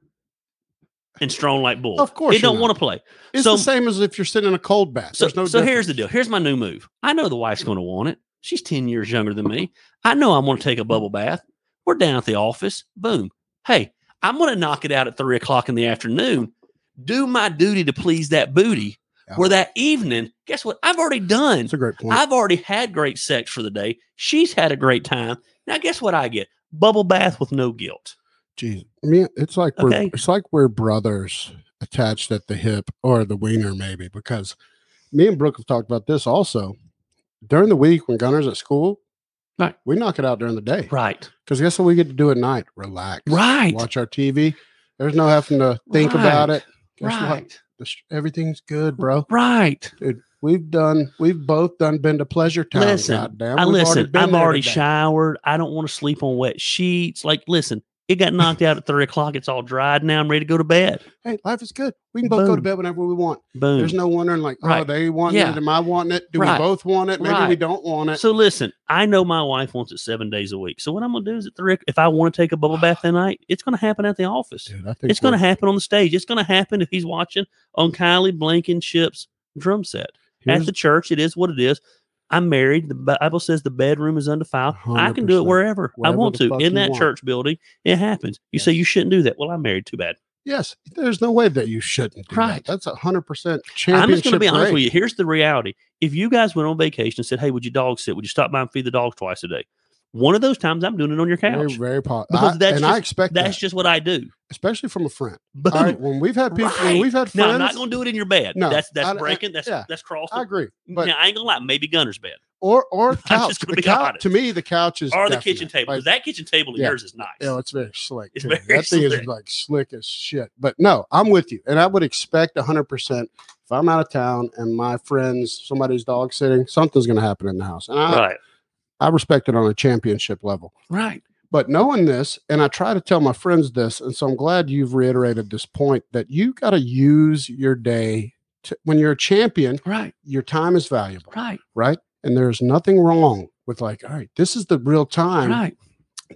[SPEAKER 1] and strong like bull.
[SPEAKER 2] Of course
[SPEAKER 1] it don't
[SPEAKER 2] you're
[SPEAKER 1] want to play.
[SPEAKER 2] It's
[SPEAKER 1] so-
[SPEAKER 2] the same as if you're sitting in a cold bath.
[SPEAKER 1] So,
[SPEAKER 2] There's no
[SPEAKER 1] so here's the deal.
[SPEAKER 2] difference.
[SPEAKER 1] Here's my new move. I know the wife's going to want it. She's ten years younger than me. I know I'm going to take a bubble bath. We're down at the office. Boom. Hey, I'm going to knock it out at three o'clock in the afternoon. Do my duty to please that booty.
[SPEAKER 2] Yeah.
[SPEAKER 1] Where that evening, guess what? I've already done.
[SPEAKER 2] That's a great point.
[SPEAKER 1] I've already had great sex for the day. She's had a great time. Now guess what I get? Bubble bath with no guilt.
[SPEAKER 2] Jeez, me, it's like we're
[SPEAKER 1] Okay.
[SPEAKER 2] it's like we're brothers attached at the hip or the wiener, maybe because me and Brooke have talked about this also during the week when Gunner's at school.
[SPEAKER 1] Right.
[SPEAKER 2] we knock it out during the day
[SPEAKER 1] Right.
[SPEAKER 2] because guess what we get to do at night? Relax,
[SPEAKER 1] Right.
[SPEAKER 2] Watch our TV. There's no having to think about
[SPEAKER 1] Right.
[SPEAKER 2] it. Guess what?
[SPEAKER 1] Right.
[SPEAKER 2] The sh- everything's good, bro.
[SPEAKER 1] Right.
[SPEAKER 2] We've done. We've both done been to pleasure town.
[SPEAKER 1] Listen,
[SPEAKER 2] goddamn.
[SPEAKER 1] I
[SPEAKER 2] We've already
[SPEAKER 1] listen.
[SPEAKER 2] been
[SPEAKER 1] I've
[SPEAKER 2] there
[SPEAKER 1] already
[SPEAKER 2] today.
[SPEAKER 1] showered. I don't want to sleep on wet sheets. Like, listen, it got knocked out at three o'clock. It's all dried now. I'm ready to go to bed.
[SPEAKER 2] Hey, life is good. We can both go to
[SPEAKER 1] Boom.
[SPEAKER 2] bed whenever we want.
[SPEAKER 1] Boom.
[SPEAKER 2] There's no wondering like, oh,
[SPEAKER 1] Hmm. Right.
[SPEAKER 2] they want
[SPEAKER 1] Yeah.
[SPEAKER 2] it. Am I wanting it? Do
[SPEAKER 1] Right.
[SPEAKER 2] we both want it? Maybe we
[SPEAKER 1] Right.
[SPEAKER 2] don't want it.
[SPEAKER 1] so listen, I know my wife wants it seven days a week. So what I'm gonna do is at three. If I want to take a bubble bath that night, it's gonna happen at the office.
[SPEAKER 2] Dude, I think
[SPEAKER 1] It's going to happen on the stage. It's going to happen if he's watching on Kylie Blankenship's drum set at the church. It is what it is. I'm married. The Bible says the bedroom is undefiled. I can do it
[SPEAKER 2] 100%.
[SPEAKER 1] wherever, I
[SPEAKER 2] Wherever
[SPEAKER 1] want
[SPEAKER 2] the
[SPEAKER 1] to
[SPEAKER 2] fuck you
[SPEAKER 1] in that
[SPEAKER 2] want.
[SPEAKER 1] church building. It happens. You say
[SPEAKER 2] Yes.
[SPEAKER 1] you shouldn't do that. Well, I'm married. Too bad.
[SPEAKER 2] Yes, there's no way that you shouldn't. Do
[SPEAKER 1] Right.
[SPEAKER 2] That. That's a hundred percent
[SPEAKER 1] I'm just
[SPEAKER 2] championship.
[SPEAKER 1] going to be honest
[SPEAKER 2] grade.
[SPEAKER 1] with you. Here's the reality. If you guys went on vacation and said, "Hey, would you dog sit? Would you stop by and feed the dog twice a day?" One of those times, I'm doing it on your
[SPEAKER 2] Very,
[SPEAKER 1] couch.
[SPEAKER 2] very positive.
[SPEAKER 1] Because that's
[SPEAKER 2] and I
[SPEAKER 1] just-
[SPEAKER 2] expect
[SPEAKER 1] That's
[SPEAKER 2] that.
[SPEAKER 1] just what I do.
[SPEAKER 2] especially from a friend.
[SPEAKER 1] Boom.
[SPEAKER 2] All right, when we've had people, when
[SPEAKER 1] Right.
[SPEAKER 2] we've had
[SPEAKER 1] Now I'm
[SPEAKER 2] friends,
[SPEAKER 1] not going to do it in your bed.
[SPEAKER 2] No,
[SPEAKER 1] that's that's
[SPEAKER 2] I- I-
[SPEAKER 1] breaking. That's
[SPEAKER 2] yeah.
[SPEAKER 1] that's crossing.
[SPEAKER 2] I agree. But
[SPEAKER 1] now I ain't gonna lie. Maybe Gunner's bed
[SPEAKER 2] or or couch.
[SPEAKER 1] just gonna
[SPEAKER 2] The
[SPEAKER 1] be
[SPEAKER 2] couch-
[SPEAKER 1] honest.
[SPEAKER 2] to me, the couch is
[SPEAKER 1] or the
[SPEAKER 2] definite.
[SPEAKER 1] kitchen table
[SPEAKER 2] Like,
[SPEAKER 1] because that kitchen table of
[SPEAKER 2] Yeah.
[SPEAKER 1] yours is nice.
[SPEAKER 2] you know, it's very slick.
[SPEAKER 1] It's
[SPEAKER 2] too.
[SPEAKER 1] very
[SPEAKER 2] that thing is
[SPEAKER 1] slick.
[SPEAKER 2] like slick as shit. But no, I'm with you, and I would expect 100 percent if I'm out of town and my friends, somebody's dog sitting, something's going to happen in the house, and I,
[SPEAKER 1] right.
[SPEAKER 2] I respect it on a championship level.
[SPEAKER 1] Right.
[SPEAKER 2] But knowing this, and I try to tell my friends this, and so I'm glad you've reiterated this point that you got to use your day. To, when you're a champion,
[SPEAKER 1] Right.
[SPEAKER 2] your time is valuable,
[SPEAKER 1] Right.
[SPEAKER 2] right? And there's nothing wrong with like, all right, this is the real time
[SPEAKER 1] Right.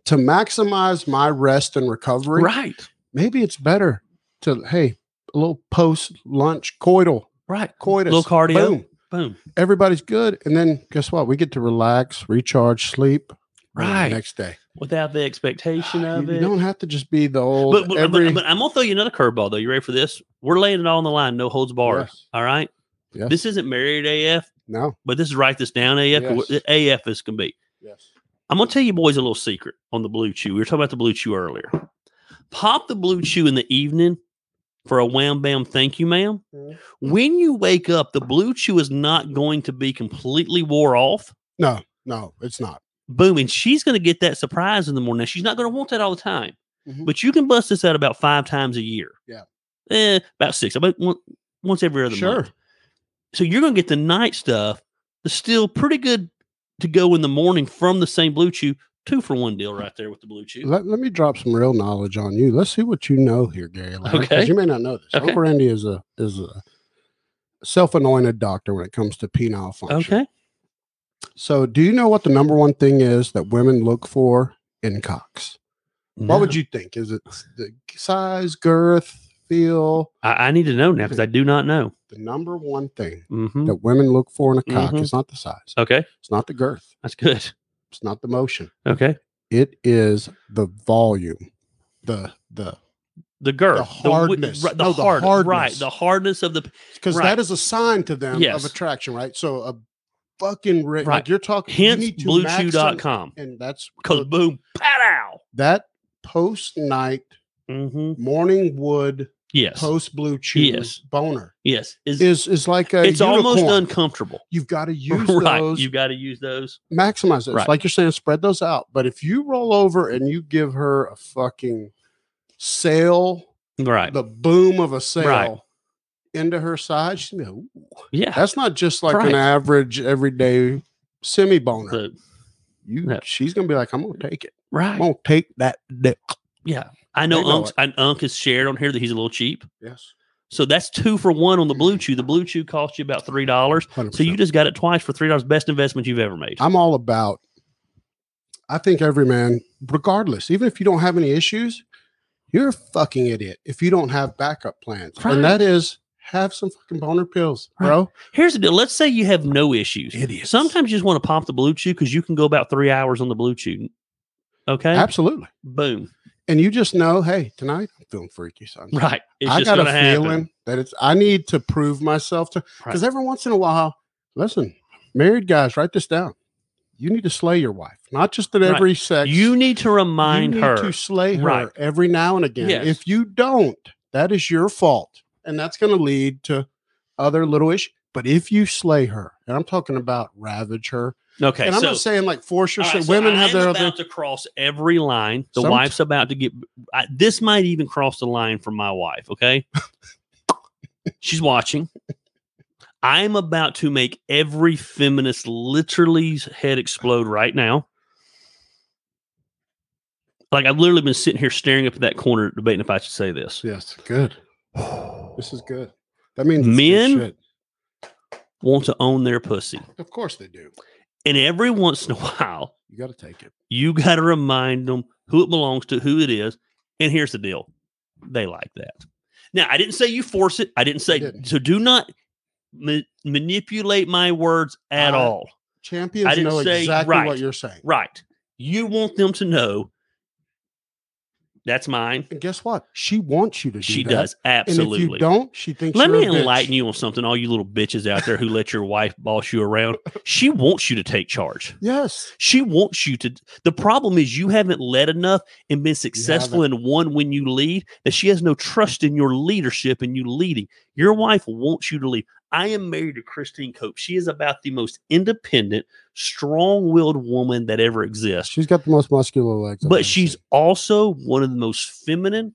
[SPEAKER 2] to maximize my rest and recovery.
[SPEAKER 1] Right.
[SPEAKER 2] Maybe it's better to hey, a little post lunch coital,
[SPEAKER 1] Right.
[SPEAKER 2] coitus,
[SPEAKER 1] Little cardio.
[SPEAKER 2] boom.
[SPEAKER 1] Boom.
[SPEAKER 2] Everybody's good, and then guess what? We get to relax, recharge, sleep. boom, the
[SPEAKER 1] Right.
[SPEAKER 2] next day.
[SPEAKER 1] Without the expectation
[SPEAKER 2] You,
[SPEAKER 1] of
[SPEAKER 2] you
[SPEAKER 1] it.
[SPEAKER 2] don't have to just be the old.
[SPEAKER 1] but, but,
[SPEAKER 2] every,
[SPEAKER 1] but, but I'm gonna throw you another curveball though. You ready for this? We're laying it all on the line, no holds barred.
[SPEAKER 2] Yes.
[SPEAKER 1] All right.
[SPEAKER 2] Yes.
[SPEAKER 1] This isn't married AF,
[SPEAKER 2] no.
[SPEAKER 1] but this is write this down AF. 'cause
[SPEAKER 2] Yes.
[SPEAKER 1] AF as can be.
[SPEAKER 2] Yes.
[SPEAKER 1] I'm gonna tell you boys a little secret on the blue chew. We were talking about the blue chew earlier. Pop the blue chew in the evening for a wham bam thank you, ma'am.
[SPEAKER 2] Mm-hmm.
[SPEAKER 1] When you wake up, the blue chew is not going to be completely wore off.
[SPEAKER 2] No. No. It's not.
[SPEAKER 1] boom, and she's going to get that surprise in the morning. Now, she's not going to want that all the time,
[SPEAKER 2] Mhm.
[SPEAKER 1] but you can bust this out about five times a year.
[SPEAKER 2] Yeah.
[SPEAKER 1] Eh, about six, about one, once every other
[SPEAKER 2] Sure.
[SPEAKER 1] month. So you're going to get the night stuff that's still pretty good to go in the morning from the same blue chew. Two for one deal right there with the blue chew.
[SPEAKER 2] Let, let me drop some real knowledge on you. Let's see what you know here, Gary. Louder, 'cause
[SPEAKER 1] Okay.
[SPEAKER 2] You may not know this.
[SPEAKER 1] Okay.
[SPEAKER 2] Uncle Randy is a is a self anointed doctor when it comes to penile function.
[SPEAKER 1] Okay.
[SPEAKER 2] So, do you know what the number one thing is that women look for in cocks? What would you think? Is it s- the size, girth, feel?
[SPEAKER 1] I, I need to know now because I do not know.
[SPEAKER 2] The number one thing
[SPEAKER 1] hmm
[SPEAKER 2] that women look for in a cock
[SPEAKER 1] Mhm.
[SPEAKER 2] is not the size.
[SPEAKER 1] Okay.
[SPEAKER 2] It's not the girth.
[SPEAKER 1] That's good.
[SPEAKER 2] It's not the motion.
[SPEAKER 1] Okay.
[SPEAKER 2] It is the volume. The the
[SPEAKER 1] The girth, wi-
[SPEAKER 2] hardness.
[SPEAKER 1] right, the,
[SPEAKER 2] No, the
[SPEAKER 1] hard, right?
[SPEAKER 2] hardness.
[SPEAKER 1] The hardness of the
[SPEAKER 2] because
[SPEAKER 1] Right.
[SPEAKER 2] that is a sign to them
[SPEAKER 1] Yes.
[SPEAKER 2] of attraction, right? So a fucking ri-
[SPEAKER 1] Right.
[SPEAKER 2] like you're talking you
[SPEAKER 1] hence
[SPEAKER 2] need to maxim-
[SPEAKER 1] bluechew.com.
[SPEAKER 2] and that's
[SPEAKER 1] Because boom, pow!
[SPEAKER 2] that post night
[SPEAKER 1] Mm-hmm.
[SPEAKER 2] morning wood
[SPEAKER 1] Yes.
[SPEAKER 2] post blue chew
[SPEAKER 1] Yes.
[SPEAKER 2] boner
[SPEAKER 1] yes. Is,
[SPEAKER 2] is is like a
[SPEAKER 1] it's almost
[SPEAKER 2] unicorn.
[SPEAKER 1] uncomfortable.
[SPEAKER 2] You've got to use
[SPEAKER 1] right.
[SPEAKER 2] those,
[SPEAKER 1] You've got to use those.
[SPEAKER 2] maximize those.
[SPEAKER 1] Right.
[SPEAKER 2] Like you're saying, spread those out. But if you roll over and you give her a fucking sail,
[SPEAKER 1] Right.
[SPEAKER 2] the boom of a sail
[SPEAKER 1] Right.
[SPEAKER 2] into her side, she's gonna be like, "Ooh."
[SPEAKER 1] yeah.
[SPEAKER 2] That's not just like
[SPEAKER 1] Right.
[SPEAKER 2] an average everyday semi boner.
[SPEAKER 1] The-
[SPEAKER 2] you,
[SPEAKER 1] Yeah.
[SPEAKER 2] she's gonna be like, I'm gonna take it. I'm
[SPEAKER 1] right.
[SPEAKER 2] gonna take that dick.
[SPEAKER 1] Yeah. I know,
[SPEAKER 2] They know
[SPEAKER 1] Unk's, and Unk has shared on here that he's a little cheap.
[SPEAKER 2] Yes,
[SPEAKER 1] So that's two for one on the
[SPEAKER 2] Mm.
[SPEAKER 1] Blue Chew. The Blue Chew cost you about three dollars.
[SPEAKER 2] hundred
[SPEAKER 1] So you
[SPEAKER 2] percent.
[SPEAKER 1] just got it twice for three dollars. Best investment you've ever made.
[SPEAKER 2] I'm all about. I think every man, regardless, even if you don't have any issues, you're a fucking idiot if you don't have backup plans,
[SPEAKER 1] Right.
[SPEAKER 2] and that is have some fucking boner pills, bro.
[SPEAKER 1] Here's the deal. Let's say you have no issues.
[SPEAKER 2] Idiots.
[SPEAKER 1] Sometimes you just want to pop the Blue Chew because you can go about three hours on the Blue Chew. Okay.
[SPEAKER 2] Absolutely.
[SPEAKER 1] Boom.
[SPEAKER 2] And you just know, hey, tonight I'm feeling freaky, son.
[SPEAKER 1] Right. It's
[SPEAKER 2] I
[SPEAKER 1] just
[SPEAKER 2] got a
[SPEAKER 1] gonna happen.
[SPEAKER 2] feeling that it's I need to prove myself to because
[SPEAKER 1] Right.
[SPEAKER 2] every once in a while, listen, married guys, write this down. You need to slay your wife, not just at
[SPEAKER 1] Right.
[SPEAKER 2] every sex.
[SPEAKER 1] You need to
[SPEAKER 2] You
[SPEAKER 1] remind
[SPEAKER 2] need
[SPEAKER 1] her.
[SPEAKER 2] to slay her
[SPEAKER 1] Right.
[SPEAKER 2] every now and again.
[SPEAKER 1] Yes.
[SPEAKER 2] If you don't, that is your fault, and that's going to lead to other little issues. But if you slay her, and I'm talking about ravage her,
[SPEAKER 1] Okay,
[SPEAKER 2] and I'm
[SPEAKER 1] so,
[SPEAKER 2] not saying like force her.
[SPEAKER 1] all right,
[SPEAKER 2] so
[SPEAKER 1] so
[SPEAKER 2] women
[SPEAKER 1] I
[SPEAKER 2] have
[SPEAKER 1] am
[SPEAKER 2] their other.
[SPEAKER 1] about to cross every line. The
[SPEAKER 2] Somet-
[SPEAKER 1] wife's about to get. I, this might even cross the line from my wife. Okay, she's watching. I'm about to make every feminist literally's head explode right now. Like I've literally been sitting here staring up at that corner, debating if I should say this.
[SPEAKER 2] Yes, good. This is good. That means it's good
[SPEAKER 1] Men
[SPEAKER 2] shit.
[SPEAKER 1] Want to own their pussy,
[SPEAKER 2] Of course they do.
[SPEAKER 1] and every once in a while,
[SPEAKER 2] You got to take it.
[SPEAKER 1] You got to remind them who it belongs to, who it is. And here's the deal they like that. Now, I didn't say you force it. I didn't say,
[SPEAKER 2] didn't.
[SPEAKER 1] so do not ma- manipulate my words at
[SPEAKER 2] I-
[SPEAKER 1] all.
[SPEAKER 2] Champions
[SPEAKER 1] I didn't
[SPEAKER 2] know
[SPEAKER 1] say
[SPEAKER 2] exactly
[SPEAKER 1] right.
[SPEAKER 2] what you're saying.
[SPEAKER 1] Right. You want them to know That's mine.
[SPEAKER 2] And guess what? She wants you to do
[SPEAKER 1] She
[SPEAKER 2] that.
[SPEAKER 1] does. Absolutely.
[SPEAKER 2] And if you don't, she thinks
[SPEAKER 1] Let
[SPEAKER 2] you're
[SPEAKER 1] me
[SPEAKER 2] a bitch.
[SPEAKER 1] enlighten you on something, all you little bitches out there who let your wife boss you around. She wants you to take charge.
[SPEAKER 2] Yes.
[SPEAKER 1] She wants you to. The problem is you haven't led enough and been successful in one when you lead that she has no trust in your leadership and you leading. Your wife wants you to lead. I am married to Christine Cope. She is about the most independent, strong willed woman that ever exists.
[SPEAKER 2] She's got the most muscular legs. I've ever
[SPEAKER 1] But she's
[SPEAKER 2] seen.
[SPEAKER 1] also one of the most feminine,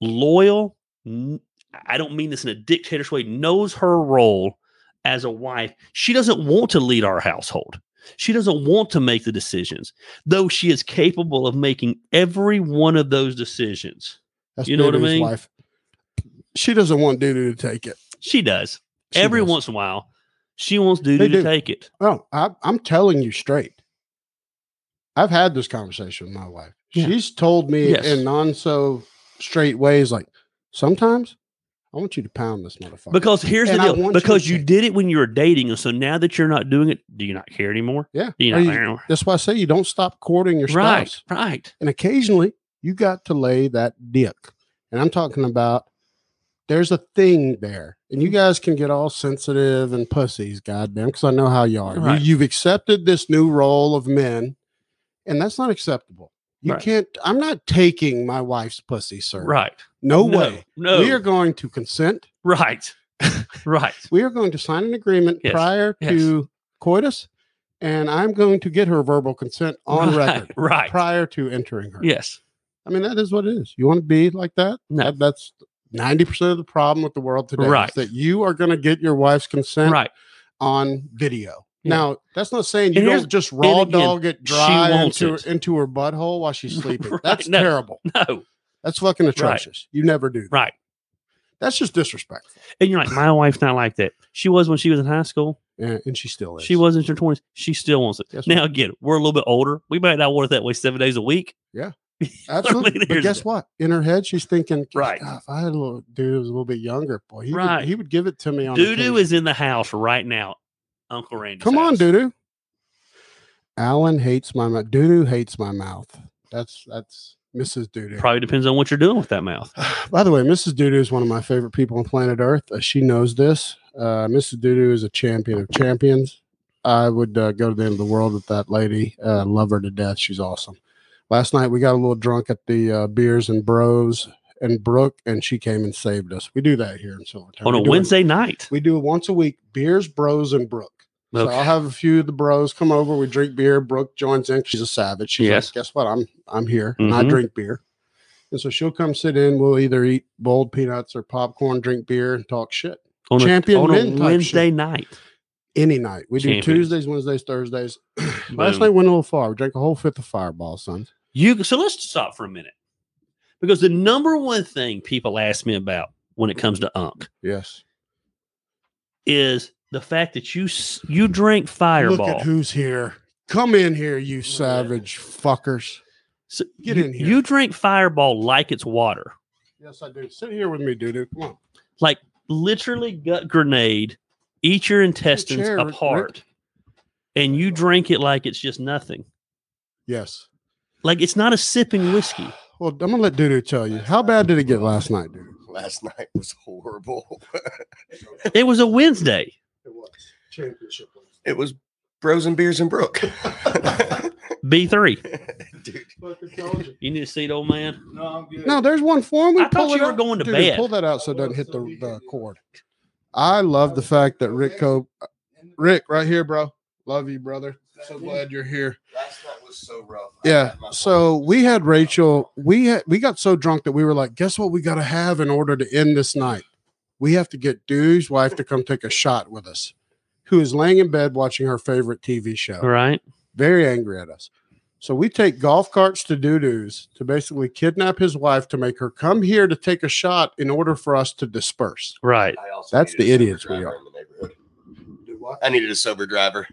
[SPEAKER 1] loyal. n- I don't mean this in a dictator's way, knows her role as a wife. She doesn't want to lead our household. She doesn't want to make the decisions, though she is capable of making every one of those decisions.
[SPEAKER 2] That's
[SPEAKER 1] you know what I
[SPEAKER 2] Doodoo's
[SPEAKER 1] mean?
[SPEAKER 2] Wife. She doesn't want Doodoo to take it.
[SPEAKER 1] She does.
[SPEAKER 2] She
[SPEAKER 1] every
[SPEAKER 2] does.
[SPEAKER 1] once in a while, she wants
[SPEAKER 2] They
[SPEAKER 1] Duty
[SPEAKER 2] do.
[SPEAKER 1] to take it.
[SPEAKER 2] Oh, I, I'm telling you straight. I've had this conversation with my wife.
[SPEAKER 1] Yeah.
[SPEAKER 2] She's told me
[SPEAKER 1] Yes.
[SPEAKER 2] in non so straight ways, like sometimes I want you to pound this motherfucker.
[SPEAKER 1] Because here's
[SPEAKER 2] And I
[SPEAKER 1] the deal.
[SPEAKER 2] want you to
[SPEAKER 1] Because you
[SPEAKER 2] take-
[SPEAKER 1] did it when you were dating, and so now that you're not doing it, do you not care anymore?
[SPEAKER 2] yeah,
[SPEAKER 1] Do you
[SPEAKER 2] Are
[SPEAKER 1] not
[SPEAKER 2] you- that's why I say you don't stop courting your
[SPEAKER 1] right,
[SPEAKER 2] spouse,
[SPEAKER 1] right.
[SPEAKER 2] and occasionally you got to lay that dick. And I'm talking about there's a thing there, and
[SPEAKER 1] Mm.
[SPEAKER 2] you guys can get all sensitive and pussies, goddamn, because I know how you are. You-
[SPEAKER 1] Right.
[SPEAKER 2] you've accepted this new role of men, and that's not acceptable. You
[SPEAKER 1] Right.
[SPEAKER 2] can't. I'm not taking my wife's pussy, sir.
[SPEAKER 1] Right.
[SPEAKER 2] No, way.
[SPEAKER 1] No.
[SPEAKER 2] We are going to consent.
[SPEAKER 1] right. right.
[SPEAKER 2] We are going to sign an agreement
[SPEAKER 1] Yes.
[SPEAKER 2] prior
[SPEAKER 1] Yes.
[SPEAKER 2] to coitus, and I'm going to get her verbal consent on
[SPEAKER 1] right.
[SPEAKER 2] record
[SPEAKER 1] Right.
[SPEAKER 2] prior to entering her.
[SPEAKER 1] Yes.
[SPEAKER 2] I mean, that is what it is. You want to be like that?
[SPEAKER 1] No.
[SPEAKER 2] That- that's 90% of the problem with the world today. is
[SPEAKER 1] Right.
[SPEAKER 2] that you are going to get your wife's consent
[SPEAKER 1] Right.
[SPEAKER 2] on video.
[SPEAKER 1] Yeah.
[SPEAKER 2] Now, that's not saying you
[SPEAKER 1] And here's-
[SPEAKER 2] don't just raw
[SPEAKER 1] again,
[SPEAKER 2] dog it
[SPEAKER 1] she
[SPEAKER 2] dry
[SPEAKER 1] wants
[SPEAKER 2] into,
[SPEAKER 1] it.
[SPEAKER 2] into her butthole while she's sleeping.
[SPEAKER 1] Right,
[SPEAKER 2] That's
[SPEAKER 1] no.
[SPEAKER 2] terrible.
[SPEAKER 1] No.
[SPEAKER 2] That's fucking atrocious. You never do that.
[SPEAKER 1] Right.
[SPEAKER 2] That's just disrespectful.
[SPEAKER 1] And you're like, my wife's not like that. She was when she was in high school.
[SPEAKER 2] And, and she still is.
[SPEAKER 1] She was in her twenties. She still wants it.
[SPEAKER 2] Yes,
[SPEAKER 1] now again, we're a little bit older. We might not want it that way seven days a week.
[SPEAKER 2] Absolutely. But
[SPEAKER 1] Here's
[SPEAKER 2] guess
[SPEAKER 1] the-
[SPEAKER 2] what? In her head, she's thinking,
[SPEAKER 1] Right.
[SPEAKER 2] right. if I had a little dude who was a little bit younger, boy, he,
[SPEAKER 1] Right.
[SPEAKER 2] would, he would give it to me on
[SPEAKER 1] Doo doo
[SPEAKER 2] occasion."
[SPEAKER 1] is in the house right now. Uncle Randy.
[SPEAKER 2] Come on, Doodoo. Alan hates my mouth. Doodoo hates my mouth. That's that's Mrs. Doodoo.
[SPEAKER 1] Probably depends on what you're doing with that mouth.
[SPEAKER 2] By the way, Mrs. Doodoo is one of my favorite people on planet Earth. Uh, she knows this. Uh, Mrs. Doodoo is a champion of champions. I would uh, go to the end of the world with that lady. Uh, love her to death. She's awesome. Last night we got a little drunk at the uh, beers and bros and Brooke, and she came and saved us. We do that here in Silvertown.
[SPEAKER 1] On a
[SPEAKER 2] We do it-
[SPEAKER 1] Wednesday night.
[SPEAKER 2] we do it once a week. Beers, bros, and Brooke. So
[SPEAKER 1] Okay.
[SPEAKER 2] I'll have a few of the bros come over. We drink beer. Brooke joins in. She's a savage. She's
[SPEAKER 1] Yes.
[SPEAKER 2] like, guess what? I'm I'm here and I
[SPEAKER 1] Mhm.
[SPEAKER 2] drink beer. And so she'll come sit in. We'll either eat boiled peanuts or popcorn, drink beer, and talk shit.
[SPEAKER 1] On a,
[SPEAKER 2] champion
[SPEAKER 1] on
[SPEAKER 2] men
[SPEAKER 1] a
[SPEAKER 2] type
[SPEAKER 1] Wednesday night.
[SPEAKER 2] Any night. We do
[SPEAKER 1] Champions.
[SPEAKER 2] Tuesdays, Wednesdays, Thursdays. Last
[SPEAKER 1] Boom.
[SPEAKER 2] night went a little far. We drank a whole fifth of fireball, son.
[SPEAKER 1] You so let's stop for a minute because the number one thing people ask me about when it comes to Unc
[SPEAKER 2] Yes.
[SPEAKER 1] is the fact that you s- you drink
[SPEAKER 2] Look
[SPEAKER 1] Fireball.
[SPEAKER 2] at who's here. Come in here, you savage fuckers.
[SPEAKER 1] So
[SPEAKER 2] Get
[SPEAKER 1] you,
[SPEAKER 2] in here.
[SPEAKER 1] You drink Fireball like it's water,
[SPEAKER 2] Yes, I do. Sit here with me, doo doo. Come on.
[SPEAKER 1] like literally gut grenade, eat your intestines
[SPEAKER 2] chair, Rick.
[SPEAKER 1] apart, and you drink it like it's just nothing.
[SPEAKER 2] Yes.
[SPEAKER 1] Like it's not a sipping whiskey.
[SPEAKER 2] Well, I'm gonna let Doodoo tell you. How bad did it get last night, Doodoo?
[SPEAKER 3] last night was horrible.
[SPEAKER 1] It was a Wednesday.
[SPEAKER 2] It was championship.
[SPEAKER 3] it was Bros and Beers and Brook.
[SPEAKER 1] B three.
[SPEAKER 3] Dude,
[SPEAKER 1] You need a seat, old man.
[SPEAKER 4] No, I'm good.
[SPEAKER 2] No, there's one form. We
[SPEAKER 1] I thought
[SPEAKER 2] pull it
[SPEAKER 1] you were
[SPEAKER 2] out.
[SPEAKER 1] going to
[SPEAKER 2] Dude,
[SPEAKER 1] bed.
[SPEAKER 2] Pull that out so it doesn't hit the, the cord. I love the fact that Rick Cope, Rick, right here, bro. Love you, brother. So glad you're here.
[SPEAKER 3] last night was so rough. I
[SPEAKER 2] Yeah.
[SPEAKER 3] had my-
[SPEAKER 2] So we had Rachel. We had, we got so drunk that we were like, guess what? We got to have in order to end this night. We have to get Doodoo's wife to come take a shot with us, who is laying in bed watching her favorite TV show.
[SPEAKER 1] All right.
[SPEAKER 2] very angry at us. So we take golf carts to doo-doos to basically kidnap his wife to make her come here to take a shot in order for us to disperse.
[SPEAKER 1] Right.
[SPEAKER 3] I also
[SPEAKER 2] That's
[SPEAKER 3] needed
[SPEAKER 2] the
[SPEAKER 3] a
[SPEAKER 2] idiots
[SPEAKER 3] sober
[SPEAKER 2] we
[SPEAKER 3] driver
[SPEAKER 2] are.
[SPEAKER 3] in the neighborhood. I needed a sober driver.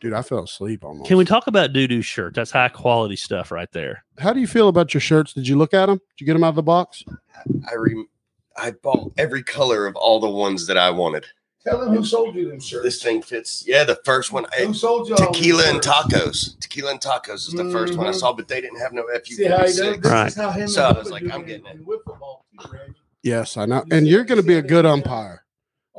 [SPEAKER 2] Dude, I fell asleep almost.
[SPEAKER 1] Can we talk about doo doo shirt? That's high quality stuff right there.
[SPEAKER 2] How do you feel about your shirts? Did you look at them? Did you get them out of the box?
[SPEAKER 3] I re- I bought every color of all the ones that I wanted.
[SPEAKER 4] Tell them who sold you them shirts.
[SPEAKER 3] This thing fits. Yeah, the first one. I-
[SPEAKER 4] who sold you all them
[SPEAKER 3] tequila and
[SPEAKER 4] shirts?
[SPEAKER 3] tacos. Tequila and tacos is the first one I
[SPEAKER 4] Mhm.
[SPEAKER 2] Mm-hmm.
[SPEAKER 3] saw, but they didn't have no FU.
[SPEAKER 4] See how he does? This
[SPEAKER 1] Right.
[SPEAKER 4] is how him
[SPEAKER 3] So I
[SPEAKER 4] and
[SPEAKER 3] was
[SPEAKER 4] Bubba
[SPEAKER 3] like,
[SPEAKER 4] do
[SPEAKER 3] I'm
[SPEAKER 4] it
[SPEAKER 3] getting
[SPEAKER 4] in
[SPEAKER 3] it.
[SPEAKER 4] whip football too, Randy.
[SPEAKER 2] Yes, I know. And you're going to be a good umpire.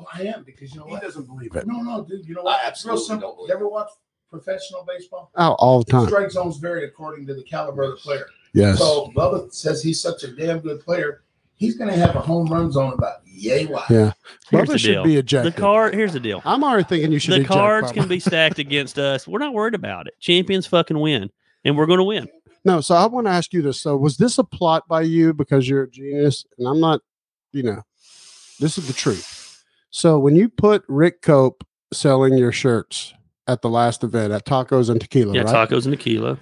[SPEAKER 4] Oh, I am because you know
[SPEAKER 3] He
[SPEAKER 4] what?
[SPEAKER 3] doesn't believe
[SPEAKER 4] No, no, dude. You know what?
[SPEAKER 3] I
[SPEAKER 4] It's real
[SPEAKER 3] absolutely
[SPEAKER 4] simple.
[SPEAKER 3] don't believe
[SPEAKER 4] You ever watch professional baseball?
[SPEAKER 2] Oh, all the time.
[SPEAKER 4] Strike zones vary according to the caliber of the player.
[SPEAKER 2] Yes.
[SPEAKER 4] So Bubba says he's such a damn good player. He's going to have a home run zone about yay wide.
[SPEAKER 2] Yeah.
[SPEAKER 1] Here's the
[SPEAKER 2] Bubba should
[SPEAKER 1] deal.
[SPEAKER 2] be
[SPEAKER 1] The
[SPEAKER 2] ejected.
[SPEAKER 1] card. Here's the deal.
[SPEAKER 2] I'm already thinking you should
[SPEAKER 1] The
[SPEAKER 2] eject
[SPEAKER 1] cards can
[SPEAKER 2] Bubba.
[SPEAKER 1] be stacked against us. We're not worried about it. Champions fucking win, and we're going to win.
[SPEAKER 2] No, so I want to ask you this. So was this a plot by you because you're a genius? And I'm not, you know, this is the truth. So when you put Rick Cope selling your shirts at the last event at tacos and tequila,
[SPEAKER 1] Yeah,
[SPEAKER 2] right?
[SPEAKER 1] tacos and tequila,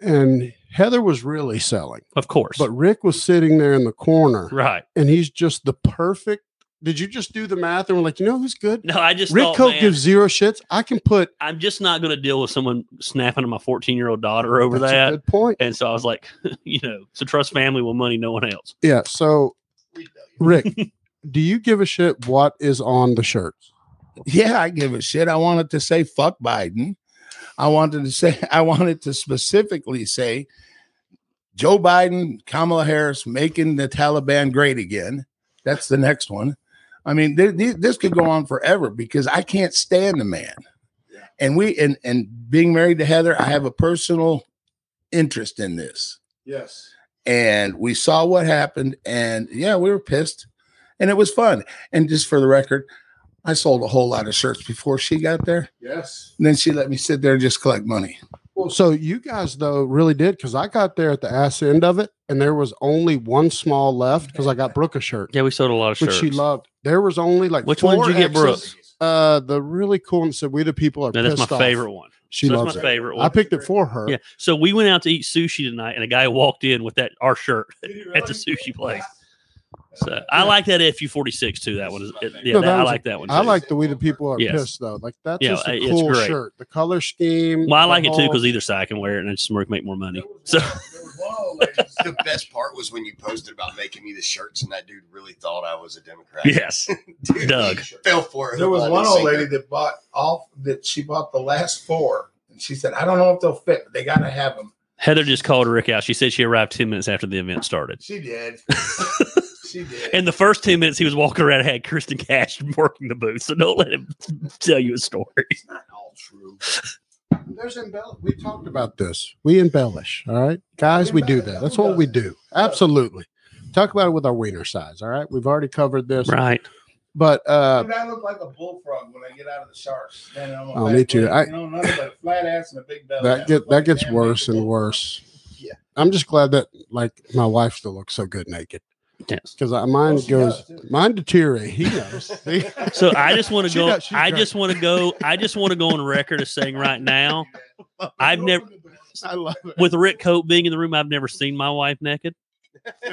[SPEAKER 2] and Heather was really selling,
[SPEAKER 1] of course.
[SPEAKER 2] but Rick was sitting there in the corner
[SPEAKER 1] right?
[SPEAKER 2] and he's just the perfect. Did you just do the math and we're like, you know who's good?
[SPEAKER 1] No, I just
[SPEAKER 2] Rick
[SPEAKER 1] thought,
[SPEAKER 2] Cope
[SPEAKER 1] man,
[SPEAKER 2] gives zero shits. I can put
[SPEAKER 1] I'm just not going to deal with someone snapping at my 14 year old daughter over
[SPEAKER 2] that's
[SPEAKER 1] that.
[SPEAKER 2] a good point.
[SPEAKER 1] And so I was like, you know, so trust family with money, no one else.
[SPEAKER 2] Yeah. So Rick, do you give a shit what is on the shirts?
[SPEAKER 4] Yeah, I give a shit. I wanted to say fuck Biden. I wanted to say I wanted to specifically say Joe Biden, Kamala Harris making the Taliban great again. That's the next one. I mean, th- th- this could go on forever because I can't stand the man. And we and and being married to Heather, I have a personal interest in this.
[SPEAKER 2] Yes.
[SPEAKER 4] And we saw what happened and yeah, we were pissed. And it was fun. And just for the record, I sold a whole lot of shirts before she got there.
[SPEAKER 2] Yes.
[SPEAKER 4] And then she let me sit there and just collect money.
[SPEAKER 2] Well, so you guys though really did because I got there at the ass end of it, and there was only one small left because I got Brooke a shirt,
[SPEAKER 1] Yeah, we sold a lot of
[SPEAKER 2] which
[SPEAKER 1] shirts.
[SPEAKER 2] she loved. There was only like
[SPEAKER 1] Which one
[SPEAKER 2] four
[SPEAKER 1] did you get, Brooke?
[SPEAKER 2] X's. Uh, the really cool one that said "We the People are
[SPEAKER 1] No, that's my
[SPEAKER 2] pissed off."
[SPEAKER 1] favorite one.
[SPEAKER 2] She
[SPEAKER 1] that's
[SPEAKER 2] loves
[SPEAKER 1] my
[SPEAKER 2] it.
[SPEAKER 1] favorite
[SPEAKER 2] I
[SPEAKER 1] one.
[SPEAKER 2] picked it for her.
[SPEAKER 1] Yeah. So we went out to eat sushi tonight, and a guy walked in with that our shirt at the sushi place. So I like that FU forty six too. That one is yeah.
[SPEAKER 2] No,
[SPEAKER 1] that-
[SPEAKER 2] that
[SPEAKER 1] I
[SPEAKER 2] was-
[SPEAKER 1] like that one.
[SPEAKER 2] I
[SPEAKER 1] too.
[SPEAKER 2] like the "We the People are
[SPEAKER 1] Yes.
[SPEAKER 2] pissed" though. Like that's
[SPEAKER 1] Yeah,
[SPEAKER 2] just a
[SPEAKER 1] it's
[SPEAKER 2] cool
[SPEAKER 1] great.
[SPEAKER 2] shirt. The color scheme.
[SPEAKER 1] Well, I
[SPEAKER 2] the
[SPEAKER 1] like it too
[SPEAKER 2] whole-
[SPEAKER 1] because either side can wear it, and I just make make more money. So
[SPEAKER 3] The best part was when you posted about making me the shirts, and that dude really thought I was a Democrat.
[SPEAKER 1] yes,
[SPEAKER 3] Dude,
[SPEAKER 1] Doug.
[SPEAKER 3] fell for it.
[SPEAKER 4] There was
[SPEAKER 3] Line
[SPEAKER 4] one
[SPEAKER 3] is
[SPEAKER 4] old
[SPEAKER 3] sinker.
[SPEAKER 4] lady that bought all that she bought the last four. And she said, I don't know if they'll fit, but they got to have them.
[SPEAKER 1] Heather just called Rick out. She said she arrived ten minutes after the event started.
[SPEAKER 4] She did. she did.
[SPEAKER 1] In the first ten minutes, he was walking around had Kristen Cash working the booth. So don't let him tell you a story.
[SPEAKER 4] it's not all true.
[SPEAKER 2] There's embell- we talked about this. We embellish, all right? Guys, we do that. That's what we do. Absolutely. Talk about it with our wiener size, all right? We've already covered this.
[SPEAKER 1] Right.
[SPEAKER 2] But uh
[SPEAKER 4] Dude, I look like a bullfrog when I get out of the shower. Standing on my
[SPEAKER 2] Oh,
[SPEAKER 4] back
[SPEAKER 2] me too.
[SPEAKER 4] leg,
[SPEAKER 2] I-
[SPEAKER 4] you know, nothing but a flat ass and a big belly. I
[SPEAKER 2] that
[SPEAKER 4] look
[SPEAKER 2] get
[SPEAKER 4] like
[SPEAKER 2] that
[SPEAKER 4] a
[SPEAKER 2] gets
[SPEAKER 4] damn
[SPEAKER 2] worse
[SPEAKER 4] naked
[SPEAKER 2] and
[SPEAKER 4] bullfrog.
[SPEAKER 2] worse.
[SPEAKER 4] Yeah.
[SPEAKER 2] I'm just glad that like my wife still looks so good naked
[SPEAKER 1] Yes.
[SPEAKER 2] because mine
[SPEAKER 4] Oh, she
[SPEAKER 2] goes
[SPEAKER 4] does, too.
[SPEAKER 2] mine deteriorate. He knows. See?
[SPEAKER 1] So I just want to
[SPEAKER 2] She
[SPEAKER 1] go.
[SPEAKER 2] got- she's
[SPEAKER 1] I
[SPEAKER 2] great.
[SPEAKER 1] just want to go. I just want to go on record as saying right now, I've never
[SPEAKER 2] I love it.
[SPEAKER 1] with Rick Cope being in the room, I've never seen my wife naked,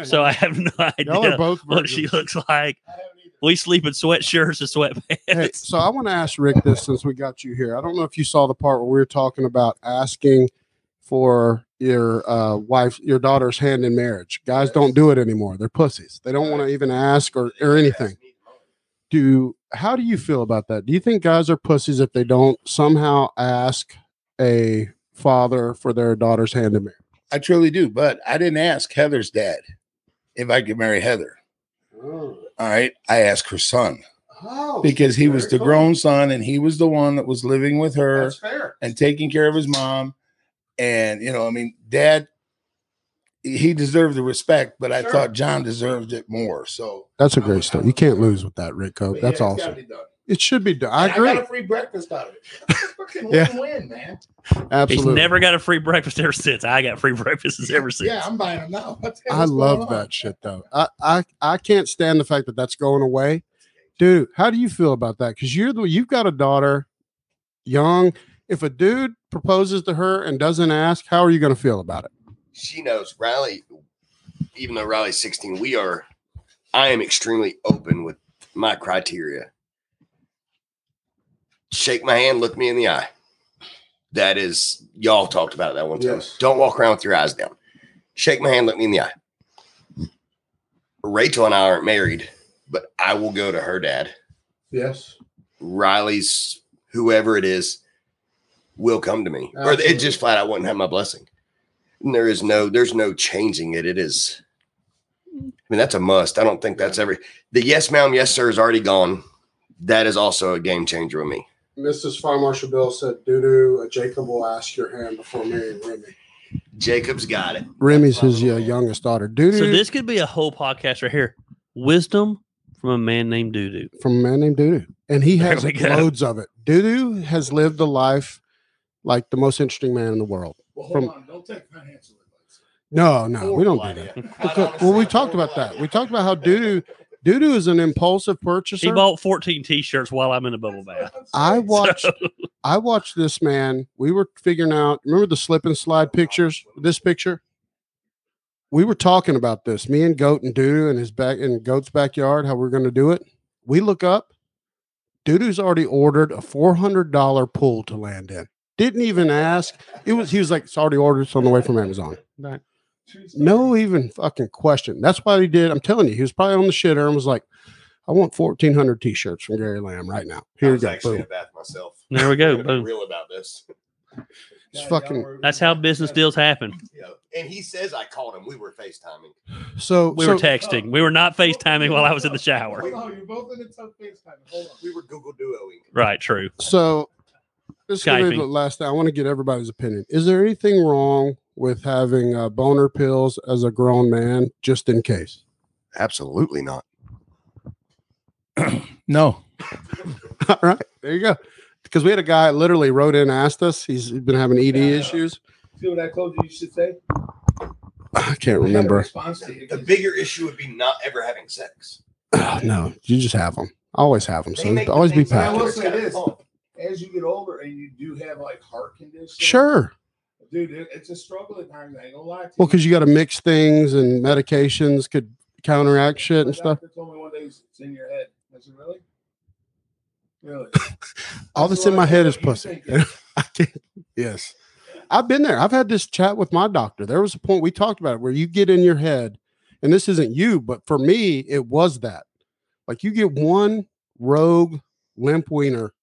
[SPEAKER 1] so I have no
[SPEAKER 2] Y'all are
[SPEAKER 1] idea
[SPEAKER 2] both
[SPEAKER 1] what she looks
[SPEAKER 2] virgins.
[SPEAKER 1] like.
[SPEAKER 4] I haven't either.
[SPEAKER 1] We sleep in sweatshirts and
[SPEAKER 2] Hey,
[SPEAKER 1] sweatpants.
[SPEAKER 2] so I want to ask Rick this since we got you here. I don't know if you saw the part where we were talking about asking for your uh, wife, your daughter's hand in marriage. Guys don't do it anymore. They're pussies. They don't want to even ask or, or anything. Do how do you feel about that? Do you think guys are pussies if they don't somehow ask a father for their daughter's hand in marriage?
[SPEAKER 4] I truly do, but I didn't ask Heather's dad if I could marry Heather. All right. I asked her son
[SPEAKER 3] oh,
[SPEAKER 4] because he was the grown son and he was the one that was living with her
[SPEAKER 2] fair.
[SPEAKER 4] and taking care of his mom. And, you know, I mean, dad, he deserved the respect, but I
[SPEAKER 2] Sure.
[SPEAKER 4] thought John deserved it more. So
[SPEAKER 2] That's a great story. You can't lose with that, Rick Cope.
[SPEAKER 4] But
[SPEAKER 2] Oh, That's
[SPEAKER 4] yeah, it's gotta
[SPEAKER 2] awesome.
[SPEAKER 4] be done.
[SPEAKER 2] It should be done. I
[SPEAKER 4] And
[SPEAKER 2] agree.
[SPEAKER 4] got a free breakfast out of it. Fucking
[SPEAKER 2] Yeah.
[SPEAKER 4] win-win, man.
[SPEAKER 1] He's
[SPEAKER 2] Absolutely.
[SPEAKER 1] never got a free breakfast ever since. I got free breakfasts ever since.
[SPEAKER 4] Yeah, I'm buying them now. What the hell
[SPEAKER 2] I
[SPEAKER 4] is going
[SPEAKER 2] love
[SPEAKER 4] on?
[SPEAKER 2] that shit though. I, I I can't stand the fact that that's going away, dude. How do you feel about that? Because you're the you've got a daughter, young. If a dude proposes to her and doesn't ask, how are you going to feel about it?
[SPEAKER 3] She knows Riley. Even though Riley's 16, we are. I am extremely open with my criteria. Shake my hand, look me in the eye. That is, y'all talked about it that one time.
[SPEAKER 4] Yes.
[SPEAKER 3] Don't walk around with your eyes down. Shake my hand, look me in the eye. Rachel and I aren't married, but I will go to her dad
[SPEAKER 4] Yes.
[SPEAKER 3] Riley's whoever it is will come to me, or
[SPEAKER 2] Absolutely.
[SPEAKER 3] it just flat out wouldn't have my blessing. And there is no, there's no changing it. It is. I mean, that's a must. I don't think that's every. The yes, ma'am, yes, sir is already gone. That is also a game changer with me.
[SPEAKER 2] Mrs. Fire Marshal Bill said, "Doo doo, Jacob will ask your hand before marrying Remy."
[SPEAKER 3] Jacob's got it.
[SPEAKER 2] Remy's his uh, youngest daughter. Doo doo
[SPEAKER 1] So this could be a whole podcast right here. Wisdom from a man named Doodoo.
[SPEAKER 2] from a man named Doo doo, and he has
[SPEAKER 1] There we go.
[SPEAKER 2] loads of it. Doo doo has lived a life like the most interesting man in the world.
[SPEAKER 4] Well,
[SPEAKER 2] hold
[SPEAKER 4] on. Don't take financial advice.
[SPEAKER 2] No, no, we don't do that. Because- well, we talked about that. We talked about how Doo doo Doo doo is an impulsive
[SPEAKER 1] He
[SPEAKER 2] purchaser.
[SPEAKER 1] bought 14 t-shirts while I'm in a bubble bath.
[SPEAKER 2] I watched I watched this man. We were figuring out. Remember the slip and slide pictures? This picture. We were talking about this. Me and Goat and Doodoo in his back in Goat's backyard. How we're going to do it. We look up. Doodoo's already ordered a four hundred dollar pool to land in. Didn't even ask. It was he was like, it's already ordered. It's on the way from Amazon. No even fucking question. That's why he did. I'm telling you, he was probably on the shitter and was like, I want fourteen hundred t-shirts from Gary Lamb right now.
[SPEAKER 3] I
[SPEAKER 2] Here you
[SPEAKER 3] was
[SPEAKER 2] go.
[SPEAKER 3] actually in
[SPEAKER 2] Boom.
[SPEAKER 3] a bath myself.
[SPEAKER 1] There we go.
[SPEAKER 3] I'm
[SPEAKER 1] Boom.
[SPEAKER 3] real about this.
[SPEAKER 2] It's fucking.
[SPEAKER 1] That's how business deals happen.
[SPEAKER 3] Yeah. And he says I called him. We were FaceTiming.
[SPEAKER 2] So
[SPEAKER 1] We
[SPEAKER 2] so,
[SPEAKER 1] were texting. We were not FaceTiming while I was in the shower.
[SPEAKER 4] Hold on, Oh, you're both in a tough FaceTime. Hold on.
[SPEAKER 3] We were Google Duoing.
[SPEAKER 1] Right, true.
[SPEAKER 2] So this is gonna be
[SPEAKER 1] Skyping.
[SPEAKER 2] the last thing. I want to get everybody's opinion. Is there anything wrong with having uh, boner pills as a grown man, just in case?
[SPEAKER 3] Absolutely not.
[SPEAKER 4] No.
[SPEAKER 2] All right, there you go. Because we had a guy literally wrote in, asked us. He's been having ED
[SPEAKER 4] Yeah.
[SPEAKER 2] issues.
[SPEAKER 4] See what I told you you should say?
[SPEAKER 2] I can't remember.
[SPEAKER 3] The bigger issue would be not ever having sex.
[SPEAKER 2] Oh, no, you just have them. Always have them.
[SPEAKER 3] They
[SPEAKER 2] So
[SPEAKER 3] make the
[SPEAKER 2] always be
[SPEAKER 3] things that
[SPEAKER 4] I will
[SPEAKER 2] packed.
[SPEAKER 3] work
[SPEAKER 4] say
[SPEAKER 3] out.
[SPEAKER 4] this. As you get older and you do have like heart conditions.
[SPEAKER 2] Sure.
[SPEAKER 4] Dude, it- it's a struggle at times. I ain't gonna lie to
[SPEAKER 2] Well,
[SPEAKER 4] you.
[SPEAKER 2] because you got to mix things, and medications could counteract shit and
[SPEAKER 4] My
[SPEAKER 2] stuff.
[SPEAKER 4] doctor told me one day it's in your head. I said, really? Really?
[SPEAKER 2] All
[SPEAKER 4] That's
[SPEAKER 2] that's in
[SPEAKER 4] what
[SPEAKER 2] my
[SPEAKER 4] I
[SPEAKER 2] head is
[SPEAKER 4] think. You
[SPEAKER 2] pussy.
[SPEAKER 4] think it.
[SPEAKER 2] I can't. Yes. I've been there. I've had this chat with my doctor. There was a point we talked about it where you get in your head, and this isn't you, but for me, it was that. Like you get one rogue limp wiener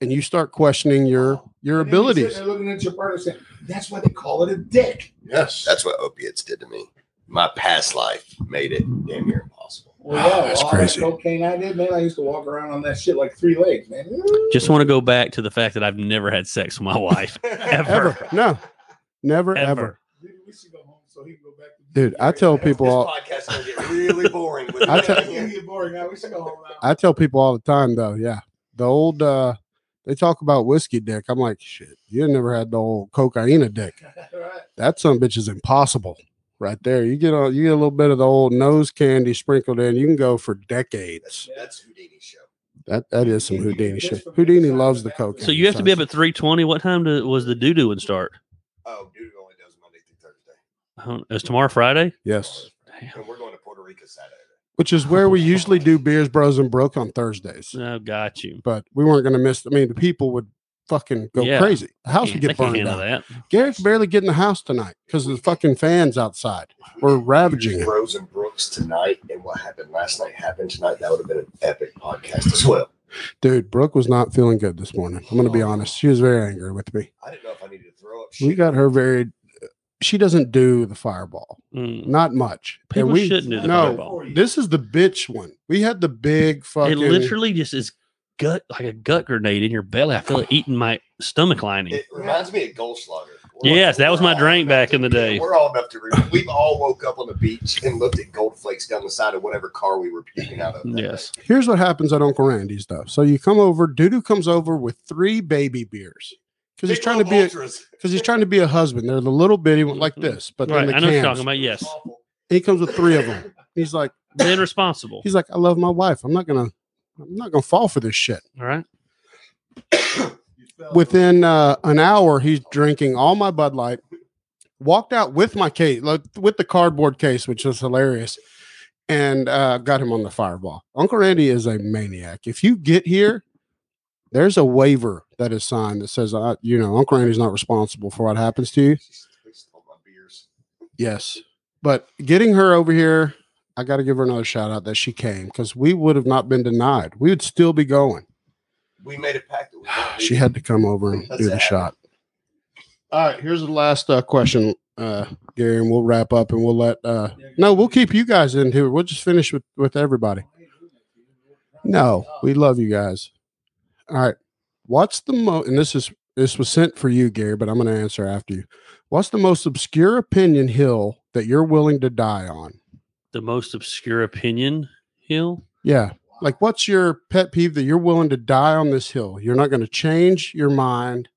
[SPEAKER 2] and you start questioning your your
[SPEAKER 4] And then you're sitting
[SPEAKER 2] abilities.
[SPEAKER 4] there Looking at your partner saying, that's why they call it a dick.
[SPEAKER 2] Yes.
[SPEAKER 3] That's what opiates did to me. My past life made it damn near impossible.
[SPEAKER 4] Well, yeah,
[SPEAKER 2] That's
[SPEAKER 4] all that
[SPEAKER 2] crazy.
[SPEAKER 4] cocaine I did, man. I used to walk around on that shit like three legs, man.
[SPEAKER 1] Just want to go back to the fact that I've never had sex with my wife. Ever.
[SPEAKER 2] Ever. No. Never ever.
[SPEAKER 1] Ever.
[SPEAKER 4] Dude, we should go home so he can go back. To
[SPEAKER 2] Dude, I tell people all
[SPEAKER 3] This podcast gonna get really boring. With
[SPEAKER 2] I
[SPEAKER 3] I
[SPEAKER 2] tell-
[SPEAKER 4] It's gonna get boring now. We should go home now.
[SPEAKER 2] I tell people all the time though, yeah. The old uh they talk about whiskey dick. I'm like, shit, you never had the old cocaina dick.
[SPEAKER 4] All right.
[SPEAKER 2] that some bitch is impossible right there. You get a you get a little bit of the old nose candy sprinkled in, you can go for decades.
[SPEAKER 3] That's Houdini show.
[SPEAKER 2] That that is some Houdini shit. Houdini loves the coke.
[SPEAKER 1] So you have to be up at 320. What time do, was the doo-doo and start?
[SPEAKER 3] Oh, dude, it only does Monday through Thursday.
[SPEAKER 1] I don't- It's tomorrow Friday?
[SPEAKER 2] yes,
[SPEAKER 3] And we're going to Puerto Rico Saturday.
[SPEAKER 2] which is where we usually do beers, bros, and broke on Thursdays.
[SPEAKER 1] Oh, got you.
[SPEAKER 2] But we weren't going to miss. I mean, the people would fucking go
[SPEAKER 1] Yeah.
[SPEAKER 2] crazy. The house
[SPEAKER 1] Can't-
[SPEAKER 2] would get
[SPEAKER 1] they can't
[SPEAKER 2] burned
[SPEAKER 1] handle
[SPEAKER 2] down.
[SPEAKER 1] that.
[SPEAKER 2] Gary could barely get in the house tonight because the fucking fans outside were ravaging it.
[SPEAKER 3] Rose and Brooks tonight, and what happened last night happened tonight. That would have been an epic podcast as well.
[SPEAKER 2] Dude, Brooke was not feeling good this morning. I'm going to be honest. She was very angry with me.
[SPEAKER 3] I didn't know if I needed to throw up.
[SPEAKER 2] we
[SPEAKER 3] Shit.
[SPEAKER 2] got her very she doesn't do the fireball
[SPEAKER 1] Mm.
[SPEAKER 2] not much And
[SPEAKER 1] People
[SPEAKER 2] we-
[SPEAKER 1] shouldn't do the
[SPEAKER 2] no
[SPEAKER 1] fireball.
[SPEAKER 2] this is the bitch one we had the big fucking
[SPEAKER 1] It literally just is gut like a gut grenade in your belly. I feel it eating my stomach lining.
[SPEAKER 3] It reminds me of Goldschlager.
[SPEAKER 1] Yes, that was
[SPEAKER 3] we're
[SPEAKER 1] my
[SPEAKER 3] all
[SPEAKER 1] drink
[SPEAKER 3] enough
[SPEAKER 1] back in the day.
[SPEAKER 3] We're all enough to remember. We've all woke up on the beach and looked at gold flakes down the side of whatever car we were peeking out of. that
[SPEAKER 1] Yes.
[SPEAKER 2] here's what happens at uncle randy's though so you come over doodoo comes over with three baby beers
[SPEAKER 3] day.
[SPEAKER 2] because he's
[SPEAKER 3] Big
[SPEAKER 2] trying to
[SPEAKER 3] Old
[SPEAKER 2] be
[SPEAKER 3] Ultras.
[SPEAKER 2] because he's trying to be a husband they're the little bitty one like
[SPEAKER 1] Mhm.
[SPEAKER 2] this but
[SPEAKER 1] Right.
[SPEAKER 2] then
[SPEAKER 1] I
[SPEAKER 2] the
[SPEAKER 1] know what you're
[SPEAKER 2] cans
[SPEAKER 1] talking about. Yes.
[SPEAKER 3] Awful.
[SPEAKER 2] he comes with three of them he's like
[SPEAKER 1] Being responsible.
[SPEAKER 2] he's like i love my wife i'm not gonna i'm not gonna fall for this shit
[SPEAKER 1] All right.
[SPEAKER 2] within uh, an hour, he's drinking all my Bud Light. Walked out with my case, like, with the cardboard case, which was hilarious, and uh, got him on the fireball. Uncle Randy is a maniac. If you get here, there's a waiver that is signed that says, uh, you know, Uncle Randy's not responsible for what happens to you.
[SPEAKER 3] She stole my beers.
[SPEAKER 2] Yes, but getting her over here, I got to give her another shout out that she came because we would have not been denied. We would still be going.
[SPEAKER 3] we made a pact that we won't do
[SPEAKER 2] She had to come over and
[SPEAKER 3] That's
[SPEAKER 2] do the
[SPEAKER 3] it.
[SPEAKER 2] shot. All right, here's the last uh, question, uh, Gary, and we'll wrap up and we'll let. Uh, no, we'll keep you guys in here. We'll just finish with with everybody. No, we love you guys. All right, what's the most? And this is this was sent for you, Gary, but I'm going to answer after you. What's the most obscure opinion hill that you're willing to die on?
[SPEAKER 1] The most obscure opinion hill.
[SPEAKER 2] Yeah. Like, what's your pet peeve that you're willing to die on this hill? You're not going to change your mind.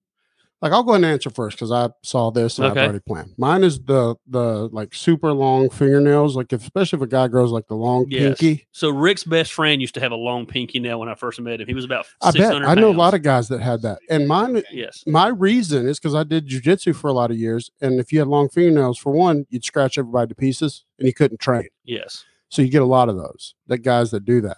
[SPEAKER 2] Like, I'll go ahead and answer first because I saw this and
[SPEAKER 1] Okay.
[SPEAKER 2] I've already planned. Mine is the the like super long fingernails. Like, if, especially if a guy grows like the long
[SPEAKER 1] Yes.
[SPEAKER 2] pinky.
[SPEAKER 1] So Rick's best friend used to have a long pinky nail when I first met him. He was about
[SPEAKER 2] I bet
[SPEAKER 1] 600
[SPEAKER 2] I know a lot
[SPEAKER 1] pounds.
[SPEAKER 2] of guys that had that. And mine,
[SPEAKER 1] yes.
[SPEAKER 2] my reason is because I did jujitsu for a lot of years. And if you had long fingernails, for one, you'd scratch everybody to pieces and you couldn't train.
[SPEAKER 1] Yes.
[SPEAKER 2] So you get a lot of those that guys that do that.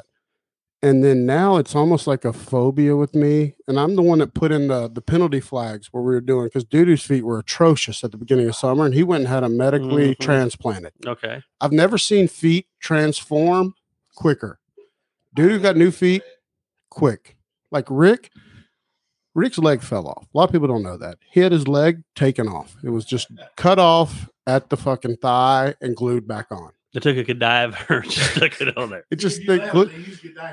[SPEAKER 2] And then now it's almost like a phobia with me. And I'm the one that put in the the penalty flags where we were doing because Dudu's feet were atrocious at the beginning of summer, and he went and had them medically
[SPEAKER 1] Mhm.
[SPEAKER 2] transplanted.
[SPEAKER 1] Okay.
[SPEAKER 2] I've never seen feet transform quicker. Dudu got new feet quick. Like Rick, Rick's leg fell off. A lot of people don't know that. He had his leg taken off. It was just cut off at the fucking thigh and glued back on.
[SPEAKER 1] They took a cadaver and just stuck it on there.
[SPEAKER 2] It just they glued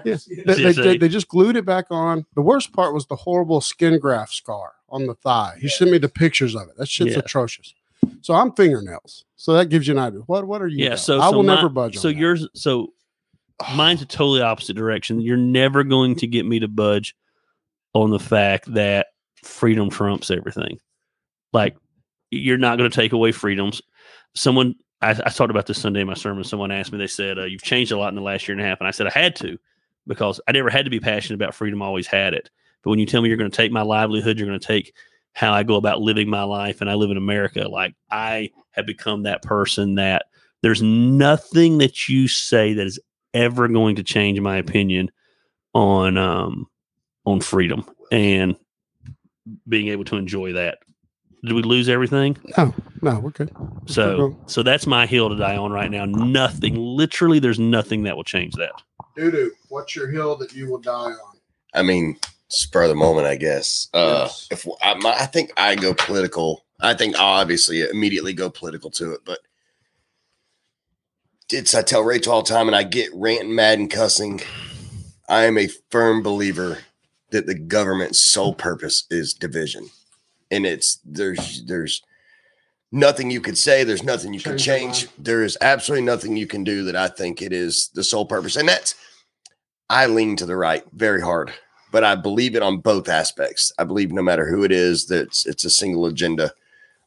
[SPEAKER 2] Yes. They, they,
[SPEAKER 1] Yes,
[SPEAKER 2] they,
[SPEAKER 1] they-
[SPEAKER 2] they just glued it back on. The worst part was the horrible skin graft scar on the thigh. You sent me the pictures of it. That shit's
[SPEAKER 1] Yeah.
[SPEAKER 2] atrocious. So I'm fingernails. So that gives you an idea. What what are you?
[SPEAKER 1] Yeah.
[SPEAKER 2] about?
[SPEAKER 1] So
[SPEAKER 2] I
[SPEAKER 1] so
[SPEAKER 2] will
[SPEAKER 1] my-
[SPEAKER 2] never budge.
[SPEAKER 1] So
[SPEAKER 2] on that.
[SPEAKER 1] yours. So mine's a totally opposite direction. You're never going to get me to budge on the fact that freedom trumps everything. Like you're not going to take away freedoms. Someone I, I talked about this Sunday in my sermon. Someone asked me. They said uh, you've changed a lot in the last year and a half, and I said I had to because I never had to be passionate about freedom. I always had it. But when you tell me you're going to take my livelihood, you're going to take how I go about living my life, and I live in America. Like I have become that person that there's nothing that you say that is ever going to change my opinion on um on freedom and being able to enjoy that. Did we lose everything?
[SPEAKER 2] no, no, we're good.
[SPEAKER 1] So so that's my hill to die on right now. Nothing. Literally there's nothing that will change that.
[SPEAKER 2] Dudu, what's your hill that you will die on?
[SPEAKER 3] I mean, spur of the moment, I guess. Uh,
[SPEAKER 2] Yes.
[SPEAKER 3] If I, my, I think I go political, I think I'll obviously immediately go political to it. But it's I tell Rachel all the time, and I get ranting, mad, and cussing. I am a firm believer that the government's sole purpose is division, and it's there's there's nothing you could say, there's nothing you can
[SPEAKER 2] Change your
[SPEAKER 3] change,
[SPEAKER 2] mind.
[SPEAKER 3] there is absolutely nothing you can do that I think it is the sole purpose, and that's I lean to the right very hard, but I believe it on both aspects. I believe no matter who it is, that it's, it's a single agenda,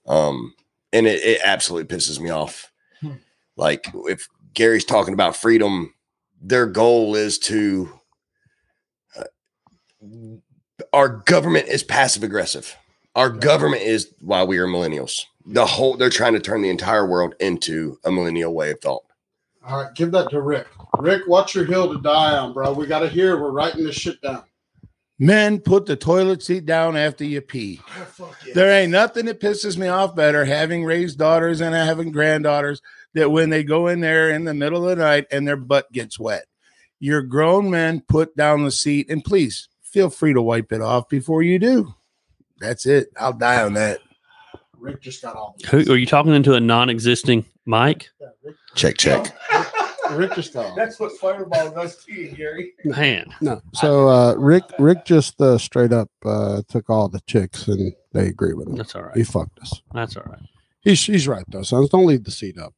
[SPEAKER 3] um, and it, it absolutely pisses me off.
[SPEAKER 2] Hmm.
[SPEAKER 3] Like if Gary's talking about freedom, their goal is to. uh, Our government is passive aggressive. Our government is why we are millennials. The whole they're trying to turn the entire world into a millennial way of thought.
[SPEAKER 2] All right, give that to Rick. Rick, what's your hill to die on, bro? We got to hear. We're writing this shit down.
[SPEAKER 4] Men, put the toilet seat down after you pee. There ain't nothing that pisses me off better having raised daughters and having granddaughters that when they go in there in the middle of the night and their butt gets wet. You're grown men, put down the seat and please feel free to wipe it off before you do. That's it. I'll die on that.
[SPEAKER 2] Rick just got all.
[SPEAKER 1] Who are you talking into a non existing mic?
[SPEAKER 3] Check, check.
[SPEAKER 2] Rick just got all.
[SPEAKER 5] what Fireball does to you, Gary.
[SPEAKER 1] Man.
[SPEAKER 2] No. So uh, Rick Rick just uh, straight up uh, took all the chicks and they agree with him.
[SPEAKER 1] That's all right.
[SPEAKER 2] He fucked us.
[SPEAKER 1] That's all right.
[SPEAKER 2] He's he's right though, sons. Don't leave the seat up.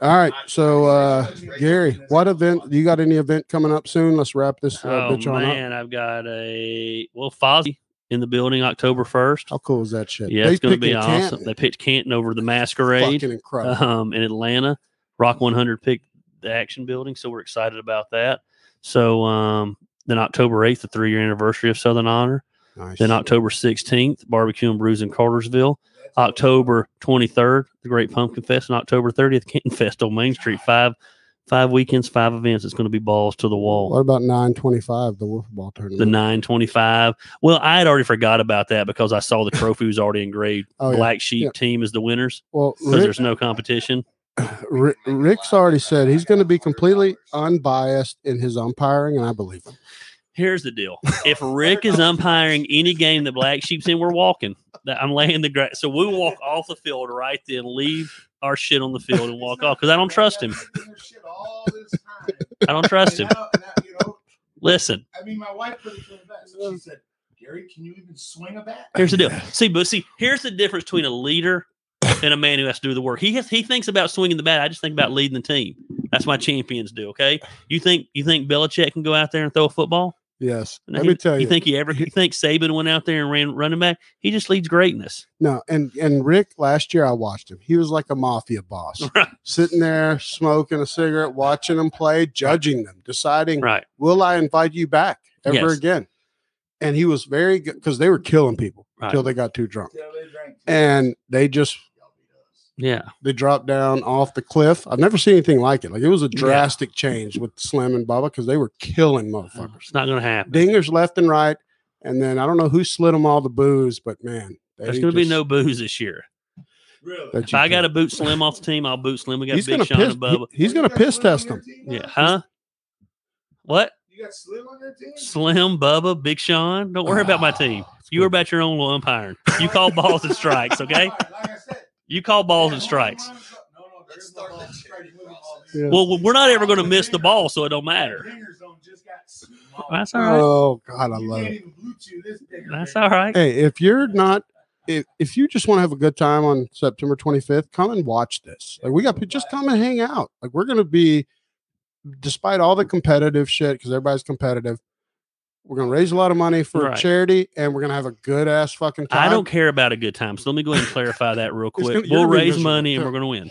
[SPEAKER 2] All right. So uh Gary, what event you got any event coming up soon? Let's wrap this uh,
[SPEAKER 1] Oh
[SPEAKER 2] bitch on up.
[SPEAKER 1] man, I've got a well Fozzie in the building October first.
[SPEAKER 2] How cool is that shit?
[SPEAKER 1] Yeah, it's going to be
[SPEAKER 2] picking
[SPEAKER 1] awesome.
[SPEAKER 2] Canton.
[SPEAKER 1] They picked Canton over the Masquerade
[SPEAKER 2] fucking incredible.
[SPEAKER 1] um, in Atlanta.
[SPEAKER 2] Mm-hmm.
[SPEAKER 1] Rock 100 picked the Action Building, so we're excited about that. So um, then October 8th, the three year anniversary of Southern Honor.
[SPEAKER 2] nice.
[SPEAKER 1] Then October 16th, Barbecue and Brews in Cartersville. October 23rd, the Great Pumpkin Fest, and October 30th, Canton Fest on Main Street. Five, five weekends, five events. It's going to be balls to the wall
[SPEAKER 2] What about nine twenty five, the wolf ball tournament?
[SPEAKER 1] the 925. Well, I had already forgot about that because I saw the trophy was already engraved.
[SPEAKER 2] Oh, yeah.
[SPEAKER 1] Black Sheep
[SPEAKER 2] Yeah.
[SPEAKER 1] team is the winners
[SPEAKER 2] well,
[SPEAKER 1] because
[SPEAKER 2] Rick,
[SPEAKER 1] there's no competition.
[SPEAKER 2] Ri- Rick's already said he's going to be completely unbiased in his umpiring, and I believe him.
[SPEAKER 1] Here's the deal: if Rick is umpiring any game that Black Sheep's in, we're walking. That I'm laying the grass, so we walk off the field right then, leave our shit on the field, and walk off because I don't trust him. I don't trust him. Listen,
[SPEAKER 5] I mean, my wife put it to the vet, so she said, Gary, can you even swing a bat?
[SPEAKER 1] Here's the deal. See, but see, here's the difference between a leader and a man who has to do the work. He has he thinks about swinging the bat. I just think about leading the team. That's my champions do. Okay, you think you think Belichick can go out there and throw a football?
[SPEAKER 2] Yes.
[SPEAKER 1] No,
[SPEAKER 2] Let
[SPEAKER 1] he-
[SPEAKER 2] me tell you.
[SPEAKER 1] You think he ever? You think Saban went out there and ran running back? He just leads greatness.
[SPEAKER 2] No, and and Rick last year I watched him. He was like a mafia boss,
[SPEAKER 1] Right.
[SPEAKER 2] sitting there smoking a cigarette, watching them play, judging them, deciding
[SPEAKER 1] Right.
[SPEAKER 2] will I invite you back ever
[SPEAKER 1] Yes.
[SPEAKER 2] again? And he was very good because they were killing people
[SPEAKER 1] Right.
[SPEAKER 2] until they got too drunk,
[SPEAKER 5] Yeah, they drank.
[SPEAKER 2] and they just
[SPEAKER 1] Yeah.
[SPEAKER 2] they dropped down off the cliff. I've never seen anything like it. Like it was a
[SPEAKER 1] Yeah.
[SPEAKER 2] drastic change with Slim and Bubba because they were killing motherfuckers
[SPEAKER 1] It's not gonna happen.
[SPEAKER 2] dingers left and right. And then I don't know who slid them all the booze, but man,
[SPEAKER 1] There's
[SPEAKER 2] they
[SPEAKER 1] gonna be
[SPEAKER 2] just-
[SPEAKER 1] no booze this year.
[SPEAKER 5] Really?
[SPEAKER 2] that
[SPEAKER 1] If
[SPEAKER 2] you
[SPEAKER 1] I got
[SPEAKER 2] can't-
[SPEAKER 1] to boot Slim off the team, I'll boot Slim. We got
[SPEAKER 2] he's
[SPEAKER 1] Big
[SPEAKER 2] gonna
[SPEAKER 1] Sean
[SPEAKER 2] piss.
[SPEAKER 1] and Bubba.
[SPEAKER 2] he- he's
[SPEAKER 5] Well,
[SPEAKER 2] gonna
[SPEAKER 5] you got
[SPEAKER 2] piss
[SPEAKER 5] Slim on
[SPEAKER 2] test
[SPEAKER 5] your
[SPEAKER 2] them.
[SPEAKER 5] team
[SPEAKER 1] Yeah.
[SPEAKER 5] now?
[SPEAKER 1] Huh? What?
[SPEAKER 5] You got Slim on your team?
[SPEAKER 1] Slim, Bubba, Big Sean. Don't worry
[SPEAKER 2] Ah,
[SPEAKER 1] about my team. You were about your own little umpiring. You call balls and strikes, okay?
[SPEAKER 5] Like I said,
[SPEAKER 1] You call balls and
[SPEAKER 5] yeah,
[SPEAKER 1] strikes.
[SPEAKER 5] home runs up- No, no,
[SPEAKER 3] Let's
[SPEAKER 5] there's no
[SPEAKER 3] start
[SPEAKER 5] balls
[SPEAKER 3] the
[SPEAKER 5] and strikes.
[SPEAKER 3] charity
[SPEAKER 5] We're gonna all
[SPEAKER 3] process.
[SPEAKER 5] be-
[SPEAKER 2] Yeah.
[SPEAKER 1] Well, we're not ever going to miss the ball, so it don't matter.
[SPEAKER 5] Dinger zone just got small.
[SPEAKER 1] That's all right.
[SPEAKER 2] Oh God, I
[SPEAKER 5] You
[SPEAKER 2] love
[SPEAKER 5] can't
[SPEAKER 2] it.
[SPEAKER 5] even Bluetooth this dinger,
[SPEAKER 1] That's
[SPEAKER 5] baby.
[SPEAKER 1] all right.
[SPEAKER 2] Hey, if you're not, if, if you just want to have a good time on September 25th, come and watch this. Like we got, pe- just come and hang out. Like we're gonna be, despite all the competitive shit, because everybody's competitive. We're gonna raise a lot of money for
[SPEAKER 1] Right.
[SPEAKER 2] charity, and we're gonna have a good ass fucking
[SPEAKER 1] I
[SPEAKER 2] time.
[SPEAKER 1] don't care about a good time, so let me go ahead and clarify that real
[SPEAKER 2] It's
[SPEAKER 1] quick.
[SPEAKER 2] gonna- you're
[SPEAKER 1] We'll
[SPEAKER 2] gonna be
[SPEAKER 1] raise
[SPEAKER 2] miserable,
[SPEAKER 1] money and
[SPEAKER 2] too.
[SPEAKER 1] we're going to win.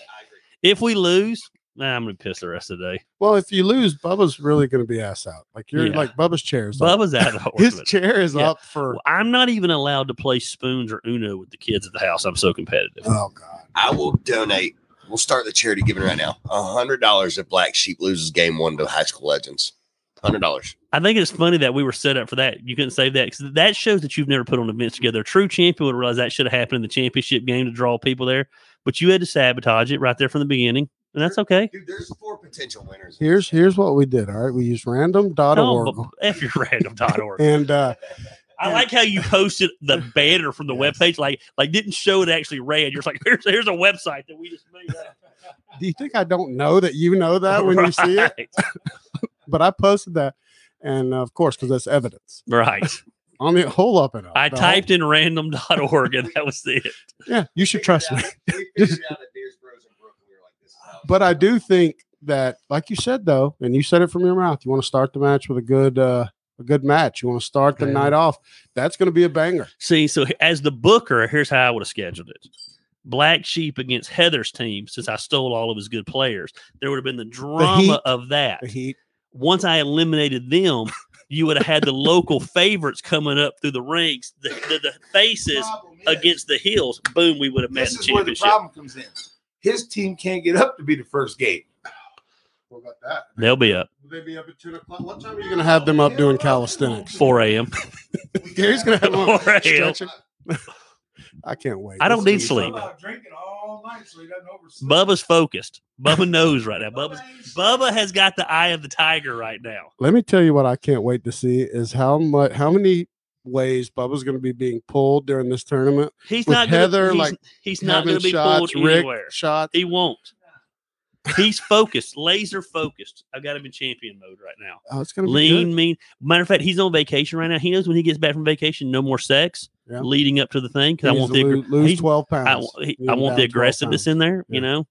[SPEAKER 1] If we lose, nah, I'm going to piss the rest of the day.
[SPEAKER 2] Well, if you lose, Bubba's really going to be ass out. Like you're
[SPEAKER 1] Yeah.
[SPEAKER 2] like Bubba's chair is up.
[SPEAKER 1] Bubba's out of the
[SPEAKER 2] His
[SPEAKER 1] horse.
[SPEAKER 2] chair is
[SPEAKER 1] Yeah.
[SPEAKER 2] up for.
[SPEAKER 1] I'm not even allowed to play spoons or Uno with the kids at the house. I'm so competitive.
[SPEAKER 2] Oh God!
[SPEAKER 3] I will donate. We'll start the charity giving right now. A hundred dollars if Black Sheep loses game one to High School Legends. Hundred dollars.
[SPEAKER 1] I think it's funny that we were set up for that. You couldn't save that because that shows that you've never put on events together. A true champion would realize that should have happened in the championship game to draw people there, but you had to sabotage it right there from the beginning, and that's okay.
[SPEAKER 3] Dude, there's four potential winners.
[SPEAKER 2] Here's here's what we did. All right, we used random.org
[SPEAKER 1] No,
[SPEAKER 2] oracle,
[SPEAKER 1] but F your random.org.
[SPEAKER 2] and uh,
[SPEAKER 1] I like how you posted the banner from the webpage, like like didn't show it actually read. You're just like, here's here's a website that we just made up.
[SPEAKER 2] do you think I don't know that you know that when you see it?
[SPEAKER 1] Right.
[SPEAKER 2] But I posted that, and uh, of course, because that's evidence
[SPEAKER 1] Right.
[SPEAKER 2] on the whole up and up.
[SPEAKER 1] I
[SPEAKER 2] the whole-
[SPEAKER 1] typed in random.org and that was it.
[SPEAKER 2] yeah, you should trust me.
[SPEAKER 3] We
[SPEAKER 2] figured
[SPEAKER 3] out at Beers Bros and Brooklyn. We were like, this is how
[SPEAKER 2] But I do think that, like you said though, and you said it from your mouth, you want to start the match with a good uh, a good match. You want to start the
[SPEAKER 1] Yeah.
[SPEAKER 2] night off. That's going to be a banger.
[SPEAKER 1] See, so as the booker, here's how I would have scheduled it. Black Sheep against Heather's team, since I stole all of his good players, there would have been the drama
[SPEAKER 2] heat.
[SPEAKER 1] of that.
[SPEAKER 2] The Heat.
[SPEAKER 1] Once I eliminated them, you would have had the local favorites coming up through the ranks, the, the, the faces
[SPEAKER 5] Problem is-
[SPEAKER 1] against the heels. Boom, we would have met
[SPEAKER 5] This is
[SPEAKER 1] the
[SPEAKER 5] where the
[SPEAKER 1] championship.
[SPEAKER 5] problem comes in. His team can't get up to be the first game.
[SPEAKER 2] What about that?
[SPEAKER 1] They'll be up
[SPEAKER 2] Will they be up at 10 o'clock? What time are you going to have them up doing calisthenics?
[SPEAKER 1] 4 a.m.
[SPEAKER 2] Gary's going to have them up
[SPEAKER 1] 4 a.m.
[SPEAKER 2] stretching. I can't wait.
[SPEAKER 1] I don't
[SPEAKER 2] This
[SPEAKER 1] need
[SPEAKER 2] is-
[SPEAKER 1] sleep.
[SPEAKER 5] About drinking all night so he doesn't oversleep.
[SPEAKER 1] Bubba's focused. Bubba knows right now. Bubba's,
[SPEAKER 5] ain't shit.
[SPEAKER 1] Bubba has got the eye of the tiger right now.
[SPEAKER 2] Let me tell you what I can't wait to see is how much, how many ways Bubba's going to be being pulled during this tournament.
[SPEAKER 1] He's
[SPEAKER 2] With
[SPEAKER 1] not gonna,
[SPEAKER 2] Heather,
[SPEAKER 1] he's,
[SPEAKER 2] like,
[SPEAKER 1] he's not
[SPEAKER 2] Having
[SPEAKER 1] going to be
[SPEAKER 2] shots,
[SPEAKER 1] pulled
[SPEAKER 2] Rick
[SPEAKER 1] anywhere.
[SPEAKER 2] Shots.
[SPEAKER 1] He won't. He's focused, laser focused. I've got him in champion mode right now.
[SPEAKER 2] Oh, it's going to be
[SPEAKER 1] Lean,
[SPEAKER 2] good.
[SPEAKER 1] mean. Matter of fact, he's on vacation right now. He knows when he gets back from vacation, no more sex
[SPEAKER 2] Yeah.
[SPEAKER 1] leading up to the thing because I
[SPEAKER 2] He
[SPEAKER 1] want the
[SPEAKER 2] needs to
[SPEAKER 1] aggr-
[SPEAKER 2] lo- lose
[SPEAKER 1] he's-
[SPEAKER 2] 12
[SPEAKER 1] I,
[SPEAKER 2] pounds.
[SPEAKER 1] w- he-
[SPEAKER 2] He
[SPEAKER 1] I
[SPEAKER 2] needs
[SPEAKER 1] want
[SPEAKER 2] down
[SPEAKER 1] the
[SPEAKER 2] 12
[SPEAKER 1] aggressiveness
[SPEAKER 2] pounds.
[SPEAKER 1] in there.
[SPEAKER 2] Yeah.
[SPEAKER 1] You know,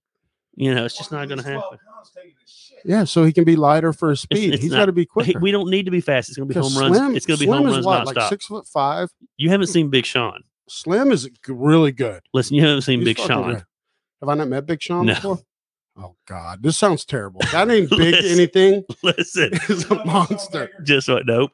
[SPEAKER 1] you know, it's just
[SPEAKER 5] Or
[SPEAKER 1] not going to
[SPEAKER 5] lose 12
[SPEAKER 1] happen.
[SPEAKER 5] pounds taking a shit.
[SPEAKER 2] Yeah, so he can be lighter for his
[SPEAKER 1] It's-
[SPEAKER 2] speed.
[SPEAKER 1] it's
[SPEAKER 2] He's
[SPEAKER 1] not-
[SPEAKER 2] got to be
[SPEAKER 1] But he-
[SPEAKER 2] quicker.
[SPEAKER 1] we don't need to be fast. It's going to be
[SPEAKER 2] 'Cause
[SPEAKER 1] home runs.
[SPEAKER 2] Slim-
[SPEAKER 1] it's going to be
[SPEAKER 2] Slim
[SPEAKER 1] home
[SPEAKER 2] is
[SPEAKER 1] runs
[SPEAKER 2] what,
[SPEAKER 1] nonstop.
[SPEAKER 2] like six foot five.
[SPEAKER 1] you haven't seen Big Sean.
[SPEAKER 2] Slim is g- really good.
[SPEAKER 1] Listen, you haven't seen
[SPEAKER 2] He's
[SPEAKER 1] Big
[SPEAKER 2] fucking
[SPEAKER 1] Sean.
[SPEAKER 2] good. Have I not met Big Sean
[SPEAKER 1] No.
[SPEAKER 2] before? Oh God, this sounds terrible. That ain't big
[SPEAKER 1] Listen.
[SPEAKER 2] anything.
[SPEAKER 1] Listen,
[SPEAKER 2] Is a monster.
[SPEAKER 1] just what? Nope.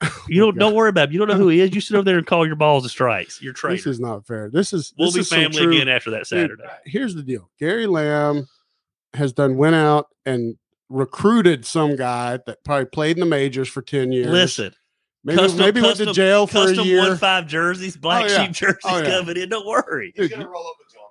[SPEAKER 2] Oh
[SPEAKER 1] You don't. Don't worry about. It. You don't know who he is. You sit over there and call your balls the strikes. You're
[SPEAKER 2] This
[SPEAKER 1] traitor.
[SPEAKER 2] is not fair. This is
[SPEAKER 1] We'll
[SPEAKER 2] this
[SPEAKER 1] be
[SPEAKER 2] is some
[SPEAKER 1] family
[SPEAKER 2] true-
[SPEAKER 1] again after that Saturday.
[SPEAKER 2] Here's the deal: Gary Lamb has done went out and recruited some guy that probably played in the majors for ten years.
[SPEAKER 1] Listen,
[SPEAKER 2] maybe,
[SPEAKER 1] custom-
[SPEAKER 2] maybe went
[SPEAKER 1] custom-
[SPEAKER 2] to jail for a
[SPEAKER 1] custom
[SPEAKER 2] year.
[SPEAKER 1] one five jerseys, black
[SPEAKER 2] Oh, yeah.
[SPEAKER 1] sheep jerseys
[SPEAKER 2] Oh, yeah.
[SPEAKER 1] coming in. Don't worry.
[SPEAKER 3] he's
[SPEAKER 2] Dude,
[SPEAKER 3] gonna roll up with John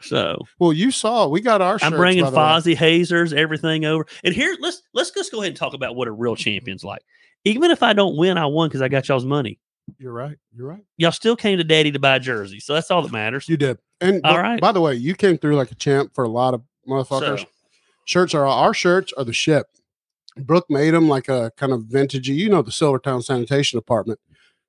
[SPEAKER 3] Smoltz.
[SPEAKER 1] So
[SPEAKER 2] Well, you saw we got our.
[SPEAKER 1] I'm
[SPEAKER 2] shirts,
[SPEAKER 1] bringing
[SPEAKER 2] by the way.
[SPEAKER 1] Fozzie Hazers, everything over. And here, let's let's just go ahead and talk about what a real champion's like. Even if I don't win, I won because I got y'all's money.
[SPEAKER 2] You're right. You're right.
[SPEAKER 1] Y'all still came to Daddy to buy a jersey, so that's all that matters.
[SPEAKER 2] You did. And
[SPEAKER 1] All
[SPEAKER 2] by-
[SPEAKER 1] right.
[SPEAKER 2] By the way, you came through like a champ for a lot of motherfuckers.
[SPEAKER 1] So,
[SPEAKER 2] shirts are our shirts are the ship. Brooke made them like a kind of vintagey, you know, the Silvertown Sanitation Department.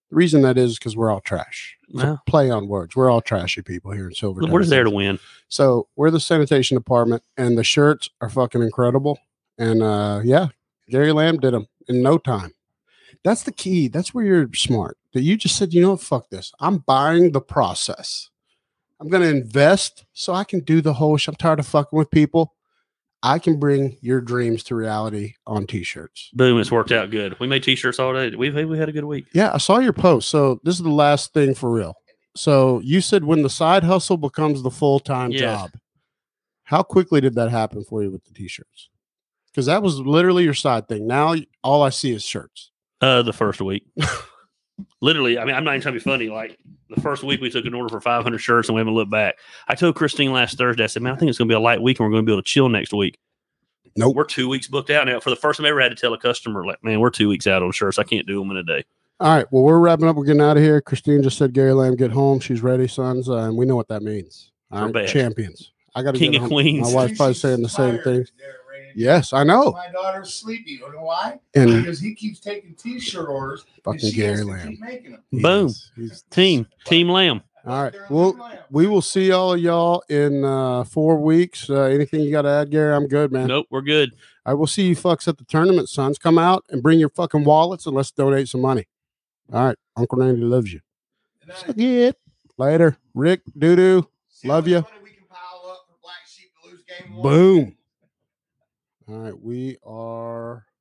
[SPEAKER 2] The reason that is because we're all trash. It's a
[SPEAKER 1] well,
[SPEAKER 2] play on words. We're all trashy people here in Silvertown.
[SPEAKER 1] we're there to win.
[SPEAKER 2] So we're the sanitation department, and the shirts are fucking incredible. And uh, yeah, Gary Lamb did them in no time. That's the key. That's where you're smart. That you just said, you know what, fuck this. I'm buying the process. I'm gonna invest so I can do the whole. Sh- I'm tired of fucking with people. I can bring your dreams to reality on t-shirts.
[SPEAKER 1] Boom, it's worked out good. We made t-shirts all day. We we had a good week.
[SPEAKER 2] Yeah, I saw your post. So this is the last thing for real. So you said when the side hustle becomes the full time
[SPEAKER 1] Yeah.
[SPEAKER 2] job. How quickly did that happen for you with the t-shirts? Because that was literally your side thing. Now y- all I see is shirts.
[SPEAKER 1] Uh, the first week. Literally, I mean, I'm not even trying to be funny. Like the first week, we took an order for 500 shirts, and we haven't looked back. I told Christine last Thursday, I said, "Man, I think it's going to be a light week, and we're going to be able to chill next week."
[SPEAKER 2] Nope.
[SPEAKER 1] we're two weeks booked out now. For the first time ever, I had to tell a customer, "Like, man, we're two weeks out on shirts. I can't do them in a day."
[SPEAKER 2] All right. Well, we're wrapping up. We're getting out of here. Christine just said Gary Lamb get home. She's ready, sons, uh, and we know what that means. All
[SPEAKER 1] We're
[SPEAKER 2] right,
[SPEAKER 1] back.
[SPEAKER 2] champions. I got to
[SPEAKER 1] King
[SPEAKER 2] get
[SPEAKER 1] of
[SPEAKER 2] home.
[SPEAKER 1] Queens.
[SPEAKER 2] My wife's probably saying the same
[SPEAKER 5] Tired.
[SPEAKER 2] thing. Oh.
[SPEAKER 5] They're ready to-
[SPEAKER 2] Yes, I know.
[SPEAKER 5] My daughter's sleepy. You know why?
[SPEAKER 2] And
[SPEAKER 5] Because he keeps taking T-shirt orders. and
[SPEAKER 2] Mm. fucking
[SPEAKER 5] she has
[SPEAKER 2] Gary
[SPEAKER 5] to
[SPEAKER 2] Lamb.
[SPEAKER 5] keep making them.
[SPEAKER 1] Boom.
[SPEAKER 2] He's- he's-
[SPEAKER 1] Team, Team Lamb.
[SPEAKER 2] All right.
[SPEAKER 5] They're
[SPEAKER 2] Well,
[SPEAKER 5] Lamb.
[SPEAKER 2] we will see all y'all in uh, four weeks. Uh, anything you got to add, Gary? I'm good, man.
[SPEAKER 1] Nope, we're good.
[SPEAKER 2] I will see you fucks at the tournament, sons. Come out and bring your fucking wallets and let's donate some money. All right. Uncle Randy loves you.
[SPEAKER 5] And I-
[SPEAKER 2] Suck it. Later. Rick, doo doo.
[SPEAKER 5] see
[SPEAKER 2] love
[SPEAKER 5] how much
[SPEAKER 2] ya.
[SPEAKER 5] money We can pile up for Black Sheep to lose game one.
[SPEAKER 2] Boom. All right. We are.